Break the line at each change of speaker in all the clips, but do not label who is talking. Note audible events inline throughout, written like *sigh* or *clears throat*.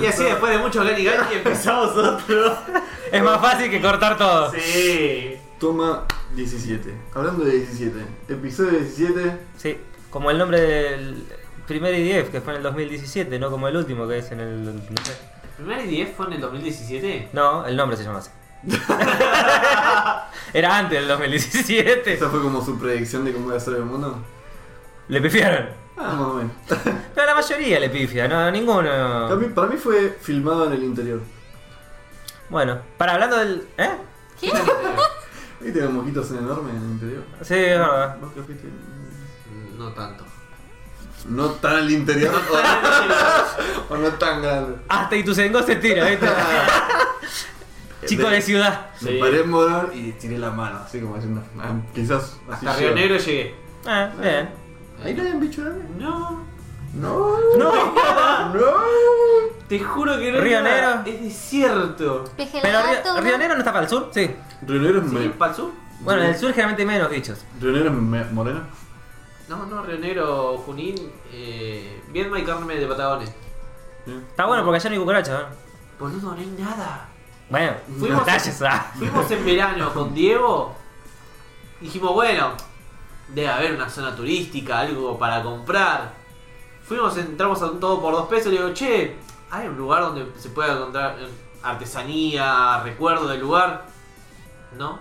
Y así después de mucho Gary Gary empezamos otro.
Es más fácil que cortar todo.
Sí.
Toma 17. Hablando de 17. Episodio 17.
Sí, como el nombre del primer IDF que fue en el 2017, no como el último que es en el. No, sé.
¿El primer IDF fue en el 2017?
No, el nombre se llama así. Era antes del 2017.
Esa fue como su predicción de cómo iba a ser el mundo.
Le pifiaron.
Ah, más o menos.
Pero la mayoría le pifia, no,
Para
ninguno.
mí- Para mí fue filmado en el interior.
Bueno, para hablando del. ¿Eh?
¿Qué?
Ahí tenemos mojitos enormes en el interior.
Sí, es verdad.
¿Vos qué fuiste?
No tanto.
No tan al interior *laughs* o, o no tan grande.
Hasta Ituzaingó se tira, ¿viste? Chico de ciudad.
Me
Sí.
paré en Morón y tiré la mano, así como diciendo. ah, quizás. así
Hasta Río
llego.
Negro llegué.
Ah, bien.
¿Ahí no habían bicho grande?
No.
No.
No.
No.
Te juro que no.
Río
hay nada.
Negro.
Es desiererto.
Pero Río, Río Negro no está para el sur, sí.
Río Negro es,
¿Sí?
me-
¿Para el sur?
Bueno, en el sur generalmente hay menos bichos.
Río Negro es me- moreno.
No, no, Río Negro, Junín, eh, Viedma y Carmen de Patagones.
¿Sí?
Está bueno porque allá no hay cucaracha, ¿no?
Boludo, no hay nada.
Bueno,
Fuimos-
detalles, ah.
Fuimos en verano con Diego. Dijimos, bueno, debe haber una zona turística, algo para comprar. Fuimos, entramos a un todo por dos pesos. Le digo, che, hay un lugar donde se pueda encontrar eh, artesanía, recuerdo del lugar. No.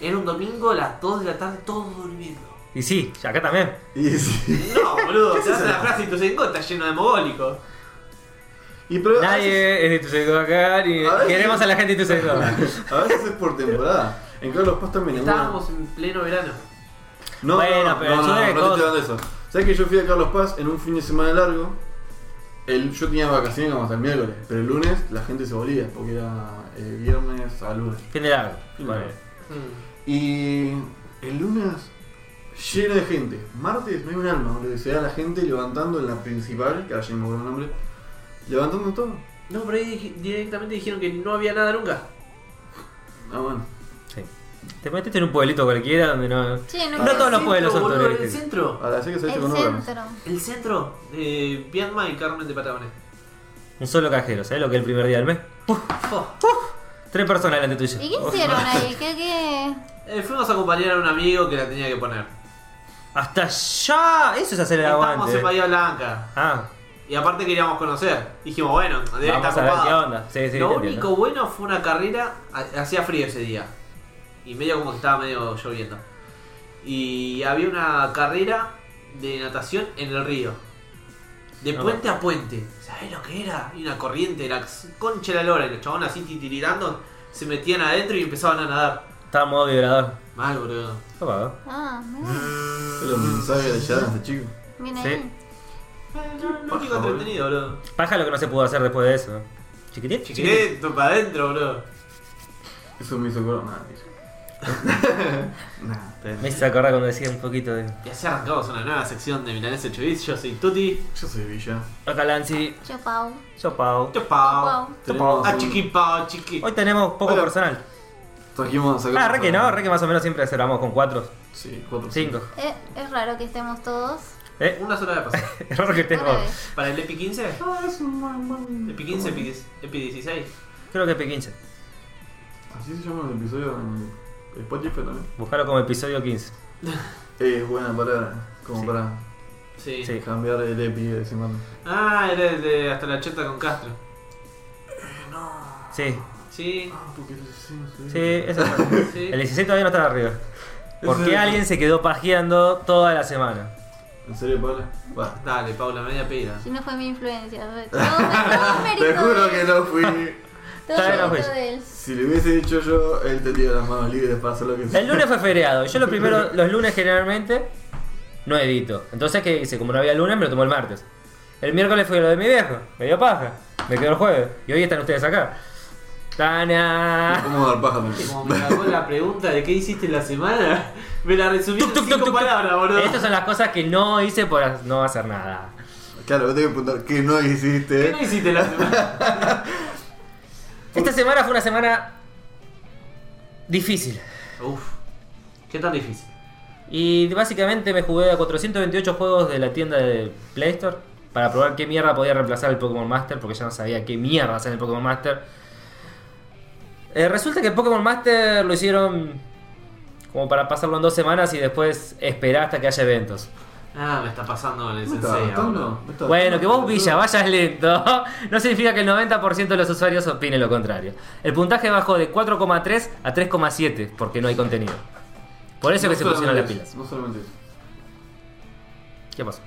Era un domingo a las 2 de la tarde, todos durmiendo.
Y sí, acá también.
Y, sí.
No,
*laughs*
boludo,
¿Qué es
te vas a
eso?
la frase y tu sengó está lleno de mogólicos.
y pero ah, a veces-
Nadie es de Ituzaingó acá, ni
A ver.
queremos a la
*laughs*
gente de Ituzaingó.
*laughs* A veces es por temporada. En Carlos Paz también en
Estábamos en pleno verano.
No,
Bueno,
no, no,
pero
no,
yo
no,
de
no, te
cosas.
estoy hablando de eso. ¿Sabes que yo fui a Carlos Paz en un fin de semana largo? El, yo tenía vacaciones como hasta el miércoles, pero el lunes la gente se volvía porque era eh, viernes a lunes.
Fin de largo.
Fin de
Bueno.
largo.
Mm.
Y el lunes lleno de gente. Martes no hay un alma, boludo. Se ve a la gente levantando en la principal, que ahora ya no me acuerdo el nombre, levantando todo.
No, pero ahí dij- directamente dijeron que no había nada nunca.
Ah, bueno.
Sí. Te metiste en un pueblito cualquiera donde no.
Che, no,
No
quiero-
todos los pueblos son
Centro, boludo,
turísticos.
El centro.
Ahora sé que se ha hecho con
El
órganos.
centro.
El centro, eh, Viedma y Carmen de Patagones.
Un solo cajero, ¿sabes lo que es el primer día del mes? Puf,
Oh.
tres personas delante tuyo.
¿Y qué hicieron ahí? ¿Qué, qué?
Eh, fuimos a acompañar a un amigo que la tenía que poner.
Hasta allá. Eso es hacer el
Estábamos
aguante.
en Bahía Blanca.
Ah,
Y aparte queríamos conocer. Dijimos, bueno, debe
vamos a
estar
ver qué
ocupado.
onda. Sí, sí,
Lo
te
único
entiendo.
bueno fue una carrera, ha- hacía frío ese día. Y medio como que estaba medio lloviendo. Y había una carrera de natación en el río. De
Ah.
puente a puente. ¿Sabés lo que era? Y una corriente, la concha de la lora. Y los chabones así titiritando se metían adentro y empezaban a nadar.
Estaba en modo vibrador.
Mal, boludo.
Copado.
Ah, mirá.
Es Los mensajes de Shadow desde este chico.
Viene
Sí.
ahí.
Lo único
favor.
entretenido, boludo.
Paja lo que no se pudo hacer después de eso. Chiquitín.
Chiquitito para adentro, boludo.
Eso me hizo corona. Nada,
*laughs*
dice. Nada, está bien.
Me hice acordar cuando decía un poquito de.
Y así arrancamos una nueva sección de Milanese Chuvis. Yo soy Tuti.
Yo soy Villa.
Acá Lancy,
Yo, Pau.
yo Pau.
Yo pao.
Pau.
Tenemos
A
un-
chiquipao, chiqui.
Hoy tenemos poco
Hola.
personal.
Trajimos
Ah,
sacamos
re
a-
que no, re que más o menos siempre cerramos con cuatro,
Sí, cuatro.
cinco.
Eh, es raro que estemos todos.
¿Eh? *laughs*
Una sola vez pasó.
Error que
Una
tengo.
vez.
Para el Epi 15,
Ah, es un buen- buen-
Epi 15, Epi, 10, Epi 16.
Creo que P15.
Así se llama el episodio en Spotify también. Eh,
Buscalo como episodio 15.
Es buena palabra, como
Sí.
para
Sí.
Sí.
cambiar el epi de semana.
Ah, era el de hasta la chota con Castro.
Sí,
Sí,
Ah, porque ¿eh? sí, sí.
sí,
*laughs*
eso fue.
sí.
El 16 todavía no estaba arriba. Porque
Ese-
alguien se quedó pajeando toda la semana.
¿En serio, Paula? Va.
Dale, Paula, media pila.
Si no fue mi influencia. Todo, todo mérito
*laughs* Te juro
de
que
él.
no fui.
Todo
Está bien, no
mérito
fue.
de él.
Si le hubiese dicho yo, él te tira las manos libres para hacer lo que sea.
El lunes fue feriado. Yo lo primero, los lunes generalmente no edito. Entonces, ¿qué hice? Como no había lunes, me lo tomó el martes. El miércoles fue lo de mi viejo. Me dio paja. Me quedó el jueves. Y hoy están ustedes acá. ¡Tana!
*laughs* ¿Cómo dar paja también?
Viste, Como me cagó la pregunta de qué hiciste la semana, me la resumí en
Tuc, tuc, tuc,
cinco
tuc, tuc.
palabras, boludo.
Estas son las cosas que no hice por no hacer nada.
Claro, vos tenés que preguntar qué no hiciste.
¿Qué no hiciste la semana?
Esta semana fue una semana difícil.
Uf, qué tan difícil.
Y básicamente me jugué a 428 juegos de la tienda de Play Store. para probar qué mierda podía reemplazar el Pokémon Master, porque ya no sabía qué mierda hacer el Pokémon Master. Eh, resulta que el Pokémon Master lo hicieron como para pasarlo en dos semanas y después esperar hasta que haya eventos.
Ah, me está pasando con el
¿Me está
sensei.
adaptando?
boludo.
¿Me está
Bueno,
adaptando,
que vos
boludo?
Villa vayas lento *laughs* no significa que el 90% de los usuarios opine lo contrario. El puntaje bajó de 4,3 a 3,7 porque no hay contenido. Por eso
No
que se pusieron las
solamente
pilas.
eso, No solamente eso.
¿Qué pasó?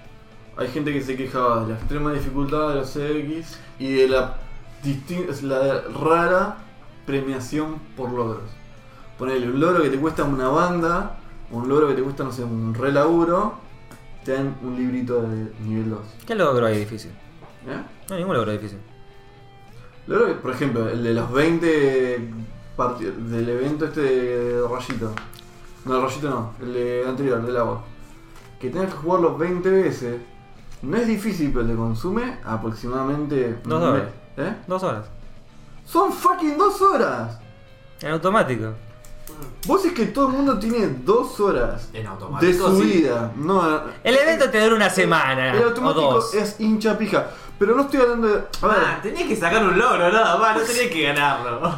Hay gente que se quejaba de la extrema dificultad de los CX y de la, distin- es la rara premiación por logros. Ponele un logro que te cuesta una banda, un logro que te cuesta, no sé, un re laburo, te dan un librito de nivel 2.
¿Qué logro hay difícil?
¿eh?
No, ningún logro difícil.
Logro que, por ejemplo, el de los 20 partid- del evento este de rayito. No, el rayito no, el de anterior, el del agua. Que tengas que jugarlo 20 veces. No es difícil, pero te consume aproximadamente.
Dos
un
horas.
mes, ¿Eh?
Dos horas.
¡Son fucking dos horas!
En automático.
Vos es que todo el mundo tiene dos horas
En
de
automático.
su
sí.
vida. No,
El evento te dura una semana.
el
o
automático
dos.
es hincha pija. Pero no estoy hablando de. A ver,
Ah, tenías que sacar un logro nada más, no tenías que
*laughs*
ganarlo.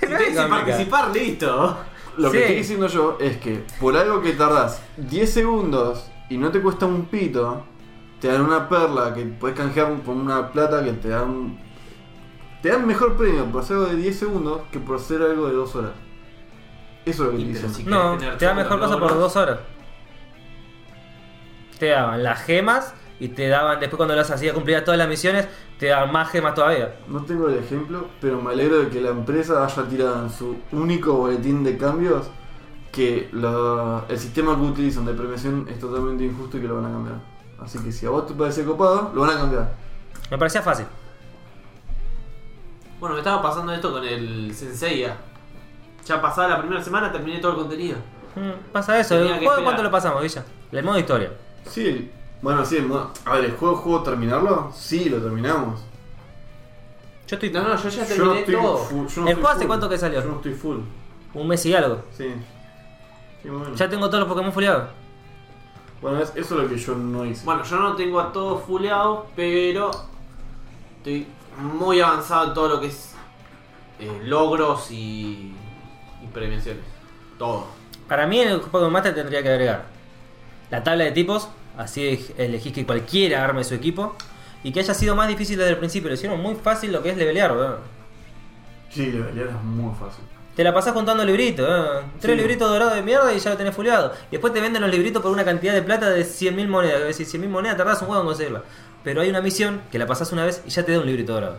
Si
No
tenías
es
que
complicado.
participar, listo.
Lo
Sí.
que estoy diciendo yo es que por algo que tardás 10 segundos y no te cuesta un pito, te dan una perla que puedes canjear por una plata que te dan. Te dan mejor premio por hacer algo de 10 segundos que por hacer algo de 2 horas. Eso es lo que
Y
te dicen.
pero si-
No,
tener
te da
todos
mejor
los
cosa por
logros.
dos horas. Te daban las gemas y te daban, después cuando las hacías cumplir todas las misiones, te daban más gemas todavía.
No tengo el ejemplo, pero me alegro de que la empresa haya tirado en su único boletín de cambios que la- el sistema que utilizan de premiación es totalmente injusto y que lo van a cambiar. Así que si a vos te parece copado, lo van a cambiar.
Me parecía fácil.
Bueno, me estaba pasando esto con el Senseiya. Ya pasada la primera semana terminé todo el contenido.
Mm, Pasa eso.
Tenía
¿El
que
juego
esperar.
cuánto lo pasamos, Villa? El modo historia.
Sí, el- bueno, sí, el modo- a ver, ¿el juego, juego terminarlo? Sí, lo terminamos.
Yo estoy
No, no, yo ya
no
terminé todo.
full- yo no estoy
juego hace
full.
cuánto que salió?
Yo no estoy full,
un mes y algo.
sí. Sí, bueno.
Ya tengo todos los Pokémon foliados.
Bueno, es- eso es lo que yo no hice.
Bueno, yo no tengo a todos fuleados, pero estoy muy avanzado en todo lo que es eh, logros y, y premiaciones. Todo.
Para mí, en el Pokémon Master tendría que agregar la tabla de tipos. Así elegís que cualquiera arme su equipo. Y que haya sido más difícil desde el principio. Lo hicieron muy fácil lo que es levelear, weón.
Sí, la realidad es muy fácil.
Te la pasás contando libritos, ¿eh? Tres
Sí.
libritos dorados de mierda y ya lo tenés fuleado. Después te venden los libritos por una cantidad de plata de 100.000 monedas. Es decir, 100.000 monedas tardás un huevo en conseguirla. Pero hay una misión que la pasás una vez y ya te da un librito dorado.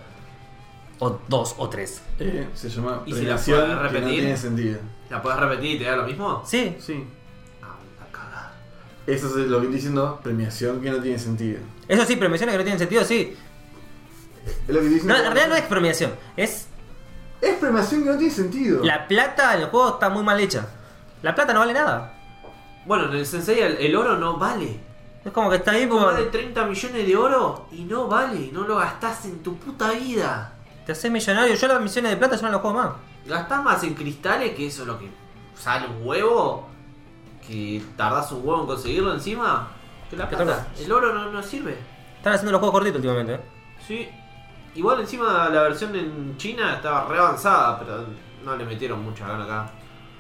O dos o tres.
Eh, se llama
¿Y si la
premiación
puedo
que no
repetir?
tiene sentido.
¿La puedes repetir y te da lo mismo?
Sí.
Sí.
Ah, la cagada.
Eso es lo que estoy diciendo, premiación que no tiene sentido.
Eso sí, premiaciones que no tienen sentido, sí.
Es lo que estoy diciendo.
No, en realidad no es premiación. Es
Es premiación que no tiene sentido.
la plata en el juego está muy mal hecha. La plata no vale nada.
Bueno, en el Sensei el, el oro no vale.
Es como que está ahí pues,
Más de
por...
30 millones de oro y no vale. No lo gastás en tu puta vida.
Te haces millonario. Yo las misiones de plata yo no las juego más.
Gastás más en cristales, que eso es lo que sale un huevo, que tardás un huevo en conseguirlo encima, que la
¿Qué
plata. El oro no, no sirve.
Están haciendo los juegos cortitos últimamente, ¿eh?
Sí. Igual encima la versión en China estaba re avanzada, pero no le metieron mucha gana acá.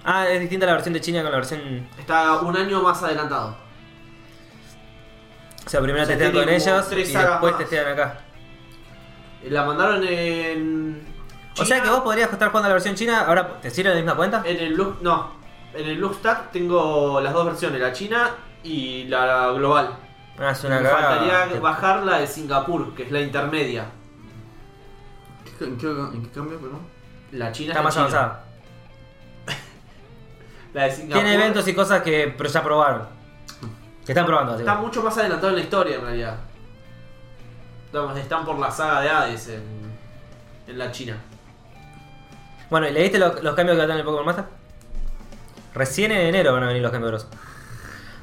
Ah, es distinta la versión de China con la versión
Está un año más adelantado.
O sea, primero
O sea,
testean
tiene
con
como
ellos
tres
y
sagas
después
más.
testean acá.
La mandaron en.
O sea que vos podrías estar jugando la versión china, ahora te sirve la misma cuenta.
En el Lux. No. En el Luxtag tengo las dos versiones, la china y la global.
Ah, es una
Me faltaría
cagada.
bajar la de Singapur, que es la intermedia.
¿Qué- ¿En qué, en qué cambio, perdón?
La China
Está más
China.
avanzada.
La de Singapur
Tiene eventos y cosas que pero ya probaron. Que están probando, así.
Está mucho más adelantado en la historia en realidad. Vamos, están por la saga de Hades en, en la China.
Bueno, ¿y leíste lo- los cambios que va a tener el Pokémon Master? Recién en enero van a venir los cambios, grosos.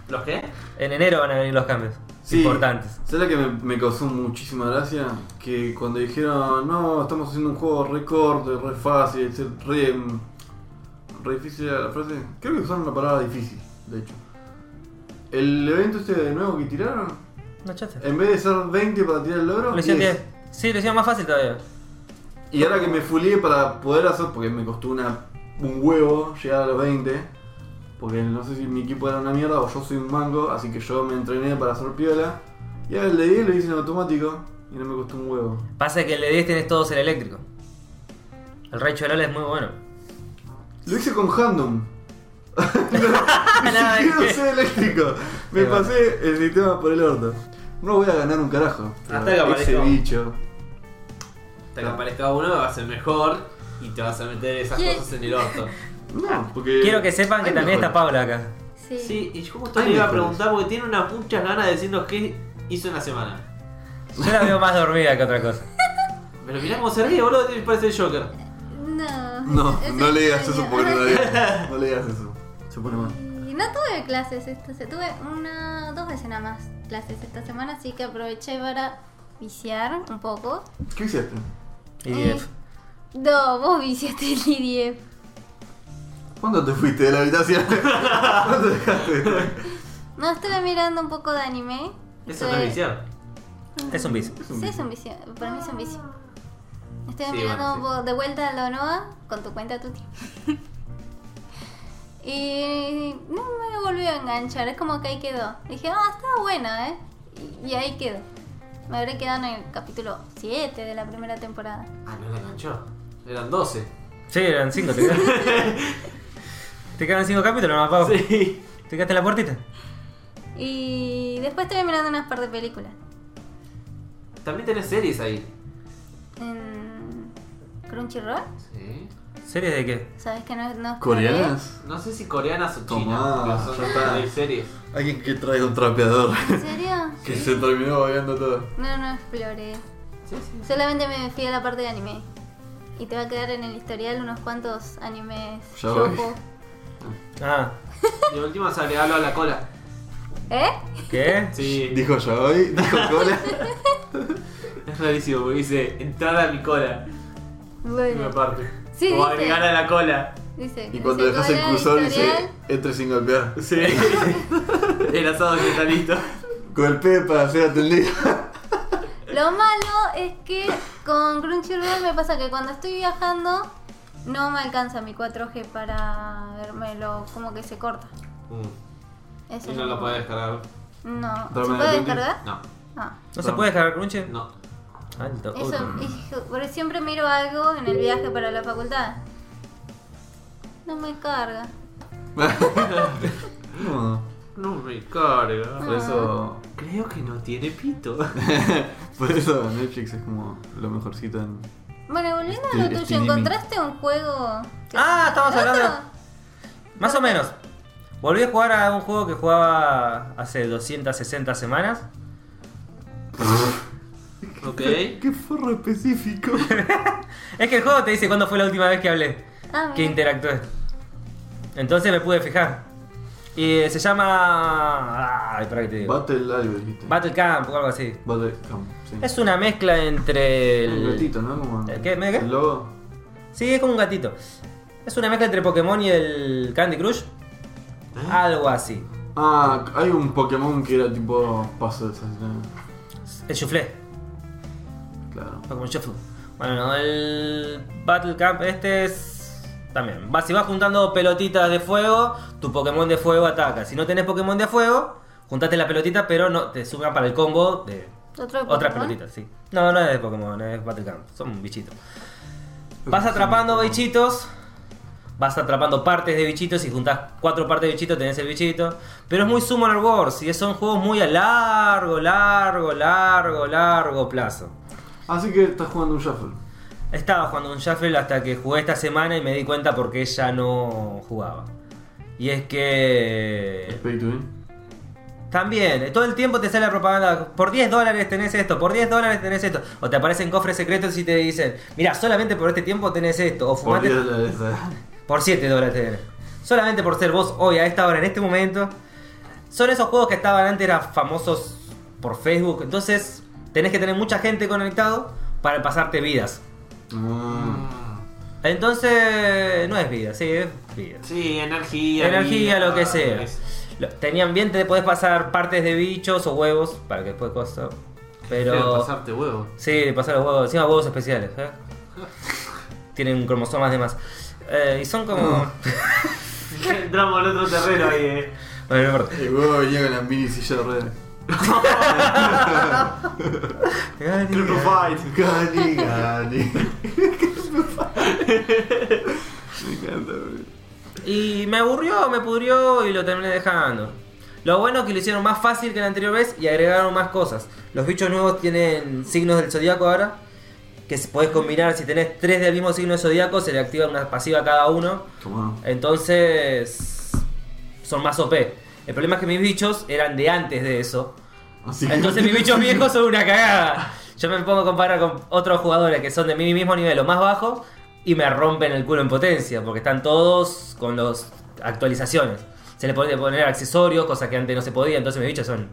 ¿Los qué?
En enero van a venir los cambios. Importantes.
¿Sabes lo que me, me causó muchísima gracia? Que cuando dijeron, no, estamos haciendo un juego re corto, re fácil, etc- re, mm, re difícil era la frase. Creo que usaron la palabra difícil, de hecho. El evento este de nuevo que tiraron,
No chata.
En vez de ser 20 para tirar el logro,
Lo hicieron
10.
10. Sí, lo hicieron más fácil todavía.
Y ahora que me fulié para poder hacer, porque me costó una, un huevo llegar a los 20, porque no sé si mi equipo era una mierda o yo soy un mango, así que yo me entrené para hacer piola. Y ahora el de 10 lo hice en automático y no me costó un huevo.
Pasa que el de 10 tenés todos el eléctrico. El Rey Choral es muy bueno.
Lo hice con
*laughs*
Handom.
Ah,
Nada, *laughs*
Yo no
es que-
soy eléctrico. Me
Qué bueno.
pasé el sistema por el orto. No voy a ganar un carajo. Pero
Hasta que
Ese
aparezca un-
bicho.
Hasta que aparezca uno, va a ser mejor y te vas a meter esas
¿Qué?
cosas en el orto.
No, porque.
Ah, Quiero que sepan que
Hay
también está
mejores.
Paula acá.
Sí.
Sí, y yo justo
Hay
le iba a
mejores.
preguntar porque tiene unas muchas ganas de decirnos qué hizo en la semana.
Yo la veo más dormida que otra cosa.
Pero mirá cómo se ríe, boludo, te parece el Joker.
No.
No,
Es
no
en
le digas
serio.
eso porque no le digas. No le digas eso. Se pone mal.
Y *laughs* no tuve clases esta se Tuve una, dos veces nada más clases esta semana, así que aproveché para viciar un poco.
¿Qué hiciste?
Y
Ah.
10.
Eh, no, vos viciaste el IDF.
¿Cuándo te fuiste de la *laughs* habitación? ¿Cuándo dejaste?
No, estuve mirando un poco de anime.
Eso no
Estuve-
es viciar.
Es un bis.
Sí, es un vicio. Para mí es un vicio. Estoy
Sí,
mirando
bueno,
po- de vuelta a la nueva con tu cuenta Tuti. *laughs* y no me volvió a enganchar, es como que ahí quedó. Dije, ah, estaba buena, ¿eh? Y, y ahí quedó. Me habré quedado en el capítulo 7 de la primera temporada.
Ah, no la enganchó. Eran 12.
Sí, eran 5.
*laughs*
Te quedan, te quedan 5 capítulos, no me apago.
Sí.
Te quedaste en la puertita.
Y después estuve mirando unas par de películas.
También tenés series ahí.
En Crunchyroll,
Sí.
¿Series de qué?
¿sabes que no, no es
¿Coreanas?
No sé si coreanas o
Tomá,
chinas, pero
ya
son
está.
hay series.
Alguien que traiga un trapeador.
coreana? ¿En
*laughs*
serio?
*laughs* que se terminó babeando todo.
No, no exploré.
Sí, sí.
Solamente me fui a la parte de anime. Y te va a quedar en el historial unos cuantos animes.
Ya voy.
shoujo.
Ah,
De última se agregalo a la cola.
¿Eh?
¿qué?
Sí.
Dijo yo hoy, *laughs* dijo cola.
Es rarísimo porque dice entrar a mi cola. Una
Bueno.
parte.
Sí,
o
dice.
agregar a la cola.
Dice.
Y cuando dejas el
"Secola,
cursor dice,
historial".
entre sin golpear.
Sí. el asado que está listo.
Golpeé para ser atendido.
Lo malo es que con Crunchyroll me pasa que cuando estoy viajando no me alcanza mi 4G para vermelo, como que se corta. Eso
Y
es
no lo
malo.
podés descargar.
No.
Dame
¿Se
la
puede
cuenta.
descargar?
No,
Ah.
¿No se puede descargar Crunchy?
no.
Alto.
Eso,
otro.
hijo, porque siempre miro algo en el viaje para la facultad. No me carga.
No,
No me carga.
por eso.
Creo que no tiene pito.
*laughs* Por eso Netflix es como lo mejorcito en.
Bueno, volviendo a
Este-
lo
este
tuyo,
anime.
¿encontraste un juego?
Ah, estamos hablando.
¿Otro?
Más o menos. Volví a jugar a un juego que jugaba hace 260 semanas.
*laughs*
ok.
Qué forro específico.
Es que el juego te dice cuándo fue la última vez que hablé,
Ah,
que
mira.
interactué. Entonces me pude fijar. Y eh, se llama. Ay, para que te digo.
Battle algo dijiste.
Battle Camp o algo así.
Battle Camp, sí.
Es una mezcla entre.
El
El...
gatito, ¿no? Como
¿El qué? ¿Me qué?
El logo.
Sí, es como un gatito. Es una mezcla entre Pokémon y el Candy Crush. Algo así.
Ah, hay un Pokémon que era tipo puzzles, así ¿no?
El chuflé.
Claro.
Pokémon Shuffle. Bueno, el Battle Camp este es... También. Vas, si vas juntando pelotitas de fuego, tu Pokémon de fuego ataca. Si no tenés Pokémon de fuego, juntaste la pelotita, pero no te suman para el combo de
¿Otro de
otras
Pokémon?
pelotitas, sí. No, no es de Pokémon, es Battle Camp. Son bichitos. Vas atrapando bichitos. Vas atrapando partes de bichitos y juntás cuatro partes de bichitos, tenés el bichito. Pero es muy Summoner Wars y son juegos muy a largo, largo, largo, largo plazo.
Así Ah, que estás jugando un shuffle.
Estaba jugando un shuffle hasta que jugué esta semana y me di cuenta por qué ya no jugaba. Y es que...
Pay to win.
También, eh, todo el tiempo te sale la propaganda, por 10 dólares tenés esto, por 10 dólares tenés esto. O te aparecen cofres secretos y te dicen, mira, solamente por este tiempo tenés esto. O
Por
fumate
diez dólares, eh.
por 7 dólares tenés. Solamente por ser vos hoy, a esta hora, en este momento. Son esos juegos que estaban antes, eran famosos por Facebook. Entonces, tenés que tener mucha gente conectado para pasarte vidas.
Mm.
Entonces, no es vida, sí, es vida.
Sí, energía.
Energía,
vida,
lo que sea. lo- tenían bien, te podés pasar partes de bichos o huevos para que después cosa.
Feo de
Pero.
pasarte huevo. *laughs*
Sí, pasar los huevos, encima huevos especiales. *laughs* ¿eh? Tienen cromosomas de más. Eh, y son como.
Entramos en otro terreno ahí, eh.
*laughs* Bueno, no importa.
El huevo venía con la mini silla de ruedas.
Triple fight.
Cani, cani. Me encanta, boludo.
Y me aburrió, me pudrió y lo terminé dejando. Lo bueno es que lo hicieron más fácil que la anterior vez y agregaron más cosas. Los bichos nuevos tienen signos del zodiaco ahora. Que se- podés combinar, si tenés tres del mismo signo de zodiaco, se le activa una pasiva a cada uno.
Tomá.
Entonces. Son más OP. El problema es que mis bichos eran de antes de eso.
Así que-
Entonces mis bichos viejos son una cagada. Yo me pongo a comparar con otros jugadores que son de mi mismo nivel o más bajos y me rompen el culo en potencia porque están todos con las actualizaciones. Se le puede poner accesorios, cosas que antes no se podía, entonces mis bichos son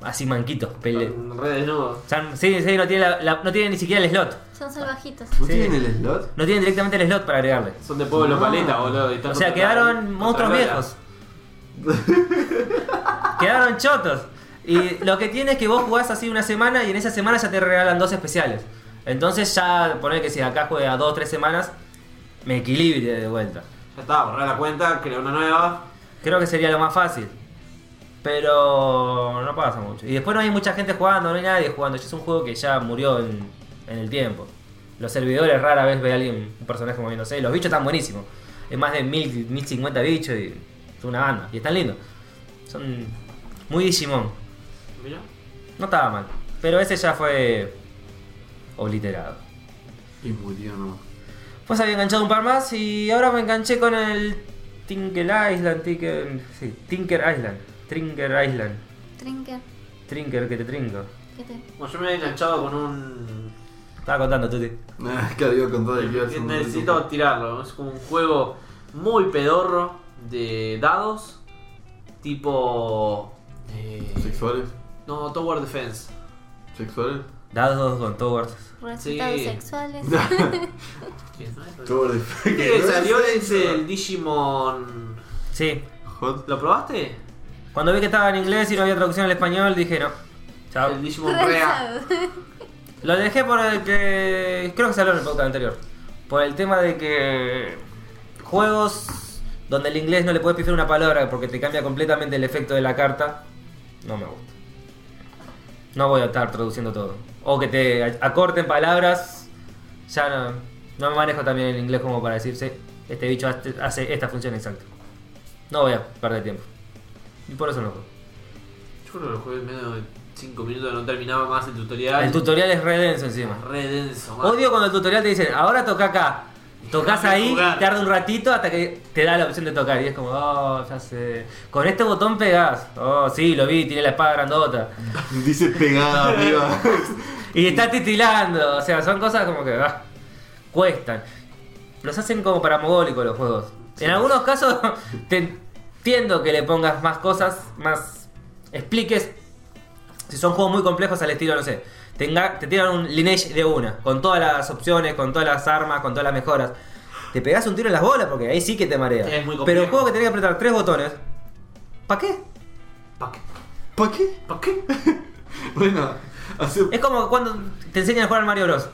así manquitos. pele-
Re desnudo.
Son- Sí, sí, no tienen, la- la- no tienen ni siquiera el slot.
Son salvajitos.
¿No
Sí.
tienen el slot?
No tienen directamente el slot para agregarle.
Son de pueblo
No.
paleta, boludo. y están
Ah. O sea,
contra-
quedaron
contra
monstruos
Lola.
viejos. *laughs* quedaron chotos. Y lo que tiene es que vos jugás así una semana y en esa semana ya te regalan dos especiales. Entonces ya poner que si acá juega dos o tres semanas, me equilibre de vuelta.
Ya está, borrar la cuenta, crea una nueva.
Creo que sería lo más fácil. Pero no pasa mucho. Y después no hay mucha gente jugando, no hay nadie jugando. Es un juego que ya murió en, en el tiempo. Los servidores rara vez ve a alguien, un personaje moviéndose. Los bichos están buenísimos. Es más de mil, 1050 bichos y es una banda. Y están lindos. Son muy Digimon.
Mirá.
No estaba mal. Pero ese ya fue obliterado.
Y murió nomás.
Pues había enganchado un par más y ahora me enganché con el Tinker Island. Tinker, sí, Tinker Island. Trinker Island.
Trinker.
Trinker, que te trinco.
¿Qué te?
Bueno, yo me he enganchado con un.
Estaba contando, Tuti.
Ah, claro, iba con todo el guía.
Necesito tirarlo. Es como un juego muy pedorro de dados. Tipo. eh,
¿Sexuales?
No, Tower Defense.
¿Sexuales?
Dados con Towers.
Resultados
Sí.
sexuales. *laughs*
Sí, ¿no es?
*laughs* Todo el
¿Viste que salió ese, el Digimon.
Sí.
Hot.
¿Lo probaste?
Cuando vi que estaba en inglés y no había traducción al español, dije no. Chao.
El Digimon Rea.
Lo dejé por el que. Creo que se habló en el podcast anterior. Por el tema de que. Juegos donde el inglés no le puedes pifiar una palabra porque te cambia completamente el efecto de la carta. No me gusta. No voy a estar traduciendo todo. O que te a- acorten palabras. Ya no, no me manejo también el inglés como para decirse. Este bicho hace- hace esta función exacta. No voy a perder tiempo. Y por eso no juego.
Yo creo que lo jugué en menos de 5 minutos, no terminaba más el tutorial.
El tutorial es re denso encima.
Re denso, man.
Odio cuando el tutorial te dicen, ahora toca acá. Tocas
Déjame
ahí,
jugar.
tarda un ratito hasta que te da la opción de tocar. Y es como, oh, ya sé. Con este botón pegás. Oh, sí, lo vi, tiene la espada grandota.
*laughs* Dice pegada arriba.
*laughs* Y está titilando. O sea, son cosas como que ah, cuestan. Los hacen como para mogólicos los juegos. En algunos casos *laughs* te entiendo que le pongas más cosas, más expliques. Si son juegos muy complejos al estilo, no sé, te, enga- te tiran un lineage de una, con todas las opciones, con todas las armas, con todas las mejoras. Te pegas un tiro en las bolas porque ahí sí que te marea.
Es muy complejo.
Pero el juego que tenés que apretar tres botones, ¿para qué?
¿Para qué?
¿Para qué?
¿Para qué?
Bueno, hace.
Es como cuando te enseñan a jugar al Mario Bros.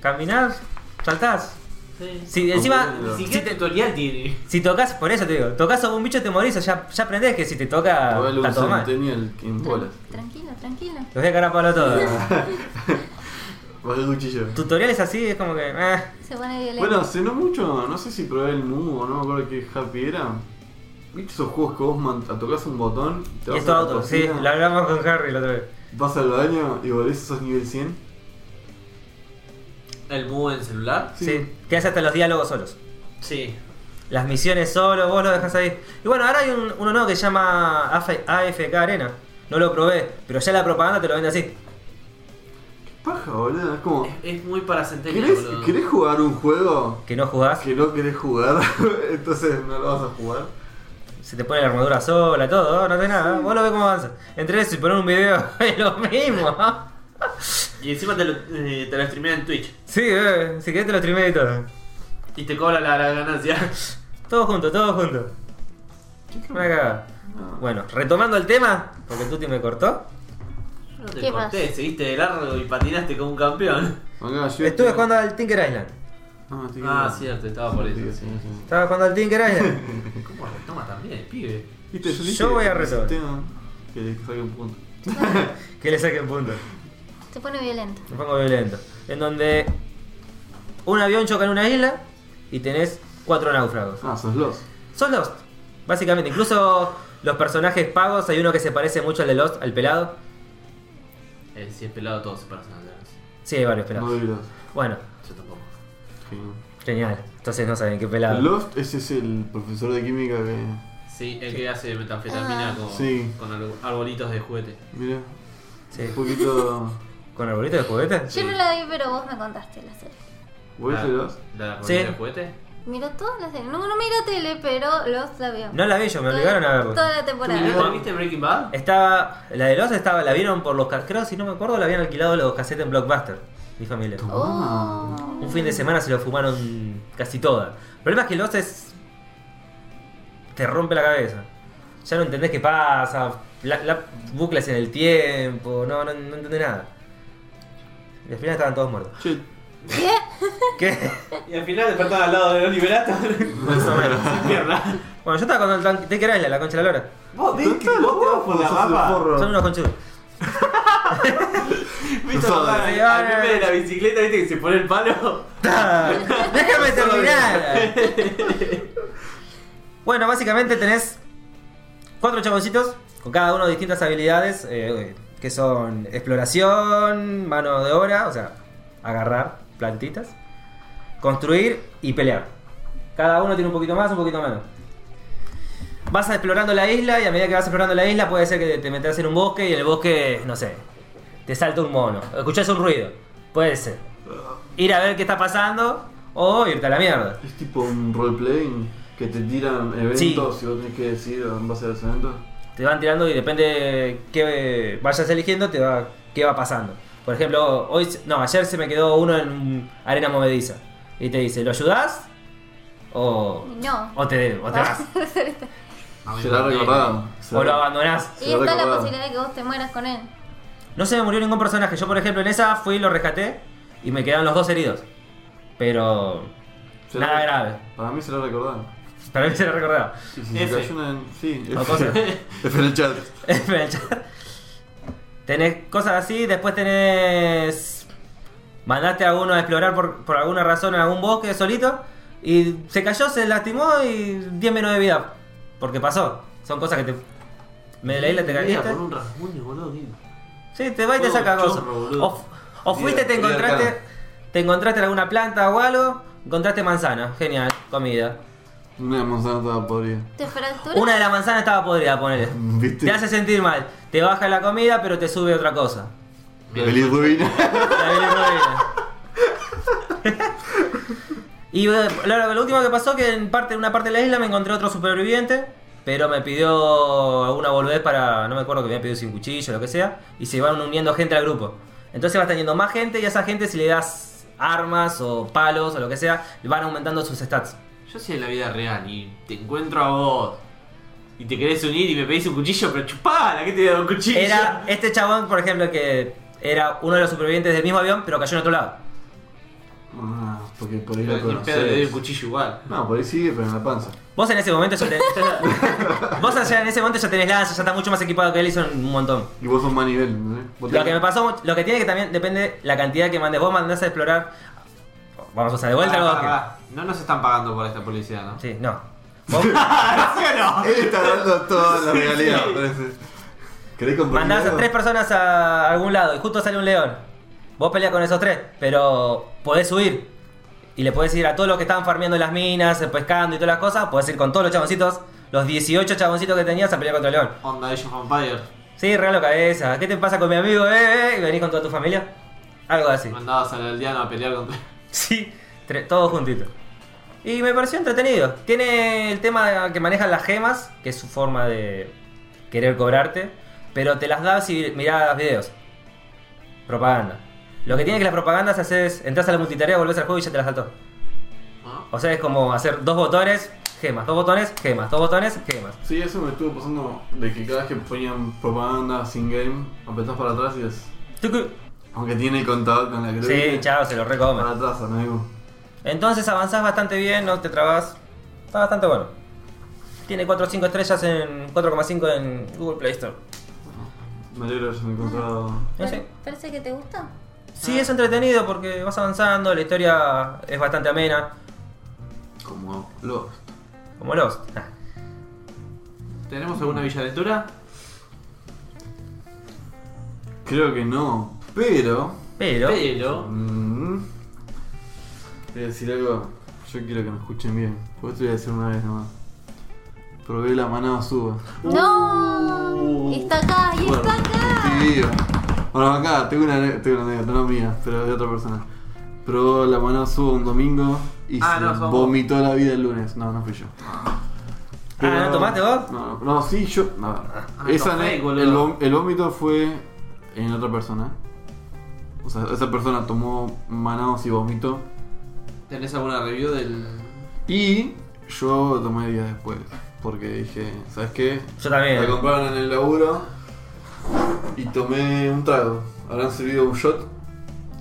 Caminás, saltás,
Sí.
Si encima,
Como
Ni
si,
siquiera
te-
tutorial tiene.
si tocas, por eso te digo, tocas a un bicho te morís, ya, ya aprendés que si te toca,
Igual
está
un
todo mal. Los
centennial en
*laughs*
bolas.
Tranquilo, tranquilo.
voy a cagar a palo todo.
Bajo el cuchillo.
Tutoriales así es como que. eh.
Se pone violento.
Bueno, hace no mucho, no sé si probé el Mu o no me acuerdo qué happy era. ¿Viste esos juegos que vos man- tocas un botón? Te
Y
vas
esto
a la
auto, sí,
cocina,
lo hablamos con Harry la otra vez.
Vas al baño y volvés, sos nivel 100.
¿El Mu en celular?
Sí.
Sí.
Te hace hasta los diálogos solos.
Sí.
Las misiones solo, vos lo dejas ahí. Y bueno, ahora hay un, uno nuevo que se llama AF- AFK Arena. No lo probé, pero ya la propaganda te lo vende así.
Paja, boludo, es como.
Es, es muy para centenial,
¿Querés,
boludo.
¿Querés jugar un juego
Que no jugás,
que no querés jugar? *laughs* Entonces no lo vas a jugar.
se te pone la armadura sola, todo, no tenés nada. Vos lo ves cómo avanza. Entre eso y poner un video *laughs* es lo mismo.
Y encima te lo, eh, te lo streamean en Twitch.
Sí, eh, si querés te lo streameo y todo.
Y te cobra la, la ganancia.
Todo junto, todo junto. Una cagada.
No.
Bueno, retomando el tema, porque Tuti me cortó.
Yo No te
¿Qué
corté, seguiste de largo y patinaste como un campeón.
Acá, yo
Estuve jugando al Tinker Island.
Ah, estoy-
Ah, cierto, estaba por
Sí,
eso.
sí, sí.
Estaba jugando al Tinker Island.
¿Cómo retoma también el pibe?
Viste,
Yo
dije
voy a
que el
resolver.
sistema- Que le saque un punto.
que le saquen puntos.
Se pone violento.
Me pongo violento. En donde un avión choca en una isla y tenés cuatro náufragos.
Ah, sos los.
Son Lost, básicamente. Incluso los personajes pagos, hay uno que se parece mucho al de Lost, al pelado.
Eh, si es pelado, todos se parecen a Lance.
Sí, hay varios
No
pelados.
vi Lost.
Bueno,
Yo tampoco.
Genial.
genial. Entonces no saben qué pelado.
Lost, ese es el profesor de química que.
Sí, el que hace metanfetamina
Ah.
con,
Sí.
con al- arbolitos de juguete.
Mira,
Sí.
un
*laughs*
poquito.
¿Con arbolito de juguete?
Yo no la vi, pero vos me contaste la serie.
¿Vos
La-
viste Lost?
¿La de arbolitos
Sí.
de juguete?
Miro todas las series. No, no miro tele, pero los la veo.
No la vi yo, me obligaron a verlo.
Toda la
¿Y
temporada.
¿No viste Breaking Bad?
Estaba, la de Lost estaba, la vieron por los ca- creo si no me acuerdo, la habían alquilado los cassettes en Blockbuster, mi familia.
Oh.
Un fin de semana se lo fumaron casi toda. El problema es que Lost es. te rompe la cabeza. Ya no entendés qué pasa, la, la- bucles en el tiempo, no, no, no entendés nada. Y al final estaban todos muertos.
Che,
¿Qué?
¿Qué?
Y al final después estaba al lado de Oliver Atom.
*laughs*
Más o menos.
Sin pierna.
Bueno, yo estaba con el tanque, te querés la, la concha de la lora.
*laughs* Vos, Dick, vos te vas por la
Sos el
papa.
forro.
Son unos conchudos.
¿Viste
Sos-
cuando al al pibe de la bicicleta, viste que se pone el palo?
Ta, Déjame terminar. bueno, básicamente tenés cuatro chaboncitos con cada uno distintas habilidades eh, que son exploración, mano de obra, o sea, agarrar plantitas, construir y pelear. Cada uno tiene un poquito más, un poquito menos. Vas explorando la isla y a medida que vas explorando la isla puede ser que te metas en un bosque y en el bosque, no sé, te salta un mono, escuchás un ruido, puede ser ir a ver qué está pasando o irte a la mierda.
Es tipo un roleplaying que te tiran eventos y vos tenés que decir en base a los eventos.
Te van tirando y depende de qué vayas eligiendo, te va qué va pasando. Por ejemplo, hoy se- no, ayer se me quedó uno en un arena movediza y te dice, ¿lo ayudás? O,
No.
o te, o te
*laughs*
vas.
Será recordado.
O lo
Será-
abandonás.
Y
Se lo
está la
recordaba.
posibilidad de que vos te mueras con él.
No se me murió ningún personaje. Yo, por ejemplo, en esa fui y lo rescaté y me quedaron los dos heridos. Pero
será-
nada grave.
Para mí será recordado.
Para mí *laughs* se lo recordaba.
Sí, sí,
F.
se cayó una en- Sí,
O
F.
cosas.
*laughs* F en el chat.
Espera, el chat. tenés cosas así, después tenés. Mandaste a uno a explorar por, por alguna razón en algún bosque solito y se cayó, se lastimó y 10 menos de vida. Porque pasó. Son cosas que te. Me de la isla te
Mira,
caíste.
Con un rasguño, boludo. tío.
Sí, te va y te saca
Todo
cosas.
chorro, boludo.
O, f- o fuiste, te
Mira, mira
encontraste.
acá.
Te encontraste en alguna planta o algo, encontraste manzana. Genial, comida.
Una manzana toda podrida.
¿Te fracturas?
Una de las manzanas estaba podrida,
*laughs*
ponele.
¿Viste?
Te hace sentir mal. Te baja la comida, pero te sube otra cosa.
Feliz ruina.
La Billie Robina. y eh, lo, lo último que pasó que en parte en una parte de la isla me encontré otro superviviente, pero me pidió alguna volvés para no me acuerdo que me había pedido sin cuchillo lo que sea y se van uniendo gente al grupo. Entonces vas teniendo más gente y a esa gente si le das armas o palos o lo que sea, van aumentando sus stats.
Yo soy de la vida real y te encuentro a vos. Y te querés unir y me pedís un cuchillo, pero chupala, ¿qué te voy a dar un cuchillo?
Era este chabón, por ejemplo, que era uno de los supervivientes del mismo avión, pero cayó en otro lado.
Ah, porque por ahí
Pero
la
ni en pedo le doy
conocés.
el cuchillo igual.
No, por ahí sigue, pero en la panza.
Vos en ese momento ya tenés. vos allá en ese momento ya tenés lanza, ya estás mucho más equipado que él y son un montón.
Y vos sos más nivel, ¿no? Vos
Lo
tenés-
que me pasó, mucho- lo que tiene que también depende la cantidad que mandes. Vos mandás a explorar. Vamos a usar de vuelta al
Pará,
bosque.
pará, pará. No nos están pagando por esta publicidad, *laughs* ¿no? Ah,
Sí, no. Vos
¿Sí o
*laughs*
no?
Él está dando toda la regalía,
sí.
parece. ¿Querés comprar?
mandás a
algo?
tres personas a algún lado y justo sale un león. Vos peleas con esos tres, pero podés huir. Y le podés ir a todos los que estaban farmeando en las minas, pescando y todas las cosas. Podés ir con todos los chaboncitos, los 18 chaboncitos que tenías a pelear contra el león.
Onda Age of Vampire.
Sí, regalo cabeza. ¿Qué te pasa con mi amigo, eh? eh? Y venís con toda tu familia. Algo así.
Mandabas al aldeano a pelear contra.
Sí, tre- todos juntitos. Y me pareció entretenido. Tiene el tema que manejan las gemas, que es su forma de querer cobrarte, pero te las da si mirás videos. Propaganda. Lo que tiene que las propagandas haces, entras a la multitarea, volvés al juego y ya te las saltó.
¿No?
O sea, es como hacer dos botones, gemas, dos botones, gemas, dos botones, gemas.
Sí, eso me estuvo pasando de que cada vez que ponían propaganda sin game, apretás para atrás y es.
Tucu.
Aunque tiene el contador con la cruz.
Sí, chao, se lo
Para
recomen.
atrás, amigo.
Entonces avanzás bastante bien, no te trabas. Está bastante bueno. Tiene 4 o 5 estrellas en 4,5 en Google Play Store.
Me alegro de haberme encontrado.
No
Pare-
sé.
Parece que te gusta.
Sí, es entretenido porque vas avanzando, la historia es bastante amena,
Como los.
como Ah, los.
¿Tenemos alguna Villaventura?
Creo que no, pero.
Pero,
Pero.
Mm, voy a decir algo. Yo quiero que me escuchen bien. Pues te voy a decir una vez nomás. Probé la manada suba.
No. Y está acá, y
Bueno,
está acá.
estoy vivo. Bueno, acá tengo una, tengo una anécdota, no mía, pero de otra persona. Probó la manada suba un domingo y
Ah,
se
no, sos vos.
vomitó la vida el lunes. No, no fui yo.
Ah, ¿no tomaste vos?
No, no, no, sí, yo. No, esa
tomé,
ane-
boludo.
el, vom- el vómito fue en otra persona. O sea, esa persona tomó manados y vomitó.
¿Tenés alguna review del.?
Y yo tomé días después, porque dije, ¿sabes qué?
yo
Me
también.
compraron en el laburo y tomé un trago. Habrán servido un shot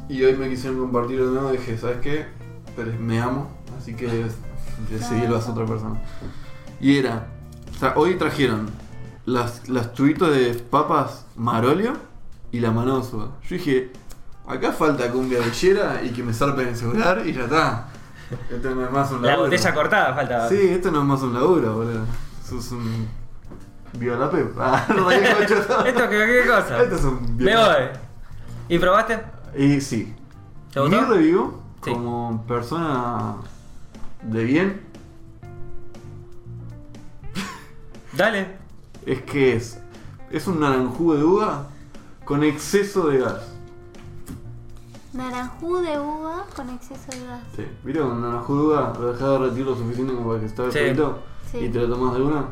y hoy me quisieron compartir de nuevo. Dije, ¿sabes qué? Pero me amo, así que decidí lo hace otra persona. Y era, o sea, hoy trajeron las, las tubitos de papas Marolio y la manosuba. Yo dije, acá falta cumbia villera y que me zarpen el celular y ya está. Esto no es más un
La
laburo.
botella cortada faltaba.
Sí, esto no es más un laburo, boludo. Sos un. Violape. *laughs* Ah, no,
*laughs* ¿Esto
esto
qué, qué cosa?
es un.
Me voy. ¿Y probaste?
Y sí.
¿Te
Mi
gustó?
review,
Sí.
como persona de bien,
Dale.
es que es. Es un naranjú de uva con exceso de gas.
Naranjú de uva con exceso de gas.
Sí. ¿Viste un naranjú de uva? Lo dejás derretir lo suficiente como para que esté
Sí.
frito
Sí.
y te lo tomás de una.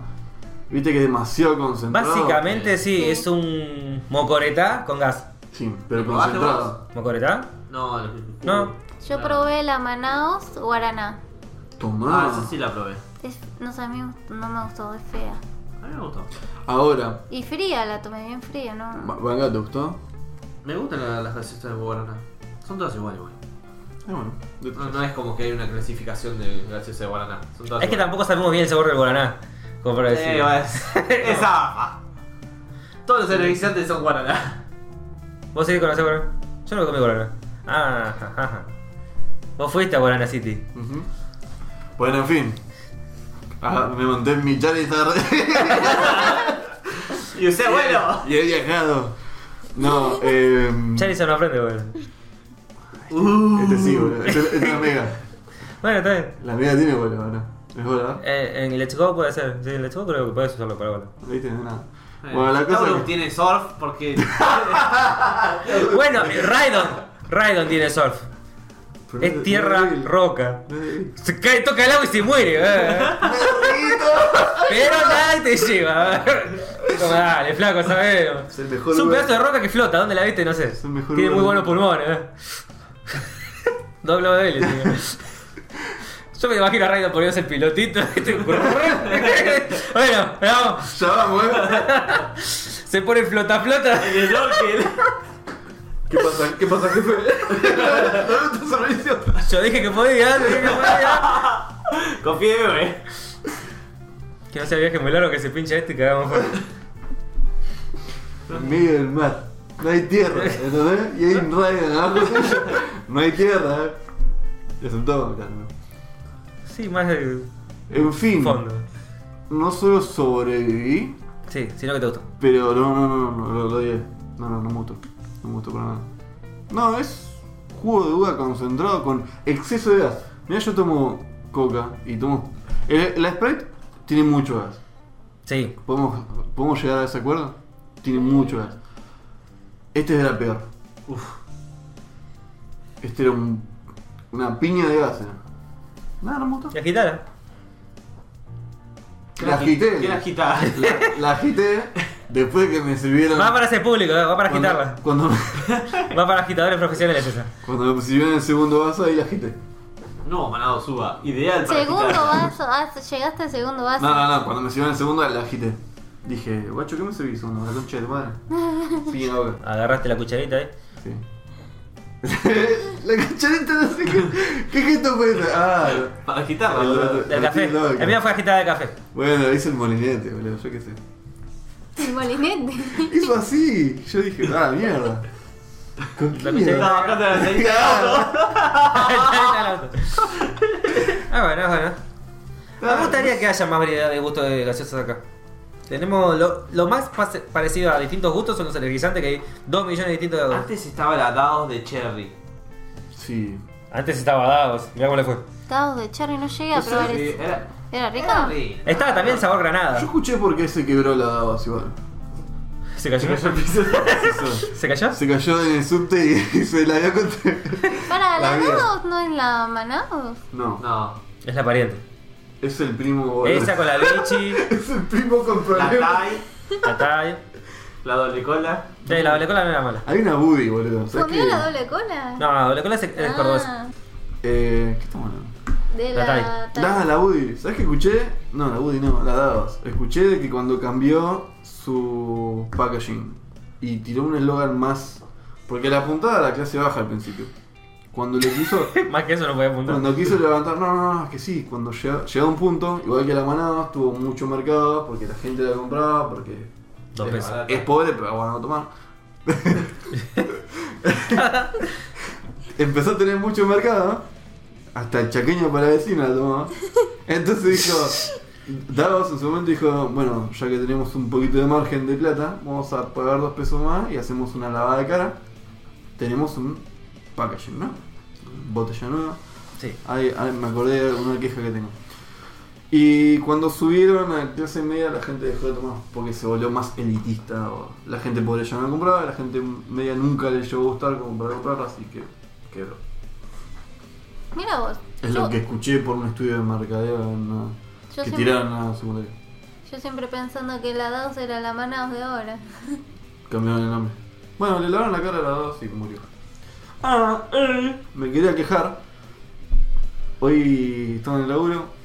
¿Viste que es demasiado concentrado?
Básicamente sí,
Sí.
es un mocoretá con gas.
Sí, pero
¿Lo probaste
concentrado.
¿Mocoretá?
No,
No.
Yo probé la Manaos guaraná.
Ah,
Tomá.
esa sí la probé.
Es- no sé, a mí no me gustó, es fea.
A mí me gustó.
Ahora,
Y fría, la tomé bien fría,
Va-
¿no?
Vanga, ¿te gustó?
Me gustan la- las gaseosas de guaraná. Son todas iguales, güey.
Ah, bueno. De-
No, no es como que hay una clasificación de gaseosas de guaraná. Son todas
Es que
iguales.
tampoco sabemos bien el sabor del guaraná. Como
Eh,
para decir.
es, es *laughs* AFA. Todos los energizantes son guaraná.
¿Vos seguís con el sabor? Yo no comí guaraná. Ah, ajá, ajá. Vos fuiste a Guaraná City.
Ujú. Bueno, en fin. Ah, me monté en mi Charizard *laughs*
Y usted, bueno.
y he viajado. No, eh.
Charizard no aprende, bueno.
Este sí, boludo. Este, este es la mega.
Bueno, está bien.
La mega tiene bola, ahora. ¿Es bola?
Eh, en Let's Go puede ser. Sí, en Let's Go creo que puedes usarlo para bola.
No viste de nada. Bueno, la cosa.
Tauro
es que-
Eh, tiene surf porque. *laughs*
Bueno, eh, Raidon. Raidon tiene surf.
Pero
Es tierra,
débil.
roca.
No es débil.
Se cae, toca el agua y se muere. eh. Pero nada te
*laughs*
lleva. eh. Como dale, flaco, sabemos.
Es el mejor
Es un
lugar.
pedazo de roca que flota, ¿dónde la viste? No sé.
el mejor
Tiene muy
lugar.
buenos pulmones. eh.
*laughs*
Doble de él, tío. Yo me imagino a Raidon poniéndose el pilotito. *laughs* ¿viste?
*laughs*
bueno, vamos.
Ya vamos, eh.
Se pone el flota flota.
el *laughs* Joker.
¿Qué pasa? ¿Qué pasa, *laughs* jefe? Dame tu servicio.
Yo dije que podía, dije que podía.
Confíe, güey.
Que no sea viaje muy largo que se pinche este y cagamos fuera.
En medio del mar. No hay tierra, ¿entendés? Y hay un rayo de abajo tuyo. *laughs* No hay tierra, ¿eh? Excepto, claro.
Sí, más el
En fin,
fondo.
no solo sobreviví,
Sí, sino que te gustó.
pero no, no, no, no, lo, lo odié. No, no, no me gustó. No me gustó para nada. No, es jugo de uva concentrado con exceso de gas. Mira, yo tomo coca y tomo. el- la Sprite tiene mucho gas.
Sí.
¿Podemos, ¿Podemos llegar a ese acuerdo? Tiene mucho gas. Este era peor. Uf. Este era un, una piña de gas. Nada, no me gustó.
¿La guitarra?
La agité.
¿Qué la agitás?
La, la agité después de que me sirvieron.
Va para ese público, eh, va para agitarla.
*laughs* Cuando, cuando,
Va para agitadores profesionales esa.
cuando me sirvieron el segundo vaso, ahí la agité.
No, Manado suba. Ideal para
Segundo
quitar-
vaso, ah, llegaste al segundo vaso.
No, no, no, cuando me subieron el segundo la agité. Dije, guacho, ¿qué me subís uno? La concha de tu madre. Sí, a ver.
Agarraste la cucharita eh. ahí.
Sí. *laughs* la cucharita no sé qué. ¿Qué gesto fue ese? Ah,
Para agitarla,
El
boludo.
otro-
Del café.
Martín Lorca.
La mía fue agitada de café.
bueno, hice el molinete, boludo, yo qué sé.
*laughs* El molinete.
Hizo así. Yo dije, ah, mierda. ¿Con qué
La
Estaba
mierda?
bajando la salida del auto.
ah,
*laughs*
bueno, ah, bueno. Me gustaría que haya más variedad de gustos de gaseosas acá. Tenemos lo, lo más pase- parecido a distintos gustos son los energizantes que hay 2 millones de distintos de Antes,
Antes estaba la Dados de Cherry.
Sí.
Antes estaba dados, mirá cómo le fue.
Dados de cherry, no llegué a
Eso
probar
Pues sí,
eso.
era-
¿Era
era
rica?
rica.
Estaba también sabor granada.
Yo escuché por qué se quebró la Davos igual. *laughs*
Se cayó.
Eso.
¿Se cayó?
Se cayó en el subte y *laughs* se la dio contra.
*laughs* Para,
La
la
vida.
Dados no es la Manados.
No,
No.
Es la pariente.
es el primo boludo.
Esa con la bichi,
*laughs* Es el primo con problemas.
La Tai,
la tay.
la doble cola.
Sí, la doble cola no era mala.
Hay una Buddy, boludo. ¿Sabes
¿Comió
qué?
la doble cola?
No, la doble cola es, es cordosa.
Ah,
Eh, ¿Qué estamos hablando?
de
La
la,
Tai.
Tai.
La, la Buddy. ¿Sabes qué escuché? No, la Buddy no, la Davos. Escuché de que cuando cambió su packaging y tiró un eslogan más. Porque la apuntaba a la clase baja al principio. Cuando le
*laughs*
quiso.
Más que eso no podía apuntar.
Cuando quiso levantar, no, no, no, es que sí, cuando llega, llegó a un punto, igual que la manada, tuvo mucho mercado, porque la gente la compraba, porque
Dos
es,
pesos.
es pobre, pero bueno, no tomar. Empezó a tener mucho mercado, hasta el chaqueño para la vecina la tomaba. Entonces dijo, Davos en su momento dijo, bueno, ya que tenemos un poquito de margen de plata, vamos a pagar dos pesos más y hacemos una lavada de cara. Tenemos un packaging, ¿no? Botella nueva.
Sí.
Ay, ay, me acordé de una queja que tengo. Y cuando subieron a clase media, la gente dejó de tomar porque se volvió más elitista. o la gente pobre ya no compraba, la gente media nunca le llegó a gustar como para comprarla, así que quebró.
Mira vos.
Es
yo,
lo que escuché por un estudio de mercadeo en una-
Yo
que
siempre-
tiraron a la secundaria.
yo siempre pensando que la Dados era la Manados de ahora.
Cambiaron el nombre. Bueno, le lavaron la cara a las dos y murió. Ah, eh. Me quería quejar. Hoy estaba en el laburo.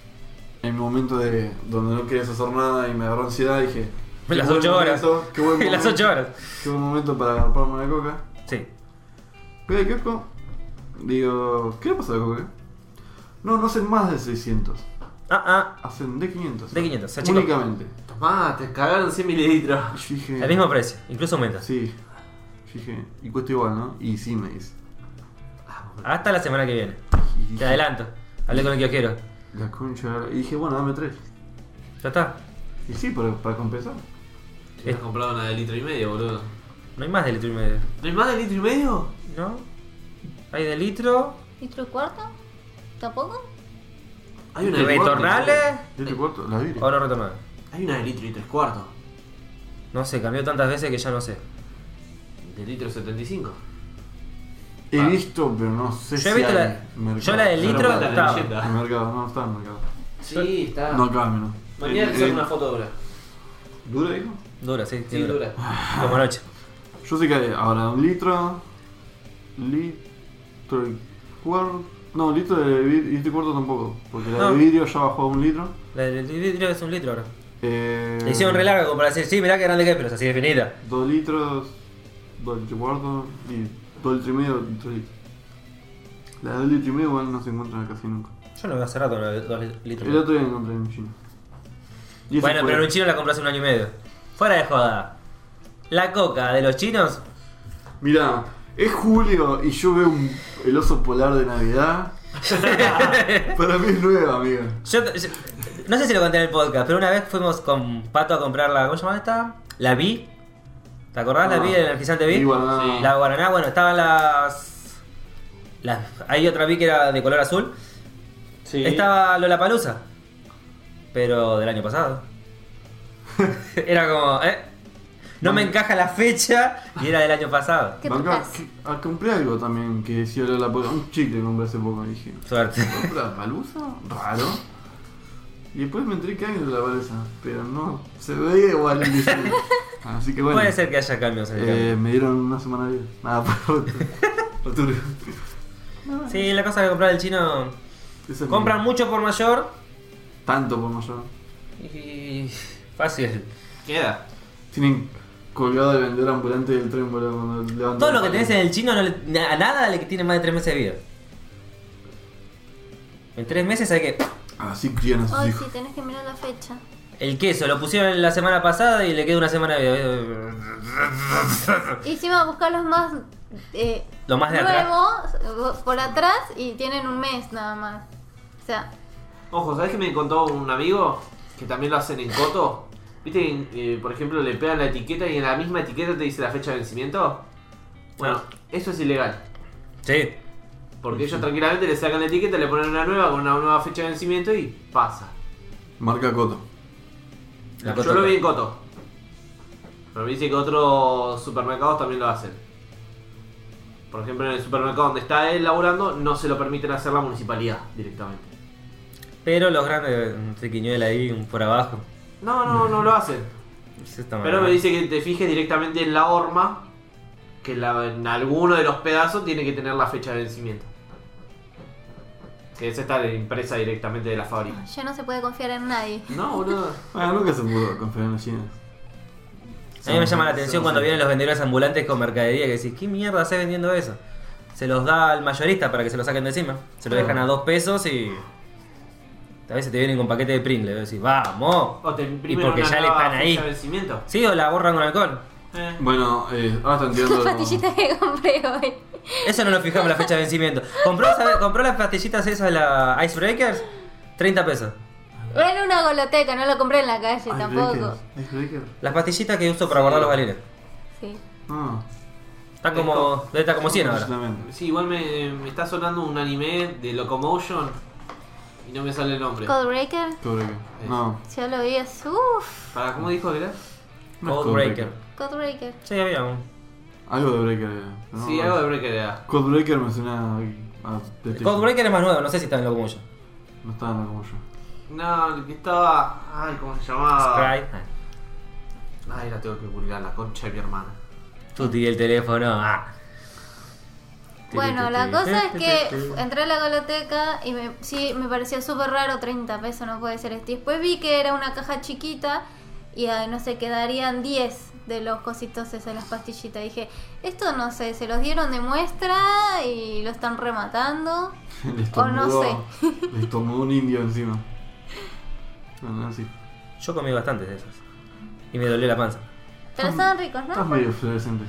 En mi momento de donde no querías hacer nada y me agarró ansiedad, dije. qué
Las
buen
8 horas.
momento, Qué
*laughs*
buen
Las
momento,
8 horas.
Qué buen momento para agarrarme una coca.
Sí.
Voy al kiosco. Digo, ¿qué le pasa a la coca? No, no hacen más de 600.
Ah, ah.
Hacen de 500.
De 500, se achicó.
Únicamente.
Tomá, te cagaron 100 mililitros.
Y yo dije.
El mismo precio, incluso aumenta.
Sí. Yo dije, y cuesta igual, ¿no? Y sí, me dice.
Hasta la semana que viene.
Y dije,
Te adelanto. Hablé con el kiosquero.
La concha. Y dije, bueno, dame tres.
Ya está.
Y sí, para, para compensar.
Te has comprado una de litro y medio, boludo.
No hay más de litro y medio.
¿No hay más de litro y medio?
¿No? Hay de litro.
¿Litro y cuarto? ¿Tampoco?
Hay una de
¿Retornales?
Yo te cuarto, la vire.
¿O no retornales?
Hay una de litro y tres cuartos.
No sé, cambió tantas veces que ya no sé.
De litro 75.
He visto, pero no sé si.
ah. Yo he visto
hay
la-
mercado.
yo la del
Solo
litro
falta la
estaba.
leyenda.
En mercado, no, está en mercado.
Sí,
Ah.
está.
No cambio, no.
Mañana
Eh,
te saco
eh,
una foto ahora.
¿Dura, hijo?
Dura, sí.
Sí, dura.
Como noche.
Yo sé que hay ahora un litro. Litro y cuarto. No, litro de vidrio, litro y este cuarto tampoco. Porque la
No.
de vidrio ya bajó a un litro.
La del litro es un litro ahora.
Eh,
Le hicieron re larga como para decir, sí, mirá que grande que es, pero es así definida.
Dos litros, dos litros y cuarto, y dos litros y medio, y tres litros. La de dos litros y medio igual no se encuentra casi nunca.
Yo no veo hace rato una de dos
El
litros.
otro día encontré en China. Y ese
Bueno,
fue-
pero en un chino la compré hace un año y medio. Fuera de joda. La coca de los chinos
Mirá, es julio y yo veo un, el oso polar de
*laughs*
Navidad. Para mí es nueva, amiga.
Yo, yo- no sé si lo conté en el podcast, pero una vez fuimos con Pato a comprar la. ¿Cómo se llama esta? La Vi. ¿Te acordás la
Ah.
Vi, el energizante Vi?
Y guaraná.
Sí.
La Guaraná, bueno, estaban las. las hay otra Vi que era de color azul.
Sí.
Estaba Lola Palusa. Pero del año pasado. *laughs* era como. ¿eh? No me encaja la fecha y era del año pasado.
¿Qué
Bancá,
tocas?
que- ah, compré algo también que decía la Un chicle compré hace poco, dije.
Suerte.
¿Compra palusa? Raro. Y después me entré que hay de la palusa, pero no, se veía igual el diseño. Así que bueno.
Puede ser que haya cambios en el
Eh, me dieron una semana de vida. *laughs* Nada, por favor.
cambio. Sí, la cosa de comprar el chino.
Eso es
Compran
mi-
mucho por mayor
Tanto como yo.
y. Fácil.
Queda.
Tienen colgado el vendedor ambulante del tren, boludo, cuando levantan
Todo
la
lo que
mano.
tenés en el chino, no le- a nada le que tiene más de 3 meses de vida. En 3 meses hay que.
Así crían a sus
Hoy
hijos.
sí, tenés que mirar la fecha.
El queso lo pusieron la semana pasada y le queda una semana de vida.
Y encima buscar los más, eh,
Los más de atrás.
nuevos eh, por atrás y tienen un mes nada más. O sea,
Ojo, ¿sabes qué me contó un amigo? Que también lo hacen en Coto. ¿Viste que, eh, por ejemplo, le pegan la etiqueta y en la misma etiqueta te dice la fecha de vencimiento? Bueno, eso es ilegal.
*laughs* Sí.
Porque ellos tranquilamente le sacan la etiqueta, le ponen una nueva con una nueva fecha de vencimiento y pasa.
Marca Coto.
La
Yo lo
cotorra.
vi en Coto. Pero me dice que otros supermercados también lo hacen. Por ejemplo, en el supermercado donde está él laburando, no se lo permiten hacer la municipalidad *laughs* directamente.
Pero los grandes, un triquiñuela ahí, un por abajo.
No, no, no lo hacen.
Eso está mal.
Pero me dice que te fijes directamente en la horma, que la- en alguno de los pedazos tiene que tener la fecha de vencimiento. Que esa está impresa directamente de la fábrica.
ya no se puede confiar en nadie.
No, boludo.
Ah, nunca se pudo confiar en los chinos.
A mí me llama la atención
Somos-
cuando vienen los vendedores ambulantes con mercadería que decís, ¿qué mierda haces vendiendo eso? Se los da al mayorista para que se lo saquen de encima. Se lo dejan a dos pesos y. A veces te vienen con paquete de Pringle. Y decís, ¡vamos!
O te
Y
imprimen
porque
una
ya le
nueva
están ahí.
fecha de vencimiento.
Sí, o la borran con alcohol.
Eh.
Bueno, eh, ahora están
*laughs* *laughs* Las
tirando.
pastillitas que compré hoy.
Eso no lo fijamos la fecha de vencimiento. ¿Compró, sabe- compró las pastillitas esas de la Icebreakers? 30 pesos.
Era una goloteca, no lo compré en la calle
Ay,
tampoco.
Breaker. ¿Es Breaker?
Las pastillitas que uso para guardar los balines.
Sí.
Ah.
Están como. debe estar como 100 ahora.
Justamente.
Sí, igual me, me está sonando un anime de Locomotion y no me sale el nombre.
Codebreaker,
Todo Breaker. No.
yo lo vi, es uff,
¿Para cómo dijo que era?
no es
Code Breaker.
Codebreaker.
Sí, había un.
Algo de Breaker era. ¿no?
sí, algo de Breaker era.
Code Breaker me suena a. a Tetris.
Code Breaker es más nuevo, no sé si está en lo como yo.
No estaba nada como yo.
No, el que estaba. Ay, ¿cómo se llamaba?
Sprite. Ah.
Ay, la tengo que vulgar, la concha de mi hermana.
Tuti el teléfono. ah.
Bueno, la
Tuti,
cosa es
tuti,
que
tuti.
entré a la goloteca y me, sí, me parecía súper raro, 30 pesos no puede ser este. Después vi que era una caja chiquita y ah, no sé, quedarían 10 de los cositos esos, las pastillitas. Dije, esto no sé, se los dieron de muestra y lo están rematando.
*laughs* Le
O no
estornudó. Le estornudó un indio encima. Bueno, así.
Yo comí bastantes de esos. Y me dolió la panza.
Pero estaban ricos,
Estás
¿no?
medio fluorescente.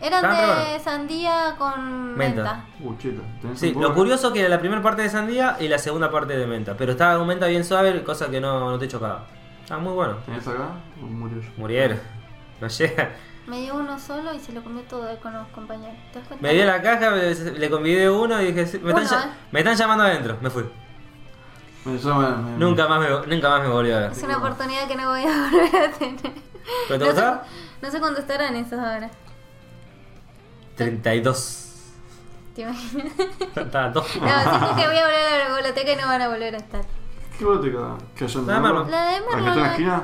Eran
Estaban re
de
buenos.
sandía con
Menta.
menta.
Uh, cheta. ¿Tenés
Sí,
un poco?
lo curioso que era la primera parte de sandía y la segunda parte de menta. Pero estaba con menta bien suave, cosa que no, no te chocaba. Estaba muy bueno.
¿Tenés acá? ¿O murió yo?
Murieron. *laughs* No llega.
Me dio uno solo y se lo comió todo con los compañeros. ¿Te das cuenta?
Me dio la caja, me- le convidé uno y dije, "Sí, me están,
Uno,
ya-
eh.
me están llamando adentro. Me fui.
Me llama. me-
Nunca más me, nunca más me volvió a ver.
Es una oportunidad que no voy a volver a tener.
¿Pero te
no, sé,
gustaba?
no sé cuánto estarán esos ahora. *laughs*
32.
¿Te imaginas?
Estaba dos.
No, siento que voy a volver a la biblioteca y no van a volver a estar.
¿Qué boteca? ¿Qué hay en
Nada
Merlo?
malo.
La de
¿La que está en la
Merlo, la-
esquina?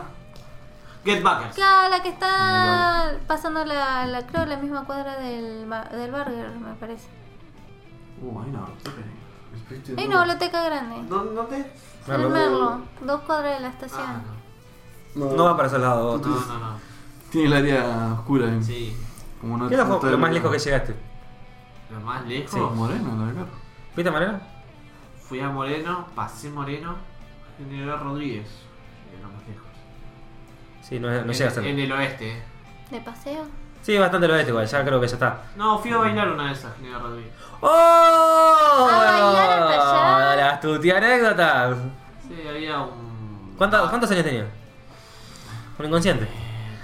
Get Backers.
Claro, la que está pasando la, la creo la misma cuadra del, ma- del burger, me parece.
Uh, hay una biblioteca ahí. Espérate,
Hay
no.
una biblioteca grande.
¿Dó- ¿Dónde?
En
Merlo.
Merlo, dos cuadras de la
Ah,
estación.
No va para esos lados.
no. No, no, no.
Tiene el área oscura ahí.
Sí.
Como no
¿Qué es lo,
está
lo
el-
más lejos que llegaste?
Lo más lejos.
Oh, Moreno, la de acá.
¿Viste Mariano?
Fui a Moreno, pasé Moreno, General Rodríguez. Llegué lo más lejos.
Sí, no, no
en,
llegas a
en el oeste. eh.
¿De
*laughs*
paseo?
Sí, bastante lo de este igual, ya creo que ya está.
No, fui a bailar una de esas, General Rodríguez.
¡Oh!
A bailar hasta allá.
Las tuti anécdotas.
Sí, había un. ah,
Ah.
¿Cuánto- ¿Cuántos años tenía? Un inconsciente.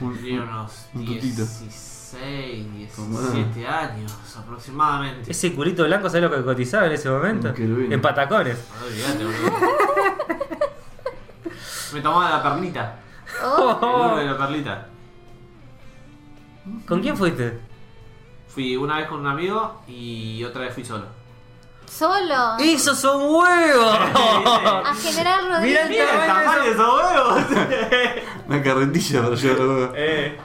Un-
Tenía
*laughs*
unos
Un tutito.
16, 17
Tomá.
años aproximadamente.
Ese culito blanco, ¿sabes lo que cotizaba en ese momento?
Un querubín.
En patacones.
No, olvidate, boludo. Me tomaba la perlita.
Oh,
El uno de la perlita.
¿Con quién fuiste?
Fui una vez con un amigo y otra vez fui
*laughs*
solo.
solo.
¡Esos son huevos!
*laughs* A General
Mirá
Rodríguez.
el tamaño de esos-
Una carretilla para llegar
*laughs*
a
Eh,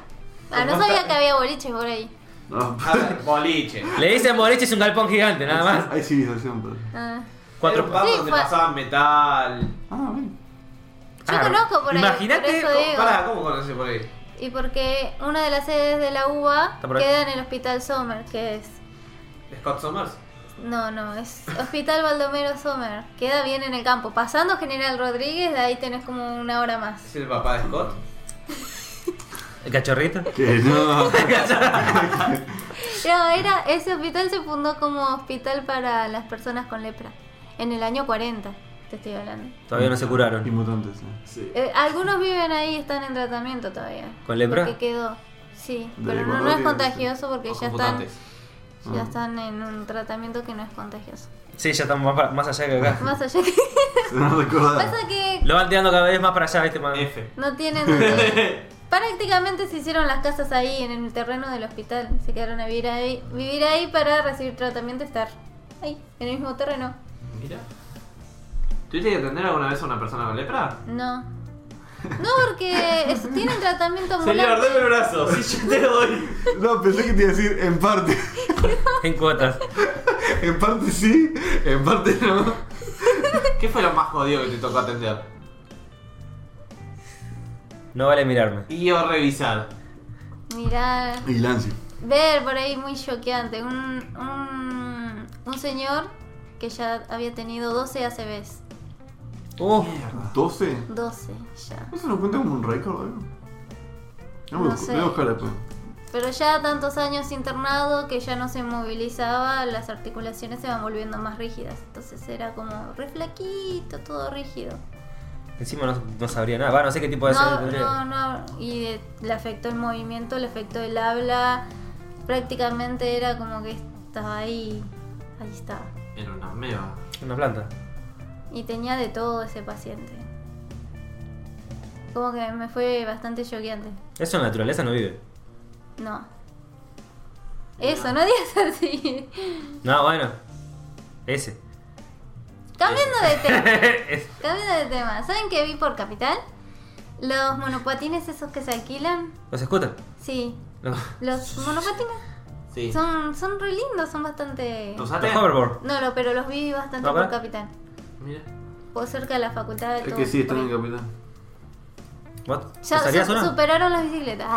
Ah, no sabía que había boliches por ahí.
No,
a ver, boliche.
Le dicen boliche es un galpón gigante, nada más.
hay civilización, pero.
Ah.
Cuatro
Cuatro
un pub
Sí,
donde
fue-
pasaban metal.
Ah, bueno.
Yo conozco por
Ah,
ahí, por
Imagínate.
eso digo.
Pará, ¿cómo conoces por ahí?
Y porque una de las sedes de la UBA
Está por ahí.
queda en el Hospital Sommer, que es...
Scott Summers.
No, no, es Hospital Baldomero Sommer. Queda bien en el campo. Pasando General Rodríguez, de ahí tenés como una hora más.
¿Es el papá de Scott?
¿El cachorrito? *laughs*
Que no.
No, era, ese hospital se fundó como hospital para las personas con lepra. En el año 40, te estoy hablando.
Todavía no se
y *laughs*
curaron.
mutantes, ¿eh?
Sí.
Eh, algunos viven ahí y están en tratamiento todavía.
¿Con lepra?
Porque quedó. Sí,
De
pero no, no
Gordotti,
es contagioso porque ya están, ya
Ah.
están en un tratamiento que no es contagioso.
Sí, ya estamos más, para- más allá que acá.
Más allá que...
No recordaba.
Pasa que
Lo van tirando cada vez más para allá, ¿viste, man? *laughs*
F.
no tienen donde... Prácticamente se hicieron las casas ahí, en el terreno del hospital. Se quedaron a vivir ahí, vivir ahí para recibir tratamiento y estar ahí, en el mismo terreno.
Mira. ¿Tuviste que atender alguna vez a una persona con lepra?
No. No, porque es- tienen tratamiento
Señor,
ambulante.
deme el brazo. Sí, yo te doy.
No, pensé que te iba a decir en parte.
En cuotas.
En parte sí, en parte no.
¿Qué fue lo más jodido que te tocó atender?
No vale mirarme.
Y o revisar.
Mirar,
Y Lancy.
ver por ahí muy choqueante. Un, un, un señor que ya había tenido 12 ACVs.
Uh,
12.
12 ya.
¿Eso no cuenta como un récord, algo?
No
Voy a buscar-
sé.
voy a buscar después.
Pero ya tantos años internado que ya no se movilizaba, las articulaciones se van volviendo más rígidas. Entonces era como re flaquito, todo rígido.
encima no, no sabría nada. Va, no sé qué tipo de
No,
serie tendría.
no, no. Y eh, le afectó el movimiento, le afectó el habla. Prácticamente era como que estaba ahí. Ahí estaba.
En una meba.
Una planta.
Y tenía de todo ese paciente. Como que me fue bastante choqueante.
Eso en la naturaleza no vive.
No. Eso, no digas así. *laughs*
No, bueno. Ese. Eh,
Cambiando de tema.
Ese.
Cambiando de tema. ¿Saben qué vi por Capital? Los monopatines esos que se alquilan.
Los scooters.
Sí.
Los,
Los monopatines
Sí.
son, son re lindos, son bastante...
¿Los
los
ate?
hoverboard.
No, no, pero los vi bastante
Ah,
por
¿verdad?
Capitán.
Mira.
O cerca de la facultad de
Es
todo.
que sí, están en
Por ahí.
capital.
¿Vos
Ya
usarías
su-
uno?
superaron las bicicletas.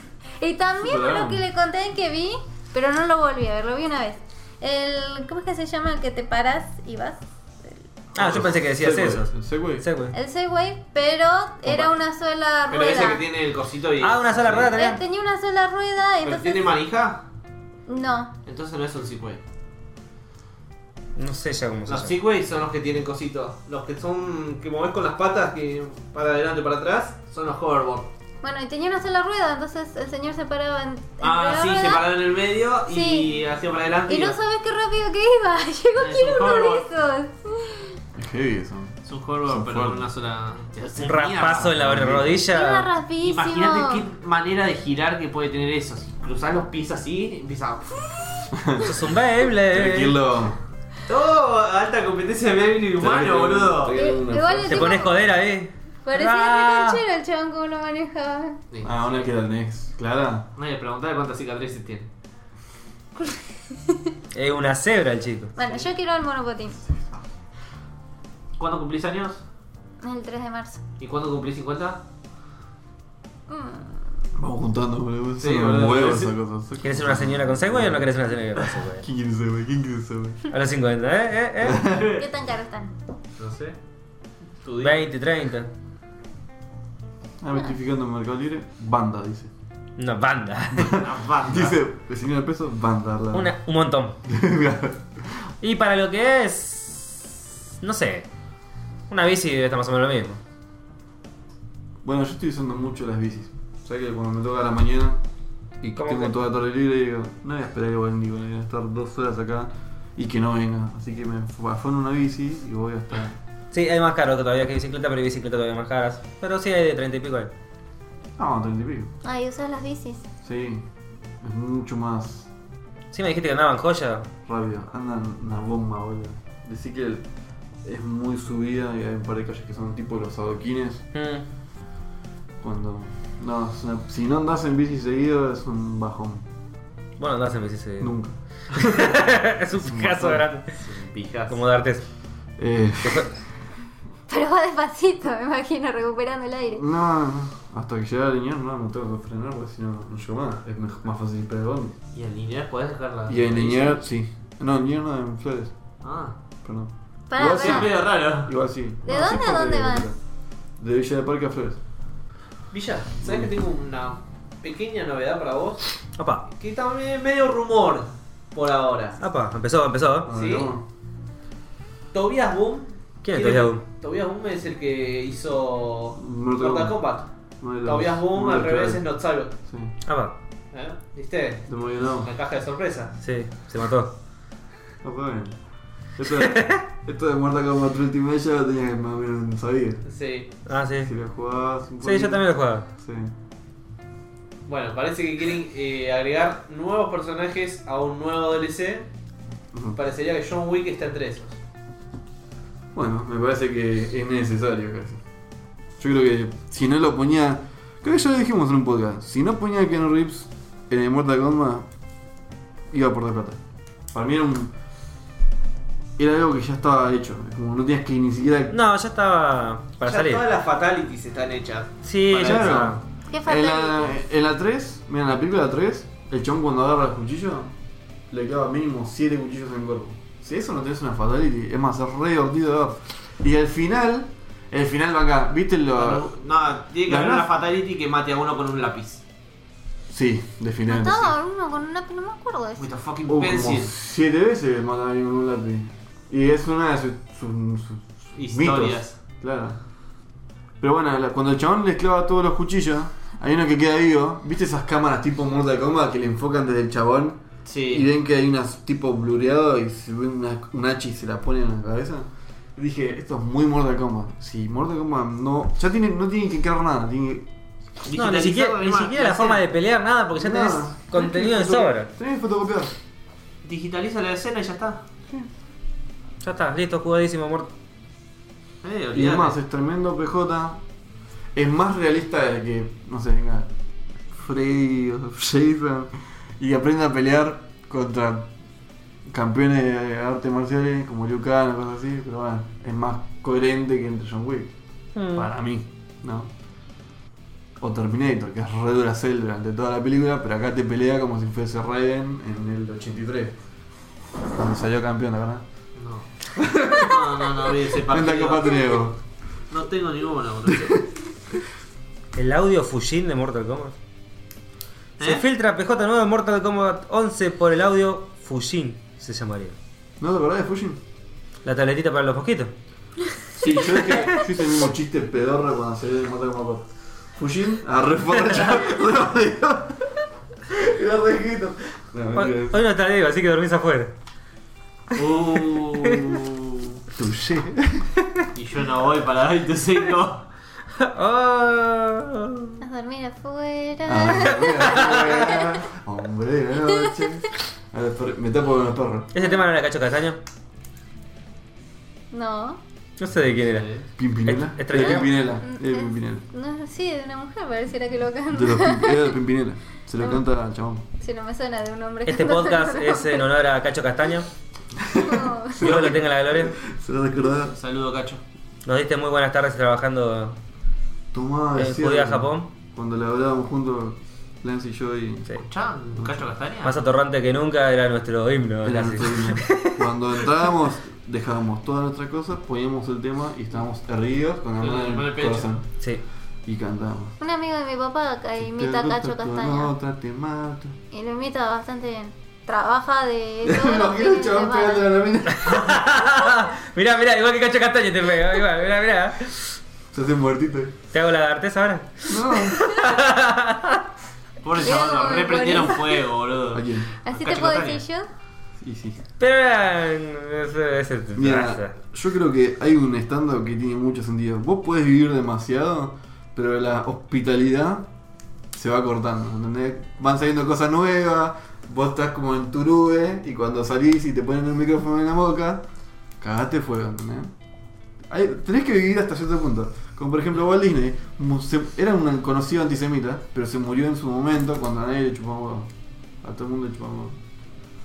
*laughs* y también
Superaron.
lo que le conté que vi, pero no lo volví a ver, lo vi una vez. El, ¿Cómo es que se llama el que te paras y vas?
Ah, yo pensé que decías
Segway,
eso.
el Segway.
Ese, güey.
El Segway, pero era una sola
Pero ese que
rueda.
tiene el cosito y.
Ah, una sola rueda
Eh,
tenía.
tenía una sola rueda,
¿Pero
entonces...
tiene manija?
No,
Entonces no es un Segway.
No sé ya cómo se
Los
llama.
Segway son los que tienen cositos. Los que son. que movés con las patas que para adelante y para atrás son los hoverboard.
bueno, y tenía una sola rueda, entonces el señor se paraba en... entre
Ah,
la
sí,
rueda
se pararon en el medio y
Sí.
hacia para adelante.
Y no
iba.
sabes qué rápido que iba. *laughs* Llegó
Es
aquí
un
uno de
hoverboard.
esos.
Es heavy eso.
Es un hoverboard,
Es un
pero
hoverboard.
con una sola.
Un raspazo en la
Iba
rodilla.
rapidísimo. Eh,
Imagínate qué manera de girar que puede tener eso. Si cruzás los pies así, empieza. a-
Eso es
*laughs*
un Eh. Beyblade.
Tranquilo.
¡Oh! Alta competencia de Melvin humano,
Tranquilo.
boludo.
Eh, Igual el
Te
tipo
pones codera ¿eh? ahí.
Parecía
Ah.
re canchero el chabón como lo manejaba.
Sí.
Ah, una que era el next. Clara.
No, le preguntale cuántas cicatrices tiene.
Es una cebra el chico.
Bueno, yo quiero el monopatín.
¿Cuándo cumplís años?
El 3 de marzo.
¿Y cuándo cumplís 50?
Mm,
Vamos juntando, boludo.
Sí,
Son
boludo,
huevos
sí.
esas cosas.
¿Quieres ser una señora con Segway o no quieres ser una señora con Segway?
¿Quién quiere ser, güey? ¿Quién quiere ser, güey?
A los 50, ¿eh? ¿eh? ¿eh?
¿Qué tan caro están?
No sé. ¿Tu día?
20, 30.
Ah, verificando en Mercado Libre. Banda, dice.
Una banda.
Una banda.
Dice, vecino de peso, banda. ¿verdad?
Una, un montón.
*laughs*
Y para lo que es. No sé. Una bici debe estar más o menos lo mismo.
Bueno, yo estoy usando mucho las bicis. O sea que cuando me toca a la mañana y
¿Cómo
tengo
que?
toda la tarde libre, digo, no voy a esperar que venga Nicolás, voy a estar dos horas acá y que no venga. Así que me afono una bici y voy hasta.
Sí, hay más caro que todavía que bicicleta, pero hay bicicletas todavía más caras. Pero sí hay de 30 y pico. ahí.
No, 30 ah, y pico.
Ay, usas las bicis.
Sí, es mucho más
Sí, me dijiste que andaban joya.
rápido. Andan una bomba, boludo. Decí que el- es muy subida y hay un par de calles que son tipo los adoquines.
Mm.
Cuando. No, es una- si no andas en bici seguido es un bajón.
Bueno, andás en bici. sí.
Nunca.
*laughs* es un caso grande.
Es un pijazo.
Como darte
Eh,
Pero va despacito, me imagino, recuperando el aire.
no, no, hasta que llegara a Liniers, no, me tengo que frenar porque si no, no llego más. Es mej- más fácil esperar el bondi.
Y en Liniers podés dejar la.
Y en Liniers, sí. No, en Liniers no, en Flores,
Ah,
perdón.
Ah,
Pará,
Igual
sí, es
pará.
medio raro.
Igual sí.
¿De
No,
dónde a
sí, porque-
dónde vas?
De Villa de Parque a Flores.
Villa, ¿sabes que tengo una pequeña novedad para vos?
Apa,
Que también es medio rumor por ahora.
apa, empezó, empezó.
Ah,
Sí.
no.
Tobias Boom.
¿Quién es Tobias Boom?
Tobias Boom es el que hizo.
Mortal
Mortal
Kombat.
Kombat.
No hay los-
Tobias Boom
no hay
al revés
clave.
es Not Salvo.
Sí,
Apa,
¿Eh? ¿Viste?
te moví no.
Una caja de sorpresa.
sí, se mató.
No fue bien.
*laughs*
Esto, esto de Mortal Kombat Ultimate ya lo tenía que más o menos no sabía.
Sí.
Ah, sí.
Si lo jugabas un
Sí, yo
poquito.
también lo jugaba.
Sí.
Bueno, parece que quieren eh, agregar nuevos personajes a un nuevo DLC.
Ujú.
Parecería que John Wick está entre esos.
Bueno, me parece que es necesario casi. Yo creo que si no lo ponía. Creo que ya lo dijimos en un podcast. Si no ponía a Keanu Reeves en el Mortal Kombat, iba a perder plata. Para mí era un. Era algo que ya estaba hecho. Como no tenías que ni siquiera.
No, ya estaba para
ya
salir.
todas las fatalities están hechas.
Sí,
Para
ya
eso.
estaba.
¿Qué falta?
En la, en la 3, mira, en la película 3, el chabón cuando agarra el cuchillo, le clava mínimo 7 cuchillos en el cuerpo. Si eso no tenés una fatality, es más, es re divertido de ver. Y al final, el final va acá, ¿viste
Ah,
lo.?
No, tiene que
La
haber
verdad-
una fatality que mate a uno con un lápiz.
Sí, de final.
Mataba a uno con una. No me acuerdo de
With
eso.
a fucking
Uh, como
pencil.
7 veces mata a alguien con un lápiz. Y es una de sus. sus- sus
Historias.
mitos, claro. Pero bueno, la- cuando el chabón les clava todos los cuchillos, hay uno que queda vivo. ¿Viste esas cámaras tipo Mortal Kombat que le enfocan desde el chabón? Y
Sí.
ven que hay un tipo blureado y se ve una, un hacha y se la pone en la cabeza. Y dije, esto es muy Mortal Kombat. Si Mortal Kombat no. Ya tiene, no tiene que crear nada. Tiene,
No, ni siquiera, ni siquiera la forma de pelear, nada, porque ya tenés
nada.
contenido de
Tenés que fotocopiar-
sobra.
Tenés que fotocopiar.
Digitaliza la escena y ya está.
Ya está, listo, jugadísimo, muerto.
Eh,
Y además
olvidate.
es tremendo PJ. Es más realista de que, no sé, venga. Freddy o *laughs* Jason. Y aprenda a pelear contra campeones de artes marciales como Liu Kang o cosas así. Pero bueno, es más coherente que entre John Wick. Para mí, ¿no? O Terminator, que es re Duracell durante toda la película, pero acá te pelea como si fuese Raiden en el 83. Cuando salió campeón, la verdad. *laughs*
No. No, no, no, vi ese
Venta Copa
partido.
Triego.
No tengo ninguno, boludo.
El audio Fujin de Mortal Kombat. Se
¿Eh?
filtra PJ9 de Mortal Kombat 11 por el audio Fujin, se llamaría.
¿No te acordás de Fujin?
La tabletita para los mosquitos.
Sí, yo es que yo hice el mismo chiste pedorra cuando salió de Mata como Cop. Fujin, a re forra, *laughs* re Era re grito. No,
Hoy,
mentira.
hoy no está Diego, así que dormís afuera. *laughs*
Uh,
*laughs*
Touché.
y yo no voy para 25.
Oh.
A dormir afuera.
Ah, mira, Hombre, de noche. A ver, per- me tapo con los perros.
¿Ese tema no era de Cacho Castaño?
*laughs* No.
No sé de quién era.
Pimpinela.
Est-
de
estrella.
Pimpinela.
Mm,
de
Es-
Pimpinela.
No, sí, de una mujer pareciera que lo canta.
De los pim- era de Pimpinela. Se
Ah.
lo canta al chabón.
*laughs* Si no me suena de un hombre
Este
cantando.
podcast es eh, en honor a Cacho Castaño.
No.
Dios lo tenga en la gloria.
Se lo recordaba.
Saludo, cacho.
Nos diste muy buenas tardes trabajando.
Tomá,
Eh,
es
judía
cierto.
Japón.
Cuando la hablábamos juntos, Lance y yo y.
Sí.
¿Escuchan? ¿Cacho Castaña?
Más atorrante que nunca era nuestro himno.
Era
casi.
nuestro himno.
*laughs*
Cuando entrábamos, dejábamos todas nuestras cosas, poníamos el tema y estábamos erguidos con la
Con
mano
la
en
mano en
el
el pecho.
corazón.
Sí.
Y cantábamos.
*laughs* Un amigo de mi papá acá
Si te
imita a
gusta
Cacho
con
Castaña.
otra, te mato.
Y lo imita bastante bien.
*laughs*
Trabaja de.
Me
todos los
imagino el
fines de
chabón
semana.
pegándole a la mina.
mirá, mirá, igual que Cacho Castaño te pega. Igual, mirá, mirá.
*laughs* Se hace muertito.
¿Te hago la artesa ahora?
No.
Pobre
Mira
chabón, lo
cómo me
reprendieron
pone.
fuego, boludo.
¿A quién?
Así
Cacho
te puedo
Castaña.
decir yo.
Y sí.
Pero era. Ese, ese, raza.
Mira, yo creo que hay un estándar que tiene mucho sentido. Vos podés vivir demasiado, pero la hospitalidad se va cortando, ¿entendés? Van saliendo cosas nuevas, vos estás como en tu nube y cuando salís y te ponen un micrófono en la boca, cagaste fuego, ¿entendés? Hay- tenés que vivir hasta cierto punto. Como por ejemplo Walt Disney, mu- se- era un conocido antisemita, pero se murió en su momento cuando a nadie le chupaba huevo. A todo el mundo le chupaba huevo.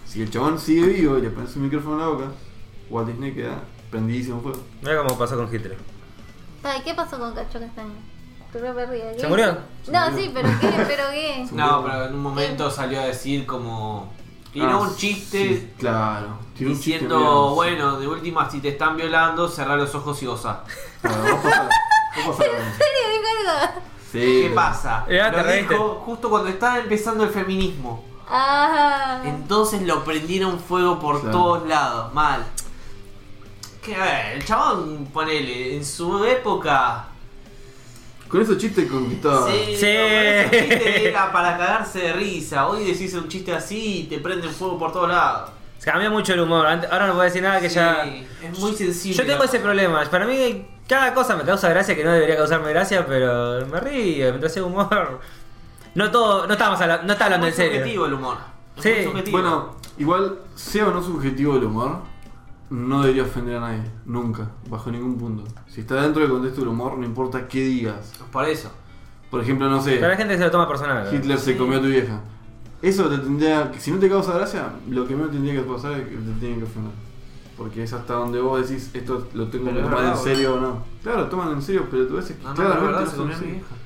Si el chabón sigue vivo y le pones un micrófono en la boca, Walt Disney queda prendidísimo en fuego.
Mira cómo pasó con Hitler.
Ay, ¿Qué pasó con Cacho Castaño? Estuve perdida. ¿qué
¿Se murió?
hizo? No, sí, pero qué, pero qué.
No, pero en un momento salió a decir como. Era
Ah,
un chiste
sí, claro. Tiene un chiste
diciendo,
medio-
bueno, de última, si te están violando, cerrar los ojos y goza.
Claro, vos pasala, vos pasala.
¿Serio? ¿Dijo algo?
Sí.
*laughs* ¿Qué pasa?
Eh, te
lo
reíste.
dijo justo cuando estaba empezando el feminismo.
Ah.
Entonces lo prendieron fuego por
Claro.
todos lados, mal. Que a ver, el chabón, ponele, en su época.
Con esos chistes conquistaba.
Sí,
Sí.
no, pero ese chiste era para cagarse de risa. Hoy decís un chiste así y te prenden fuego por todos lados.
Se cambió mucho el humor. Antes- Ahora no puedo decir nada Ah, que
Sí,
ya.
Es muy sensible.
Yo tengo ese problema. Para mí, cada cosa me causa gracia que no debería causarme gracia, pero me río mientras hago humor. No todo, no estamos habla- no está hablando en
Es muy
serio.
subjetivo el humor. Es
Sí.
muy subjetivo.
Bueno, igual, sea o no subjetivo el humor, no debería ofender a nadie. Nunca, bajo ningún punto. Si está dentro del contexto del humor, no importa qué digas.
Por eso.
Por ejemplo, no sé,
Pero la gente se lo toma personal.
Hitler se
Sí.
comió a tu vieja. Eso te tendría. Si no te causa gracia, lo que menos tendría que pasar es que te tiene que ofender. Porque es hasta donde vos decís, esto lo tengo
Pero
que
es
tomar en
verdad,
serio o no. Claro, toman en serio, pero tú ves que
No, no, la
claramente
verdad
no
se
son
comió a mi
serios.
vieja.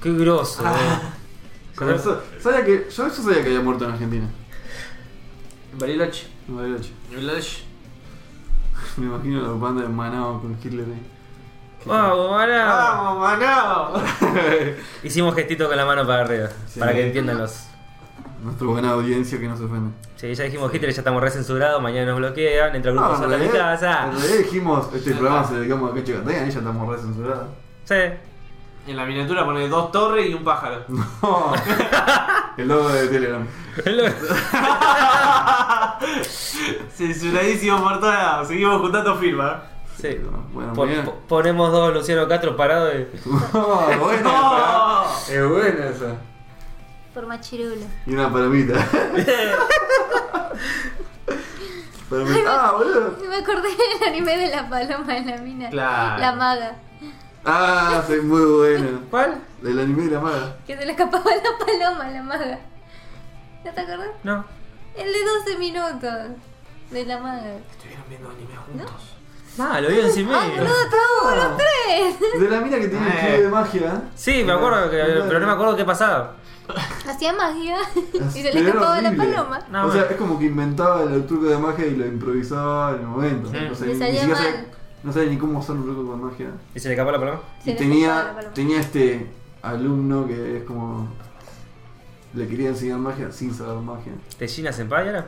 Qué groso. eh.
Ah.
Con eso- sabía que, yo, yo sabía que había muerto en Argentina.
En Bariloche.
En Bariloche. *laughs*
En Bariloche.
Me imagino la banda de Manao con Hitler ahí.
Vamos, maná.
¡Vamos, manado!
Hicimos gestito con la mano para arriba,
Sí.
para que entiendan los.
Nuestra buena audiencia que no se ofende.
Sí, ya dijimos Hitler, ya estamos recensurados, mañana nos bloquean, entra el grupo
Ah,
No, en
Sota en mi
realidad,
casa.
en realidad dijimos, este programa se lo dedicamos a Cacho Cantaña y ya estamos re censurados.
*laughs*
Sí.
*laughs* En la miniatura pone dos torres y un pájaro.
*laughs* No. El logo de Telegram.
Censuradísimo por todos lados. Seguimos juntando firmas.
Sí.
Eh,
Bueno,
Pon-
mañana.
po- ponemos dos Luciano Castro parados y.
*laughs*
No, Ah, *laughs* buena
¡No!
esa. Es buena esa.
Forma chirulo.
Y una palomita. *laughs* palomita. Ah, boludo.
Me acordé del anime de la paloma en la mina.
Claro.
La maga.
Ah, soy muy buena.
¿Cuál?
Del anime de la maga.
Que se le escapaba *laughs* la paloma a la maga. ¿No te acordás?
No.
El de 12 minutos. De la maga.
Estuvieron viendo anime
*laughs*
juntos.
Ah, lo vio en sí
¡Ay,
mismo.
boludo! ¡Estábamos los tres!
De la mina que tiene el chivo de magia.
Ah, eh. Sí, me acuerdo, que, pero no me acuerdo qué pasaba.
Hacía magia *laughs* y se le
Pero era
escapaba la
horrible.
paloma.
No,
o sea,
bueno.
es como que inventaba el truco de magia y lo improvisaba en el momento.
Sí.
No sé,
Le
ni,
salía
siquiera
mal.
sabe- no sabía ni cómo hacer un truco con magia.
¿Y se le escapó la paloma?
Se
y
le escapaba la
tenía,
paloma.
tenía este alumno que es como. Le quería enseñar magia sin saber magia.
¿Tellina Senpai era?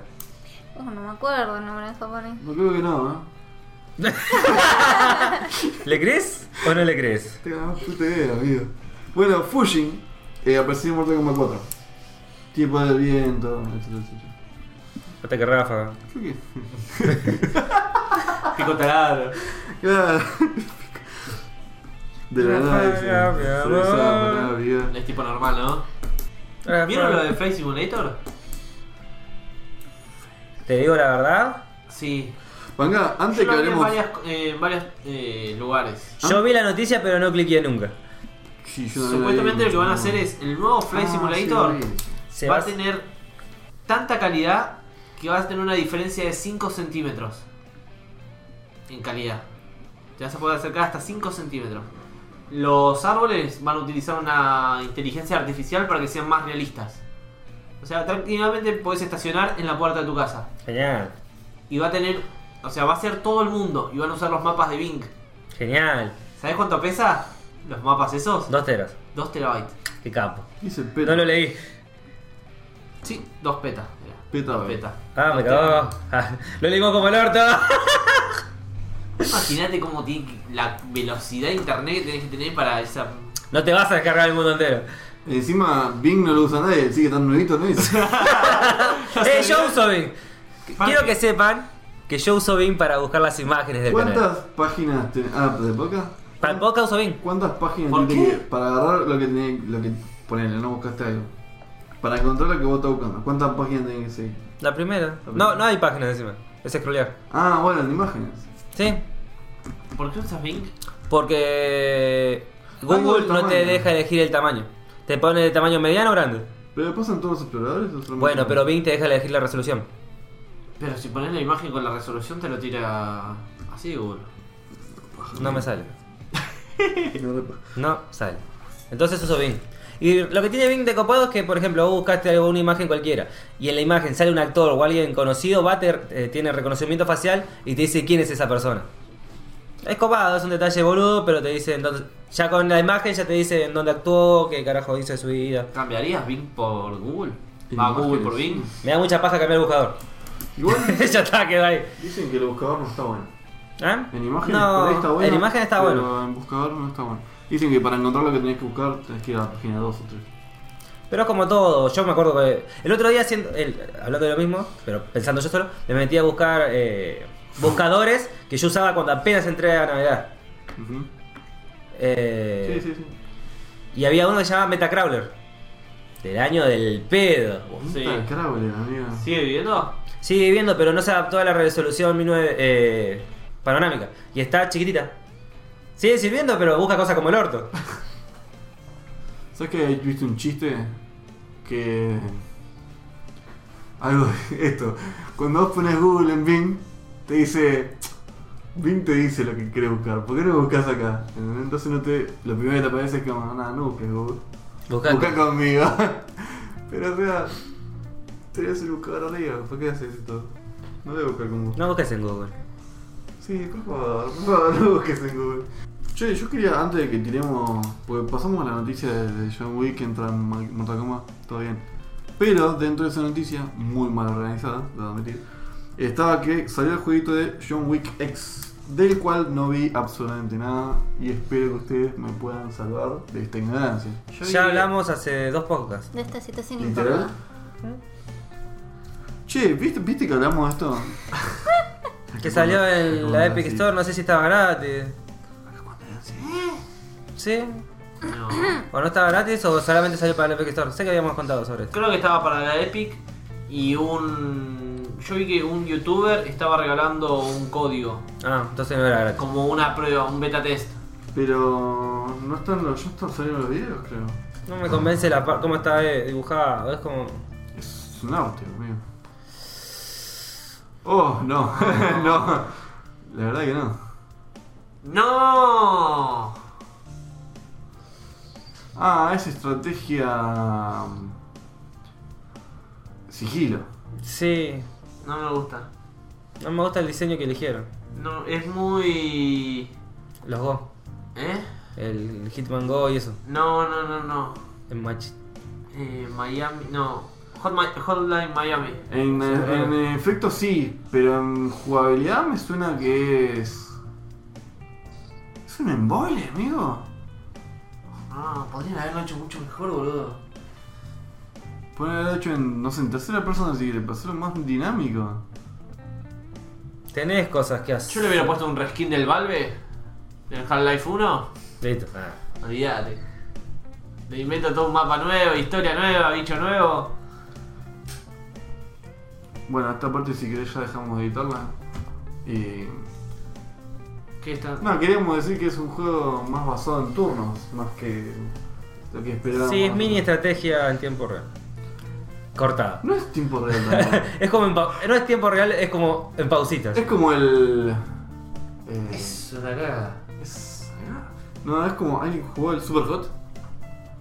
Oh, no me acuerdo el nombre en japonés.
No creo que no, ¿eh? ¿no?
¿Le crees o no le crees?
Te ganamos puta idea, amigo. Bueno, Fushin eh, apareció en Mortal Kombat 4. Tiempo del viento, etcétera, etcétera.
Hasta que Rafa.
Creo que. *laughs*
Pico taladro.
Claro. De la nada, dice.
Rafa,
Se le zapa, nada, vida.
Es tipo normal, ¿no? ¿Vieron lo de Face Simulator?
Te digo la verdad,
¿Ah? Sí.
Vanga, antes
Yo
que
lo vi en
hablemos.
varias, eh, en varios eh, lugares.
yo vi la noticia pero no cliqué nunca.
Sí, yo no la vi.
Supuestamente lo que van a hacer es el nuevo Flight
Ah,
Simulator
sí,
Se
va
va
a tener tanta calidad que vas a tener una diferencia de 5 centímetros en calidad. Te vas a poder acercar hasta 5 centímetros. Los árboles van a utilizar una inteligencia artificial para que sean más realistas. O sea, tranquilamente podés estacionar en la puerta de tu casa.
Genial,
Y va a tener. O sea, va a ser todo el mundo. Y van a usar los mapas de Bing.
genial.
¿Sabés cuánto pesa? Los mapas esos.
Dos teras.
2 terabytes.
Qué capo.
Dice peta.
No lo leí.
Sí, 2 petas. mirá.
Peta,
Dos
eh.
petas.
Ah, me
Dos terabytes.
cagó. Ah, lo leímos como el orto. *laughs*
Imagínate cómo tiene que- la velocidad de internet que tenés que tener para esa.
No te vas a descargar el
*laughs*
mundo entero.
Encima, Bing no lo usa nadie, sigue tan nuevito,
*laughs*
¿no? es?
Eh, yo uso Bing.
¿Para
Quiero
qué?
que sepan que yo uso Bing para buscar las imágenes del canal.
¿Cuántas páginas tenés? Ah, ¿de poca?
Para el podcast uso Bing.
¿Cuántas páginas
¿Por
tenés
qué?
que- para agarrar lo que tenés, lo que ponele, no buscaste algo? Para encontrar lo que vos estás buscando, ¿cuántas páginas tenés que seguir?
La primera.
primera.
No, no hay páginas encima. Es scrollear.
Ah, bueno, en imágenes.
Sí.
¿Por qué usas Bing?
Porque
Algo
Google
del
no te
tamaño.
deja elegir el tamaño. Te pone de tamaño mediano o grande.
¿Pero pasan todos los exploradores? o solamente-
Bueno, pero Bing te deja elegir la resolución.
Pero si pones la imagen con la resolución te lo tira así, Google.
No me sale.
*laughs* No repa-
No sale. Entonces uso Bing. Y lo que tiene Bing de copado es que, por ejemplo, vos buscaste algo, una imagen cualquiera y en la imagen sale un actor o alguien conocido, va, te- eh, tiene reconocimiento facial y te dice quién es esa persona. Es copado, es un detalle boludo, pero te dice entonces. Ya con la imagen ya te dice en dónde actuó, qué carajo hizo de su vida.
¿Cambiarías Bing por Google?
Y
Va,
imágenes.
Google por Bing.
Me da mucha paja cambiar el buscador.
Igual *laughs*
*laughs* ya está, quedó ahí.
dicen que el buscador no está bueno.
¿Eh?
En imagen
No,
por ahí está bueno.
En imagen está
pero
bueno.
en buscador no está bueno. Dicen que para encontrar lo que tenés que buscar tenés que ir a la página 2 o 3.
Pero es como todo, yo me acuerdo que el otro día, haciendo, el- hablando de lo mismo, pero pensando yo solo, me metí a buscar eh, buscadores que yo usaba cuando apenas entré a Navidad.
Ujú.
Eh,
Sí, sí, sí.
Y había uno que se llamaba Metacrawler. Del año del pedo.
Sí.
Puta Crowler, amiga.
¿Sigue viviendo?
Sigue viviendo, pero no se adaptó a la resolución 19, eh, panorámica. Y está chiquitita. Sigue sirviendo, pero busca cosas como el orto.
¿Sabes que hay visto un chiste? Que. Algo de *laughs* esto. Cuando vos pones Google en Bing, te dice. Bing te dice lo que querés buscar. ¿Por qué no buscas acá? Entonces no te. Lo primero que te aparece es como, nada, no busques Google.
Busca.
Busca conmigo. *laughs* Pero o sea. Tenés el buscador arriba. ¿Por qué haces esto? No debo buscar con Google.
No busques en Google.
Sí, por favor, por *laughs* favor, no busques en Google. Che, yo quería, antes de que tiremos. Porque pasamos a la noticia de de John Wick que entra en Ma- Mortal Kombat, todo bien. Pero dentro de esa noticia, muy mal organizada, debo admitir, estaba que salió el jueguito de John Wick X, del cual no vi absolutamente nada y espero que ustedes me puedan salvar de esta ignorancia.
Yo
Ya
vi-
hablamos hace dos podcasts.
De esta situación
¿Literal?
incómoda.
Che, ¿viste, ¿viste que hablamos de esto?
*laughs* Que salió en la Epic Store, no sé si estaba gratis. ¿Sí?
No.
¿O no estaba gratis o solamente salió para la Epic Store? Sé que habíamos contado sobre esto.
Creo que estaba para la Epic y un... Yo vi que un youtuber estaba regalando un código.
Ah, entonces no era gratis.
Como una prueba, un beta test.
Pero. No están los. Ya están saliendo los videos, creo.
No me convence la par- cómo está eh, dibujada. Es como.
Es un arte, amigo. Oh, no. *laughs* no. La verdad que no.
¡No!
Ah, es estrategia. um, Sigilo.
Sí,
No me gusta.
no me gusta el diseño que eligieron.
No, es muy...
Los Go.
¿Eh?
El Hitman Go y eso.
No, no, no, no.
El match.
Eh, Miami... No. Hot Mi- Hotline Miami.
En, en efecto sí, pero en jugabilidad me suena que es. Es un embole, amigo.
No, Ah, podrían haberlo hecho mucho mejor, boludo.
Poner el hecho en, no sé, en tercera persona si quiere, para hacerlo más dinámico.
Tenés cosas que hacer.
Yo le hubiera puesto un reskin del Valve. Del Half-Life 1.
Listo. Ah.
Olvídate. Le invento todo un mapa nuevo, historia nueva, bicho nuevo.
Bueno, esta parte si querés ya dejamos de editarla. Y.
¿Qué está?
No, queríamos decir que es un juego más basado en turnos, más que lo que esperábamos.
Sí, es mini estrategia en tiempo real. Cortada.
No es tiempo real.
*laughs*
tampoco.
Es como en pa- No es tiempo real, es como en pausitas.
es como el. eh,
Es una cagada.
es- No, es como. ¿Alguien jugó el Super Hot?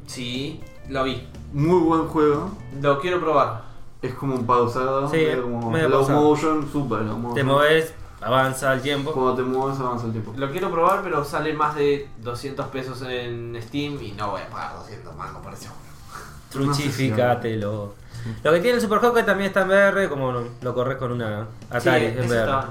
Sí, lo vi.
Muy buen juego.
Lo quiero probar.
Es como un pausado.
Sí,
medio como
medio
low
pausado.
motion, super low motion.
Te mueves, avanza el tiempo.
Cuando te mueves avanza el tiempo.
Lo quiero probar, pero sale más de 200 pesos en Steam y no voy a pagar 200 mangos por ese juego.
Truchificatelo. Lo que tiene el Super Hawkeye también está en VR, como lo, lo corres con una Atari
Sí,
en
ese
VR.
estaba.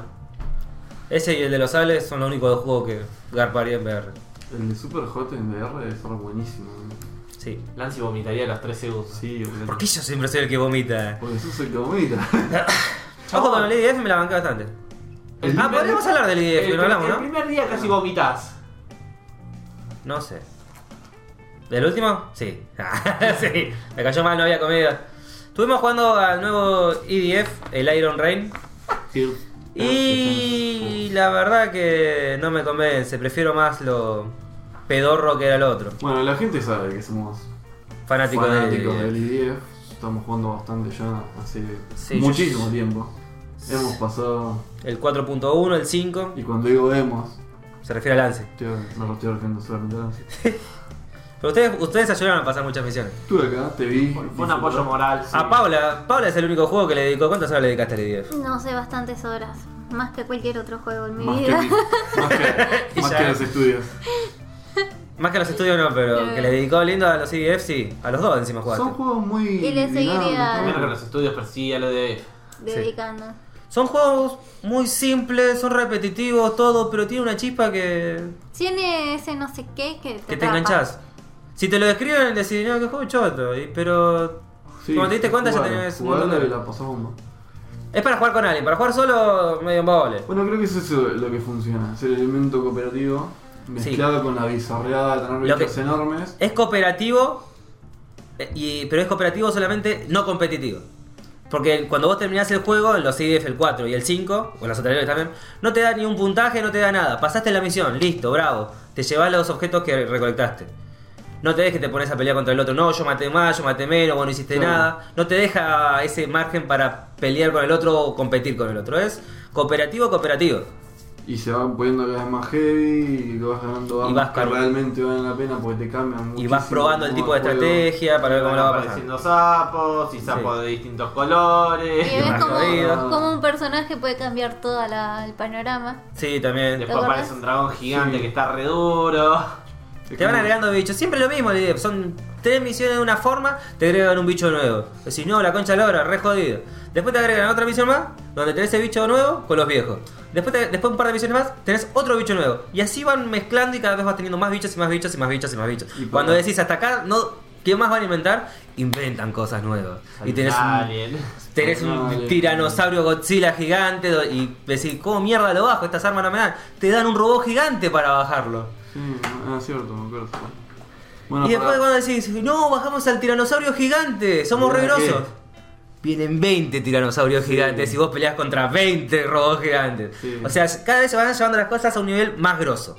Ese y el de los sables son los únicos dos juegos que garparía en VR.
El de Super Hot en VR es buenísimo. ¿no?
Sí.
Lancy vomitaría a los 3 segundos.
Sí, obviamente.
¿Por qué yo siempre soy el que vomita?
Porque sos el que vomita.
Ojo con el IDF me la banqué bastante.
El
Ah,
primer-
podríamos hablar del IDF,
el,
no hablamos,
el
¿no?
primer día casi vomitas.
No sé. ¿Del último? Sí. *laughs* sí. Me cayó mal, no había comida. Estuvimos jugando al nuevo IDF, el Iron Rain.
Ah,
Y la verdad que no me convence, prefiero más lo pedorro que era el otro.
uh, Bueno, la gente sabe que somos
Fanático,
fanáticos
de...
del IDF. Estamos jugando bastante ya hace
Sí,
muchísimo
yo-
tiempo. Hemos pasado.
El 4.1, el 5.
Y cuando digo hemos,
Se refiere al lance.
tío, no lo estoy refiriendo solamente a vos.
Pero ustedes, ustedes ayudaron a pasar muchas misiones.
Estuve acá, te vi.
Fue un apoyo moral. sí.
A Paula, Paula es el único juego que le dedicó. ¿Cuántas horas le dedicaste a Lidia?
No sé, bastantes horas. Más que cualquier otro juego en mi
Más que,
vida.
más
*laughs*
que, más que los estudios.
Más que a los estudios no, pero
Eh.
que le dedicó lindo a los CDF, sí. A los dos encima jugaste.
Son
Son,
juegos muy.
Y le seguiría-
dinámicos,
Menos que los estudios, pero sí, a lo de.
*laughs* Dedicando.
juegos muy simples, son repetitivos, todo, pero tiene una chispa que,
Tiene ese no sé qué que te,
que te
atrapa.
enganchás. Si te lo describen, decís, no, que juego choto. y- pero
Sí,
Cuando te diste cuenta ya
jugarlo,
tenías un
jugarlo
montón de-
y la pasás bomba.
es para jugar con alguien. Para jugar solo, medio embole.
Bueno, creo que es eso lo que funciona. Es el elemento cooperativo mezclado con la bizarreada de tener
Lo que-
bichos enormes.
Es cooperativo, eh, y- pero es cooperativo solamente no competitivo. Porque cuando vos terminás el juego, en los CDF el 4 y el 5, o en las anteriores también, no te da ni un puntaje, no te da nada. Pasaste la misión, listo, bravo. Te llevas los objetos que recolectaste. No te dejes que te pones a pelear contra el otro. No, yo maté más, yo maté menos, vos no hiciste
Claro.
nada. No te deja ese margen para pelear con el otro o competir con el otro. Es cooperativo, cooperativo.
Y se van poniendo cada vez más heavy y vas ganando
Y
armas
vas
que
car-
realmente valen la pena porque te cambian mucho.
y vas probando el tipo de estrategia para ver cómo lo va a pasar.
apareciendo sapos y sapos
Sí.
de distintos
Y
colores.
ves
Más
como,
jodido.
como un personaje puede cambiar todo la- el panorama.
Sí, también.
Después
acordás?
aparece un dragón gigante
Sí.
que está re duro.
Te van agregando bichos, siempre lo mismo, Lidep. Son tres misiones de una forma, te agregan un bicho nuevo. Decís, no, la concha logra, re jodido. Después te agregan otra misión más, donde tenés ese bicho nuevo con los viejos. Después, te- después un par de misiones más, tenés otro bicho nuevo. Y así van mezclando y cada vez vas teniendo más bichos y más bichos y más bichos y más bichos.
Y por-
Cuando decís hasta acá, no, ¿qué más van a inventar? Inventan cosas nuevas. Y tenés un,
Alien.
tenés un
Dale.
tiranosaurio Godzilla gigante do- y decís, ¿cómo mierda lo bajo? Estas armas no me dan. Te dan un robot gigante para bajarlo.
Sí, era cierto, me acuerdo. Bueno,
y después
para-
cuando decís, no, bajamos al tiranosaurio gigante, somos re
¿Para qué?
grosos. Vienen 20 tiranosaurios
Sí.
gigantes y vos peleás contra 20 robots gigantes.
Sí.
O sea, cada vez se van llevando las cosas a un nivel más grosso.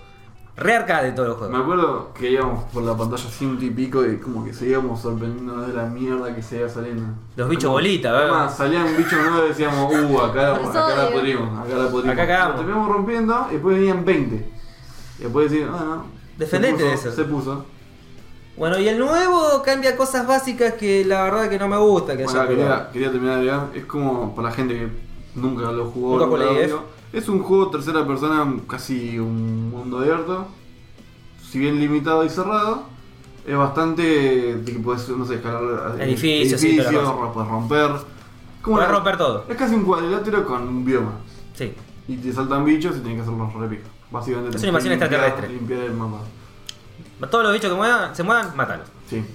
Re arcade todo el
Me
juego.
acuerdo que íbamos por la pantalla ciento y pico y como que seguíamos sorprendiendo de la mierda que seguía saliendo.
Los bichos bolita, ¿verdad?
Además, salía un bicho nuevo y decíamos, uh, acá, la-
Por
acá la
sodio.
podrimos, acá la podrimos.
Acá cagamos.
Lo terminamos rompiendo y después venían 20. Y después decían, ah, no.
Defendete
se
de
puso-
eso.
Se puso.
Bueno, y el nuevo cambia cosas básicas que la verdad que no me gusta que
Bueno,
haya
quería,
probado.
quería terminar de agregar, es como para la gente que nunca lo jugó,
Nunca jugó
lo
la IF.
vio. Es un juego tercera persona, casi un mundo abierto, si bien limitado y cerrado, es bastante de que puedes, no sé, escalar eh,
Edificios, sí, toda la
edificios,
cosa.
ro- puedes romper. Es como
Podés
una-
romper todo.
Es casi un cuadrilátero con un bioma.
Sí.
Y te saltan bichos y tienes que hacerlos repicos. Básicamente
Es
tenés
una
que
invasión
limpiar-
extraterrestre.
Limpiar el mapa.
Todos los bichos que muevan, se muevan, mátalos.
Sí.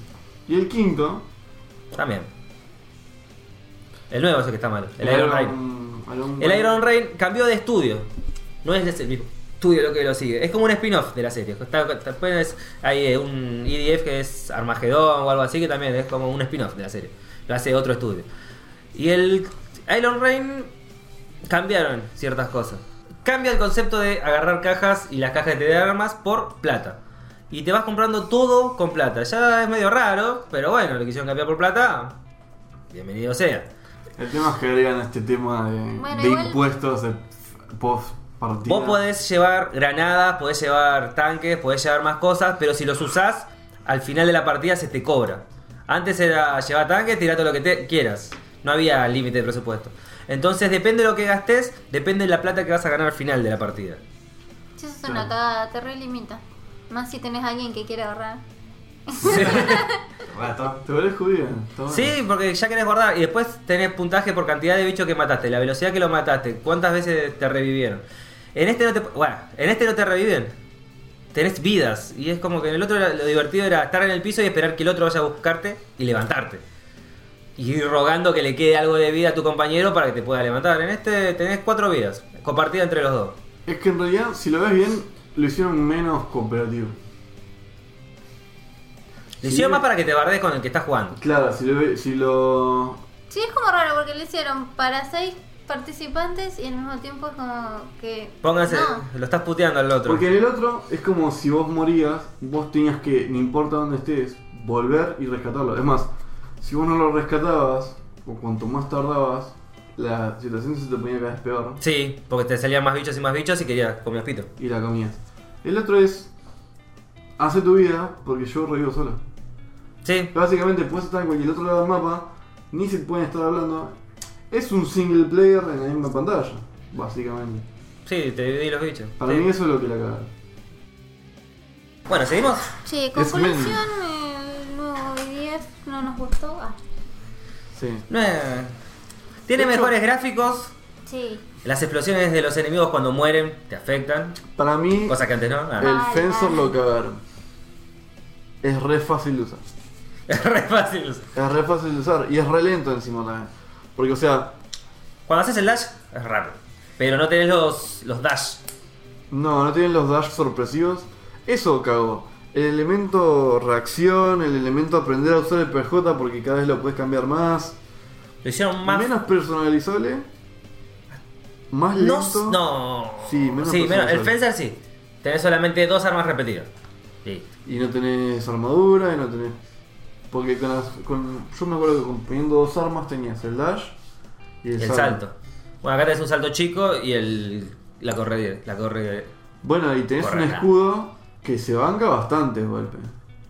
Y el quinto,
También. El nuevo es el que está malo. El, Iron Raid.
Iron
El
Man.
Iron Rain cambió de estudio. No es el mismo estudio lo que lo sigue. Es como un spin-off de la serie. Está- está- pues, hay eh, un EDF que es Armagedón o algo así, que también es como un spin-off de la serie. Lo hace otro estudio. Y el Iron Rain cambiaron ciertas cosas. Cambia el concepto de agarrar cajas y las cajas de armas por plata. Y te vas comprando todo con plata. Ya es medio raro, pero bueno, lo quisieron cambiar por plata. Bienvenido sea.
El tema es que agregan este tema de,
Bueno,
de
igual-
impuestos de post partida.
Vos podés llevar granadas, podés llevar tanques, podés llevar más cosas, pero si los usás, al final de la partida se te cobra. Antes era llevar tanques, tirar todo lo que te quieras. No había límite de presupuesto. Entonces depende de lo que gastes, depende de la plata que vas a ganar al final de la partida. *laughs*
Eso es una cagada, te relimita. Más si tenés a alguien que quiere ahorrar.
Rato.
Te volvés judía. está bueno.
Sí, porque ya querés guardar y después tenés puntaje por cantidad de bichos que mataste, la velocidad que lo mataste, cuántas veces te revivieron. En este no te, bueno, en este no te reviven. Tenés vidas y es como que en el otro era- lo divertido era estar en el piso y esperar que el otro vaya a buscarte y levantarte. Y ir rogando que le quede algo de vida a tu compañero para que te pueda levantar. En este tenés cuatro vidas, compartida entre los dos.
Es que en realidad, si lo ves bien, lo hicieron menos cooperativo.
Lo
Sí.
hicieron más para que te bardees con el que estás jugando.
Claro, si lo. ve- Si lo...
Sí, es como raro porque lo hicieron para seis participantes y al mismo tiempo es como que.
Pónganse,
No.
lo estás puteando al otro.
Porque en el otro es como si vos morías, vos tenías que, no importa dónde estés, volver y rescatarlo. Es más, si vos no lo rescatabas, o cuanto más tardabas, la situación se te ponía cada vez peor
Sí, porque te salían más bichos y más bichos y querías comer pito.
y la comías. El otro es, hace tu vida porque yo revivo solo.
Sí,
Básicamente puedes estar en cualquier otro lado del mapa, ni se pueden estar hablando. Es un single player en la misma pantalla, básicamente.
sí, te dividí los bichos.
Para
Sí.
mí eso es lo que la caga.
Bueno, ¿seguimos?
Che,
Es
conclusión, el nuevo 10 no nos gustó. Ah,
Sí.
No, eh, Tiene
De hecho-
mejores gráficos.
sí.
Las explosiones de los enemigos cuando mueren te afectan.
Para mí,
Cosa que antes no. Ah.
el
Ay,
Fensor
ay.
lo cagaron. Es re fácil de usar.
*laughs* Es re fácil.
Es re fácil de usar y es re lento encima también. Porque, o sea,
Cuando haces el dash, es rápido. Pero no tenés los, los dash.
No, no tienen los dash sorpresivos. Eso cagó. El elemento reacción, el elemento aprender a usar el PJ porque cada vez lo puedes cambiar más.
Lo hicieron más.
Menos personalizable. Más
no,
lento.
no.
Sí, menos
El
personalizable.
Fencer sí. Tenés solamente dos armas repetidas. Sí.
Y no tenés armadura, y no tenés. Porque con las- con- yo me acuerdo que con- poniendo dos armas tenías el dash y el,
El salto. Bueno, acá tenés un salto chico y el. La corredera. La corredera.
Bueno, y tenés un
Correcto.
escudo que se banca bastante el golpe.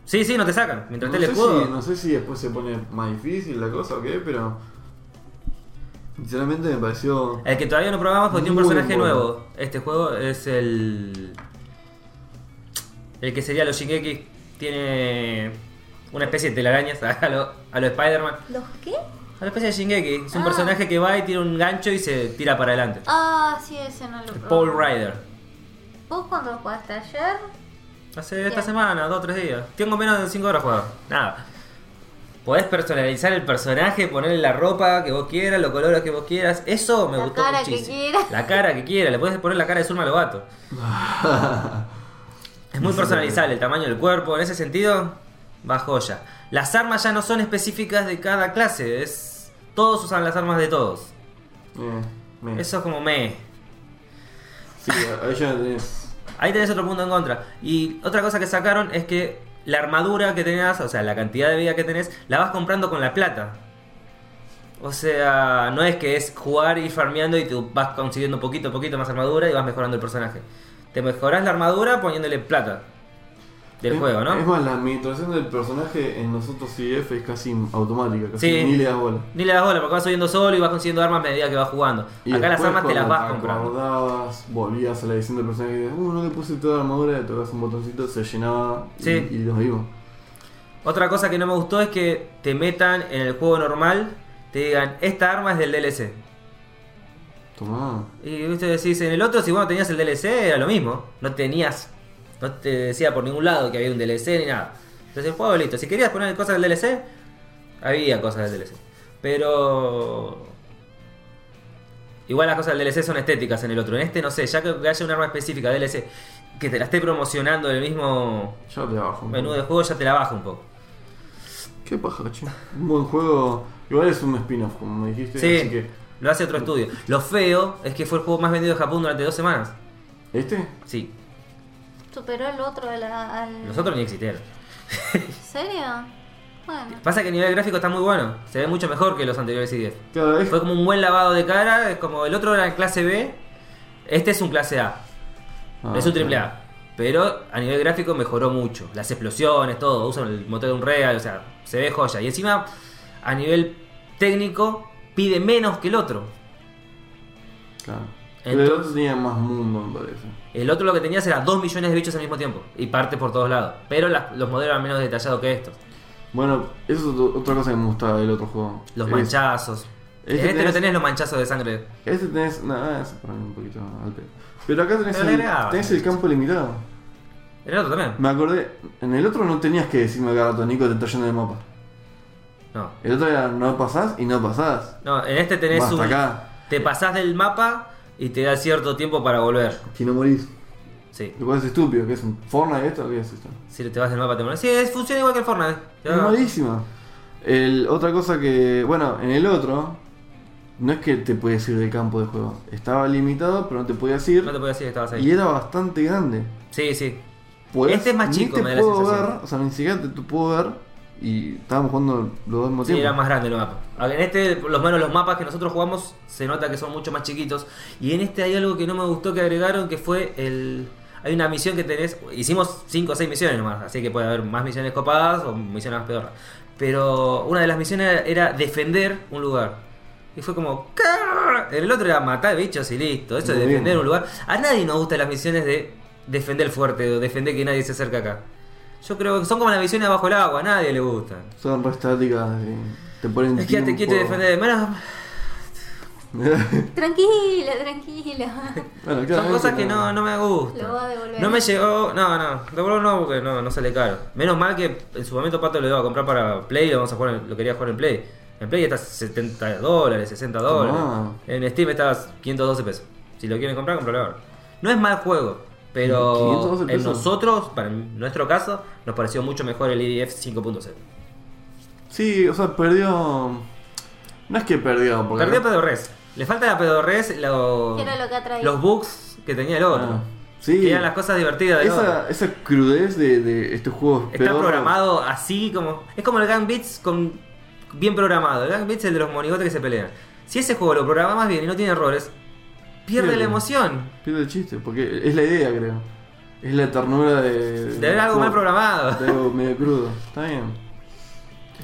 Sí, sí, no te sacan. Mientras
No
esté el
sé
escudo.
si- no sé si después se pone más difícil la cosa o qué, pero. Sinceramente me pareció.
El que todavía no probamos porque tiene un
Muy
personaje
bueno.
nuevo. Este juego es el. El que sería los Shingeki. Tiene. Una especie de telarañas *laughs* a lo, a lo Spider-Man.
¿Los qué?
A la especie de Shingeki. Es un
Ah.
personaje que va y tiene un gancho y se tira para adelante.
Ah, sí, ese no lo probé.
Paul Ryder.
¿Vos cuándo lo jugaste ayer?
Hace esta
Bien.
semana, dos o tres días. Tengo menos de 5 horas jugado. Nada. Podés personalizar el personaje, ponerle la ropa que vos quieras, los colores que vos quieras. Eso me
La
gustó
cara que
muchísimo.
quieras.
La cara que quieras. Le podés poner la cara de Zulma Lobato. Es muy personalizable el tamaño del cuerpo, en ese sentido, va joya. Las armas ya no son específicas de cada clase, es. Todos usan las armas de todos.
Eh, me-
Eso es como me.
Sí, ahí ya tenés.
Ahí tenés otro punto en contra. Y otra cosa que sacaron es que la armadura que tenés, o sea, la cantidad de vida que tenés, la vas comprando con la plata. O sea, no es que es jugar y farmeando y tú vas consiguiendo poquito a poquito más armadura y vas mejorando el personaje. Te mejorás la armadura poniéndole plata del
Es-
juego, ¿no?
Es más, la administración del personaje en los otros IF es casi automática, casi
Sí.
ni le das bola.
Ni le das bola porque vas subiendo solo y vas consiguiendo armas a medida que vas jugando.
Y
Acá las
después
armas te las
cuando
vas comprando.
acordabas, volvías a la edición del personaje y decías, uh, no le puse toda la armadura, le tocas un botoncito, se llenaba y-
Sí.
y, los vimos.
Otra cosa que no me gustó es que te metan en el juego normal, te digan, esta arma es del DLC.
Tomá.
Y viste, decís, en el otro, si vos no tenías el DLC, era lo mismo. No tenías, no te decía por ningún lado que había un DLC ni nada. Entonces el juego listo. Si querías poner cosas del DLC, había cosas del DLC. Pero. Igual las cosas del DLC son estéticas en el otro. En este no sé, ya que haya un arma específica DLC que te la esté promocionando en el mismo
Ya te abajo. un
menú
poco.
de juego, ya te la baja un poco.
Qué paja, che. Un buen juego. Igual es un spin-off, como me dijiste. Así
Sí,
que.
lo hace otro estudio. Lo feo es que fue el juego más vendido de Japón durante dos semanas.
¿Este?
Sí,
Superó el otro al. al...
los otros ni existieron.
¿En serio? Bueno.
Pasa que a nivel gráfico está muy bueno, se ve mucho mejor que los anteriores i10.
Cada vez
Fue como un buen lavado de cara, es como el otro era clase B, este es un clase A,
Ah,
es
claro.
un triple A. Pero a nivel gráfico mejoró mucho, las explosiones, todo, usan el motor de un real, o sea, se ve joya. Y encima, a nivel técnico, pide menos que el otro.
Claro.
Entonces-
Pero el otro tenía más mundo, me parece.
El otro lo que tenías era 2 millones de bichos al mismo tiempo, y parte por todos lados. Pero las- los modelos eran menos detallados que estos.
Bueno, eso es ot- otra cosa que me gustaba del otro juego.
Los
Es-
manchazos.
Este
en este no
tenés-
tenés los manchazos de sangre.
Este tenés. Nada, se pone un poquito al pedo. Pero acá tenés,
Pero le
el,
agregaban.
tenés el campo limitado.
En el otro también.
Me acordé, en el otro no tenías que decirme cada rato, Nico, te está yendo de mapa.
No,
El otro era no pasás y no pasás.
No, en este tenés
Basta
un.
acá.
Te pasás del mapa y te da cierto tiempo para volver.
Si no morís.
Sí.
Lo cual es estúpido, que es un Fortnite esto, ¿qué es esto?
Si te vas del mapa te morís. Sí, es- funciona igual que el Fortnite. Te
Es
va-
malísimo. El, otra cosa que. Bueno, en el otro. No es que te podías ir del campo de juego. Estaba limitado, pero no te podías ir.
No te podías decir que estabas
y
ahí.
era bastante grande.
Sí, sí.
Podés-
Este es más
ni
chico,
te
me da la
puedo
sensación.
ver, o sea, ni siquiera te, te puedo ver Y estábamos jugando los dos al mismo
Sí,
tiempo.
era más grande el mapa. En este, por lo menos los mapas que nosotros jugamos, se nota que son mucho más chiquitos. Y en este hay algo que no me gustó que agregaron, que fue el... Hay una misión que tenés... Hicimos 5 o 6 misiones nomás, así que puede haber más misiones copadas o misiones más peor. Pero una de las misiones era defender un lugar. Y fue como... "Ca-". El otro era matar bichos y listo. Eso de
Muy bien.
defender un lugar... A nadie nos gustan las misiones de defender el fuerte o defender que nadie se acerca acá. Yo creo que son como las misiones bajo el agua, a nadie le gustan.
Son re estáticas. y eh, Te ponen.
Es que ya te quiero
tiempo. *laughs*
defender. Bueno,
Tranquila,
*laughs*
tranquila.
bueno,
son
claramente
cosas que no, no me
Lo va a
gustan.
devolver.
No me llegó. No, no. Devolver no porque no, no sale caro. Menos mal que en su momento Pato lo iba a comprar para Play. Lo, vamos a jugar, en- lo quería jugar en Play. En Play está 70 dólares, 60 dólares.
Tomá.
En Steam está 512 pesos. Si lo quieren comprar, compralo ahora. No es mal juego. Pero
512
en
pesos.
nosotros, para nuestro caso, nos pareció mucho mejor el E IDF 5.0.
Sí, o sea, perdió. No es que perdió, porque.
Perdió pedorres. Le falta la pedorres, lo-
Que era lo que atraía.
los bugs que tenía el otro.
Ah, sí.
Que eran las cosas divertidas del otro.
esa, esa crudez de, de este estos juegos.
Está
pedorros.
programado así como. Es como el Gang Beats con. bien programado. El Gang Beats es el de los monigotes que se pelean. Si ese juego lo programas bien y no tiene errores, pierde
Pierde.
la emoción.
Pierde el chiste, porque es la idea, creo. Es la ternura de.
De haber algo mal
del juego.
programado.
De algo medio crudo. Está bien.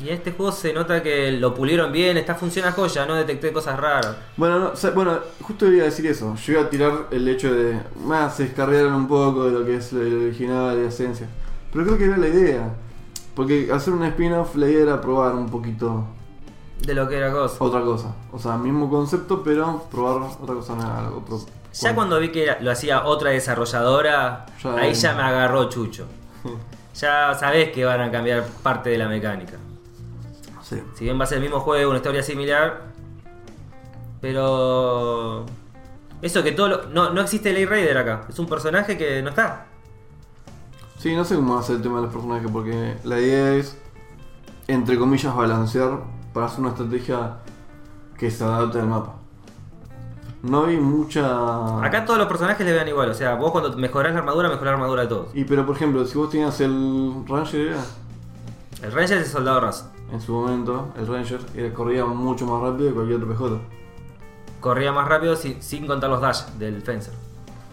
Y en este juego se nota que lo pulieron bien, está funciona joya, no detecté cosas raras.
Bueno, no, o sea, bueno, justo iba a decir eso. Yo iba a tirar el hecho de. Más, se descargaron un poco de lo que es el original de esencia. Pero creo que era la idea. Porque hacer un spin-off, la idea era probar un poquito
De lo que era cosa.
otra cosa. O sea, mismo concepto, pero probar otra cosa en algo. otro
Ya
punto.
cuando vi que era- lo hacía otra desarrolladora,
Ya-
ahí ya me
*laughs*
agarró Chucho. Ya sabés que van a cambiar parte de la mecánica.
Sí.
Si bien va a ser el mismo juego, una historia similar. Pero. Eso que todo lo- No, no existe Ley Raider acá. Es un personaje que no está.
Sí, no sé cómo va a ser el tema de los personajes, porque la idea es, entre comillas, balancear para hacer una estrategia que se adapte al mapa. No hay mucha.
Acá todos los personajes le vean igual. O sea, vos cuando mejorás la armadura, mejorás la armadura de todos.
Y pero por ejemplo, si vos tenías el Ranger era,
El Ranger es el soldado raso.
en su momento, el Ranger era, corría mucho más rápido que cualquier otro PJ,
Corría más rápido sin, sin contar los dash del Fencer.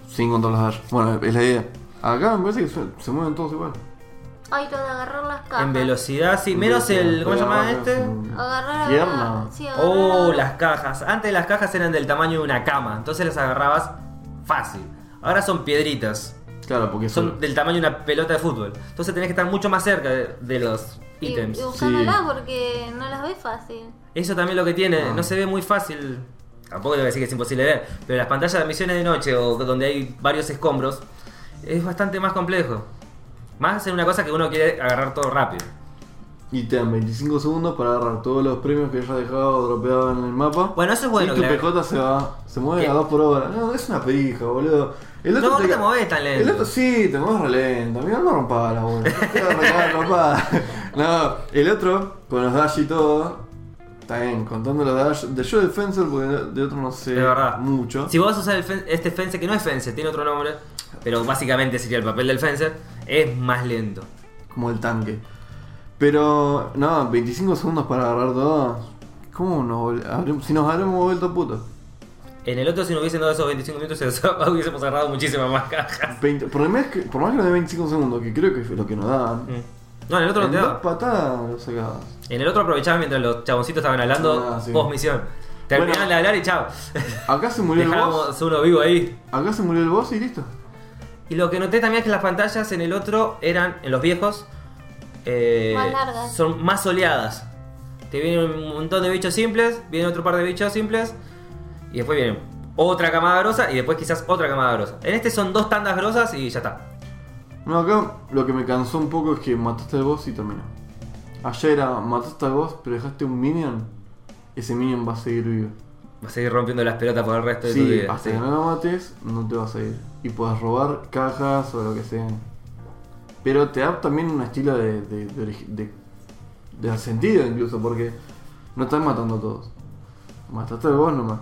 sin contar las dash. Bueno, es la idea. Acá me parece que se, se mueven todos igual.
Ay, lo de agarrar las cajas.
En velocidad, sí. Menos el. ¿Cómo se llama este?
Agarrar
Pierna.
agarrar- Sí,
Oh,
agarrar.
las cajas. Antes las cajas eran del tamaño de una cama. Entonces las agarrabas fácil. Ahora son piedritas.
Claro, porque
son del tamaño de una pelota de fútbol. Entonces tenés que estar mucho más cerca de, de los
Y-
ítems.
Y, buscándolas
Sí.
porque no las ves fácil.
Eso también lo que tiene,
Ah.
no se ve muy fácil. Tampoco te voy a decir que es imposible ver, pero las pantallas de misiones de noche o donde hay varios escombros es bastante más complejo. Más en una cosa que uno quiere agarrar todo rápido.
Y te dan 25 segundos para agarrar todos los premios que hayas dejado dropeado en el mapa.
Bueno, eso es bueno.
y
que
tu
la-
PJ se va, se mueve
¿Qué?
a 2 por hora. No, es una perija, boludo. El
No,
te-
no te mueves tan lento.
El otro sí, te mueves re lento. Mira, no rompa la
*laughs*
bola. Te va a recagar, rompa. No, el otro, con los dash y todo. Está bien, contando los dash. De yo Defensor, porque de otro no sé
Es verdad.
mucho.
Si vos usas el fen- este fencer, que no es fencer, tiene otro nombre, pero básicamente sería el papel del fencer, es más lento.
Como el tanque. Pero, no, 25 segundos para agarrar todo. ¿Cómo nos vol- habremos- Si nos habremos vuelto putos.
En el otro, si nos hubiesen dado esos 25 minutos, *laughs* hubiésemos agarrado muchísimas más cajas.
20 por, más que, por más que nos dé 25 segundos, que creo que es lo que nos dan.
Mm. No, en el otro no
en
te
dos
daba.
patadas lo sacabas.
En el otro aprovechaba mientras los chaboncitos estaban hablando
Ah, sí.
post misión. Terminaban
Bueno.
de hablar y chao. *laughs*
Acá se murió el boss.
Dejábamos uno vivo ahí.
Acá se murió el boss y listo.
Y lo que noté también es que las pantallas en el otro eran, en los viejos, eh,
Más largas.
son más soleadas. Te vienen un montón de bichos simples, viene otro par de bichos simples, y después vienen otra camada grosa y después quizás otra camada grosa. En este son dos tandas grosas y ya está.
No, acá lo que me cansó un poco es que mataste al boss y terminó. Allá era mataste al boss, pero dejaste un minion. Ese minion va a seguir vivo.
Vas a ir rompiendo las pelotas por el resto de tu
Sí,
vida.
hasta
sí.
que no lo mates, no te vas a ir. Y puedes robar cajas o lo que sea. Pero te da también un estilo de, de, de origi- de- de sentido incluso, porque no estás matando a todos. Mataste al boss nomás.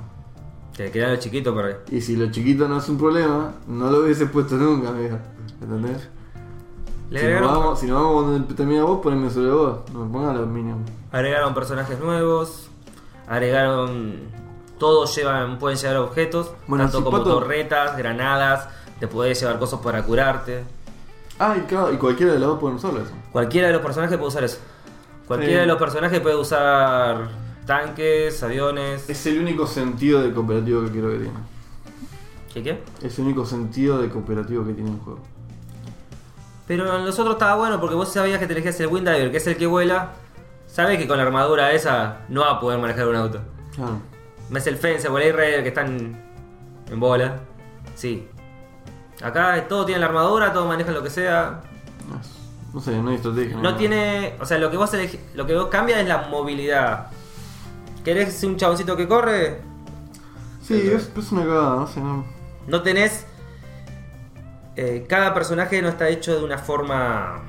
Te quedan los chiquitos por ahí.
Y si lo chiquito no es un problema, no lo hubiese puesto nunca, amigo. ¿Entendés?
Le
Si nos,
agregaron,
vamos, si nos vamos cuando em- termina vos, poneme sobre vos. No me pongas los minions.
agregaron personajes nuevos, agregaron. Todos llevan, pueden llevar objetos,
Bueno,
tanto
si
como
Pato-
torretas, granadas, te podés llevar cosas para curarte.
Ah, y claro, y cualquiera de los dos pueden usarlo eso.
Cualquiera de los personajes puede usar eso. Cualquiera
Sí.
de los personajes puede usar tanques, aviones.
Es el único sentido de cooperativo que quiero que tiene.
¿Qué qué?
Es el único sentido de cooperativo que tiene el juego.
Pero en los otros estaba bueno porque vos sabías que te elegías el Windiver, que es el que vuela. Sabes que con la armadura esa no va a poder manejar un auto.
Claro.
Me hace el Fence, Volei Raider que están en bola. Sí. Acá todos tienen la armadura, todos manejan lo que sea.
No, es- no sé, no hay estrategia. hay
No
nada.
tiene. O sea, lo que vos elegi- lo que vos cambia es la movilidad. ¿Querés ser un chaboncito que corre?
Sí, es, es una cagada, no sé, no.
No tenés. eh, cada personaje no está hecho de una forma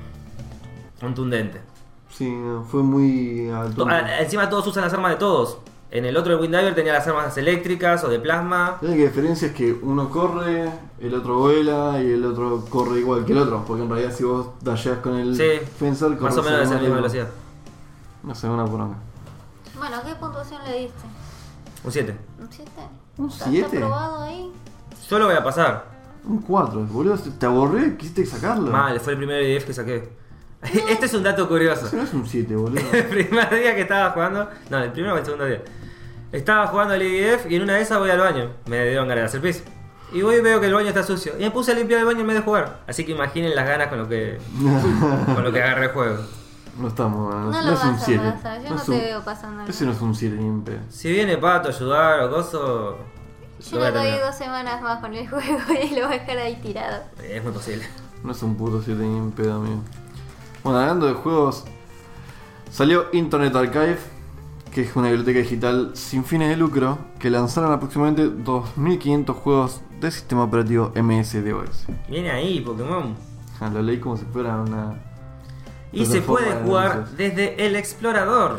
contundente.
Sí, no, fue muy
To-
alto.
a- encima todos usan las armas de todos. En el otro, el Windiver tenía las armas eléctricas o de plasma.
La única diferencia es que uno corre, el otro vuela y el otro corre igual que el otro. Porque en realidad si vos dasheas con el
Sí,
Fencer,
más o
corres
menos de esa
igual.
misma velocidad.
No sé, una por acá.
Bueno, ¿qué puntuación le diste?
Un 7.
¿Un 7?
¿Un
¿Está
siete?
aprobado ahí?
Yo lo voy a pasar.
Un 4, boludo, te aburrió y quisiste sacarlo.
Mal, fue el primer IDF que saqué. Este es un dato curioso.
Eso
*laughs*
no es un 7,
*laughs*
boludo.
el primer día que estaba jugando, no, el primero o el segundo día, estaba jugando al IDF y en una de esas voy al baño. Me dieron ganas de hacer pis. Y voy y veo que el baño está sucio. Y me puse a limpiar el baño en vez de jugar. Así que imaginen las ganas con lo que, con lo que agarré el juego.
no estamos, no,
No,
no
lo
es un
vas
7.
a pasar, yo no,
es
te
un-
veo pasando.
Ese
nada.
no es un 7 ni en pedo.
Si viene Pato a ayudar o coso.
Yo
lo voy a
le doy
terminar.
dos semanas más con el *laughs* juego y lo voy a dejar ahí tirado.
Es muy posible.
No es un puto 7 ni en pedo, amigo. Bueno, hablando de juegos, salió Internet Archive, que es una biblioteca digital sin fines de lucro, que lanzaron aproximadamente 2.500 juegos de sistema operativo MS-DOS.
Viene ahí, Pokémon.
Ja, Lo leí como si fuera una...
Y
Pero
se
de forma
puede
de
jugar
anuncios.
desde el explorador.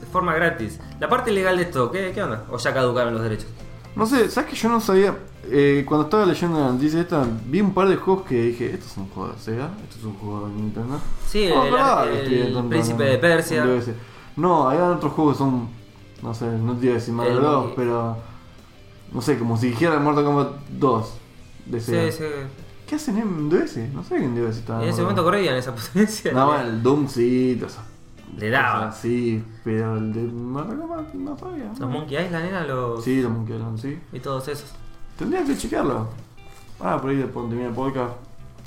De forma gratis. La parte legal de esto, ¿qué, qué onda? O ya caducaron los derechos.
No sé, ¿sabes que yo no sabía? Eh, cuando estaba leyendo la noticia esta, vi un par de juegos que dije, esto es un juego de Sega, esto es un juego de Nintendo.
Sí,
No,
el-
verdad que
el
estoy tonto,
príncipe
no,
de Persia.
no debe ser. No, hay otros juegos que son, no sé, no te iba a decir Mario
El-
Bros, pero... No sé, como si dijera Mortal Kombat 2 de Sega.
Sí, sí.
¿Qué hacen en DS? No sé quién DS estaba.
En ese momento corrían esa *laughs* potencia.
Ah, No, bueno, el Doom sí, todas esas
Le daba.
cosas Sí, pero el de Mortal Kombat no sabía.
Ah, Los Monkey Island eran los.
Sí, los Monkey Island, sí.
Y todos esos.
Tendría que chequearlo. Ah, por ahí después termina el podcast.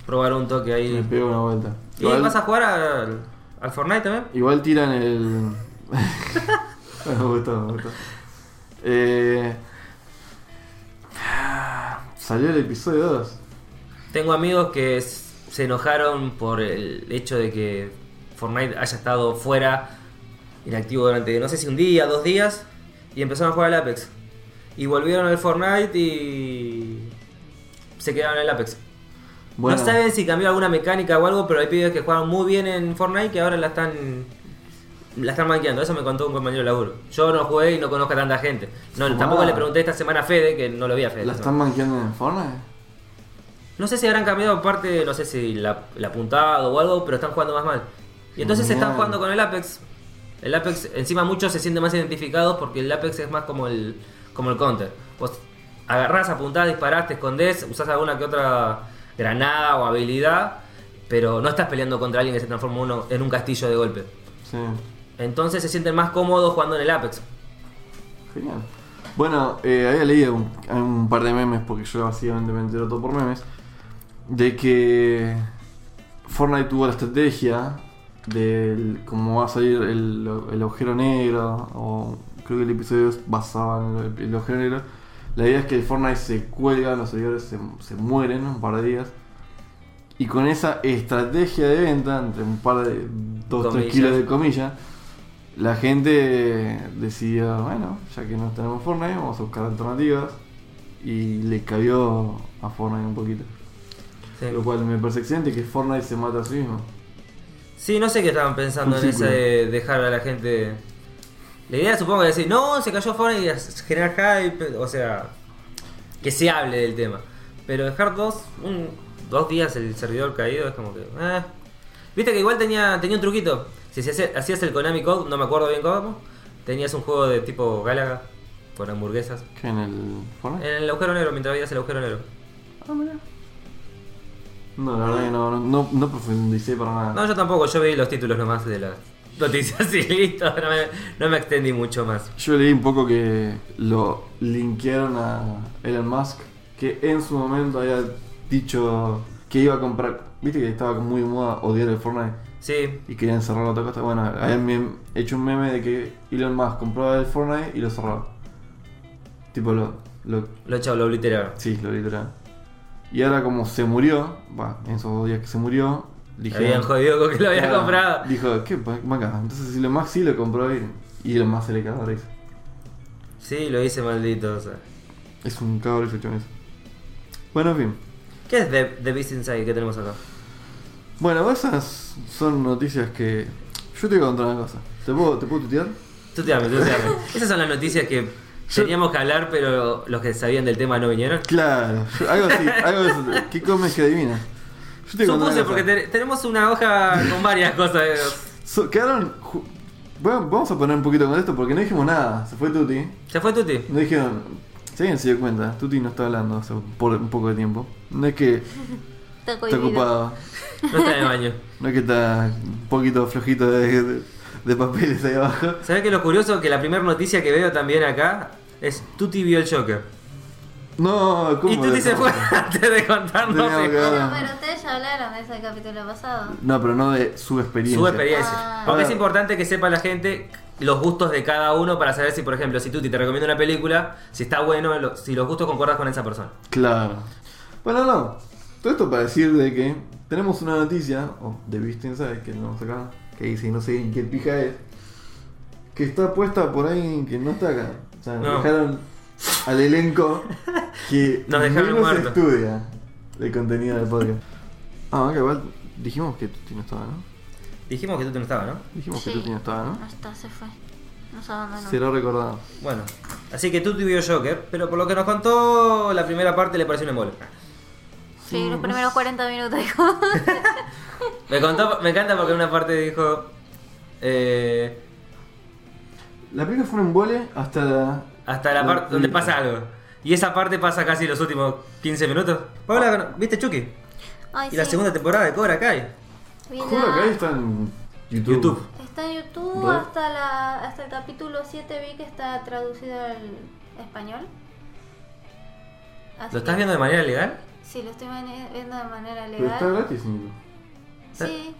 Probar un toque
Me
ahí.
pego una vuelta.
¿Y
Igual,
vas a jugar al, al Fortnite también?
igual tiran el.
*laughs*
*laughs* me gustó, me gustó. Eh... Salió el episodio 2.
Tengo amigos que s- se enojaron por el hecho de que Fortnite haya estado fuera, inactivo durante no sé si un día, dos días, y empezaron a jugar al Apex. Y volvieron al Fortnite y. se quedaron en el Apex.
Bueno,
No saben si cambió alguna mecánica o algo, pero hay pibes que jugaron muy bien en Fortnite que ahora la están. La están manqueando, eso me contó un compañero de laburo. Yo no jugué y no conozco a tanta gente. No,
Ah.
tampoco le pregunté esta semana a Fede, que no lo vi a Fede.
¿La
esta
están manqueando en Fortnite?
no sé si habrán cambiado parte, no sé si la, la apuntado o algo, pero están jugando más mal. Y entonces
Genial.
están jugando con el Apex. El Apex, encima muchos se sienten más identificados porque el Apex es más como el, como el counter. Vos agarrás, apuntás, disparás, te escondés, usás alguna que otra granada o habilidad, pero no estás peleando contra alguien que se transforma uno en un castillo de golpe.
Sí.
Entonces se sienten más cómodos jugando en el Apex.
Genial. Bueno, eh, había leído un, un par de memes, porque yo básicamente me entero todo por memes, de que Fortnite tuvo la estrategia del cómo va a salir el, el agujero negro, o creo que el episodio es basado en el, el agujero negro. La idea es que el Fortnite se cuelga, los seguidores se, se mueren un par de días. Y con esa estrategia de venta, entre un par de 2-3
Comillas.
kilos de comillas, la gente decidió, bueno, ya que no tenemos Fortnite, vamos a buscar alternativas. Y le cabió a Fortnite un poquito.
Sí.
Lo cual me parece excelente que Fortnite se mata a sí mismo.
Sí, no sé qué estaban pensando
Un
en ese
círculo.
de dejar a la gente. La idea supongo que decir, no, se cayó Fortnite y as- generar hype, o sea, que se hable del tema. Pero dejar dos, un- dos días el servidor caído es como que, eh, Viste que igual tenía, tenía un truquito. Si, si hacías- hacías el Konami Code, no me acuerdo bien cómo, tenías un juego de tipo Galaga con hamburguesas.
¿Qué en el
Eh,
Fortnite?
En el agujero negro, mientras veías el agujero negro.
No, la verdad que no, no, no, no profundicé para nada.
No, yo tampoco, yo vi los títulos nomás de las *laughs* noticias y listo. No me, no me extendí mucho más.
Yo leí un poco que
Lo linkearon a Elon Musk, que en su momento había dicho que iba a comprar. Viste que estaba muy de moda odiar el Fortnite
Sí,
y querían cerrarlo a toda costa. Bueno, habían mem- hecho un meme de que Elon Musk compraba el Fortnite y lo cerraba. Tipo, lo, lo
lo chavo, lo obliteraron.
Sí, lo literal. Y ahora como se murió, va, en esos dos días que se murió, dije... "Ah".
Habían jodido con que lo había
Claro.
comprado.
Dijo, ¿qué pa- acá? Entonces si lo más sí lo compró él. Y lo más se le cagó de risa.
Sí, lo hice maldito. o sea.
Es un cabrón ese chabón ese. Bueno, en fin.
¿Qué es The, The Beast Inside que tenemos acá?
Bueno, esas son noticias que... Yo te voy a contar una cosa. ¿Te puedo, te puedo tutear?
Tú te ames, tú te
*laughs*
ames. Esas son las noticias que teníamos que hablar, pero los que sabían del tema no vinieron.
Claro. yo- algo así. algo así. ¿Qué comes que adivinas? Yo te voy a contar
Supuse,
una cosa.
porque te- tenemos una hoja con varias cosas. eh.
So- quedaron... ju- Bueno, vamos a poner un poquito con esto porque no dijimos nada. Se fue Tuti.
¿Se fue Tuti?
No dijeron, si alguien se dio cuenta, Tuti no está hablando hace un- por un poco de tiempo. No es que
Está
está
cohibido.
ocupado,
No está en el baño.
no es que está un poquito flojito de, de- de papeles ahí abajo.
¿Sabes qué es lo curioso? Que la primera noticia que veo también acá es Tuti vio el Joker.
No, ¿cómo?
Y Tuti se fue *laughs* antes de contarnos
Teníamos que-
Bueno, Ah, pero ustedes ya hablaron de ese capítulo pasado.
No, pero no de su experiencia.
su experiencia.
Ah.
Porque es
Ahora-
importante que sepa la gente los gustos de cada uno para saber si, por ejemplo, si Tuti te recomienda una película, si está bueno, lo- si los gustos concuerdas con esa persona.
Claro. Bueno, no. Todo esto para decir de que tenemos una noticia, o de Beast Inside, que no acá, que dice, no sé ni qué pija es, que está puesta por alguien que no está acá. O sea,
No.
dejaron al elenco que
*laughs* Nos dejaron
menos
muertos.
estudia el contenido del podcast. Ah, que igual dijimos que Tuti no estaba, ¿no?
Dijimos que Tuti no estaba, ¿no?
Dijimos
Sí.
que Tuti no estaba,
No
¿no?
está, se fue. Nos abandonó.
Será recordado.
Bueno, así que Tuti vio Joker, pero por lo que nos contó, la primera parte le pareció un embole.
Sí,
Mm.
los primeros 40
*laughs*
minutos dijo.
Me, contó, me encanta porque en una parte dijo. eh,
La película fue un embole hasta la...
hasta la parte donde pasa algo. Y esa parte pasa casi los últimos 15 minutos. Paola, ¿viste Chucky?
Ay,
Y la
Ah. Eh, sí.
segunda temporada de Cobra Kai.
Vi la-
Juro que ahí está en YouTube.
YouTube.
Está en YouTube
¿Vale?
hasta, la, hasta el capítulo 7 vi que está traducido al español. Así
¿Lo estás
que-
viendo de manera legal?
Sí, lo estoy mane- viendo de manera
Pero está
legal.
gratis en YouTube.
Sí,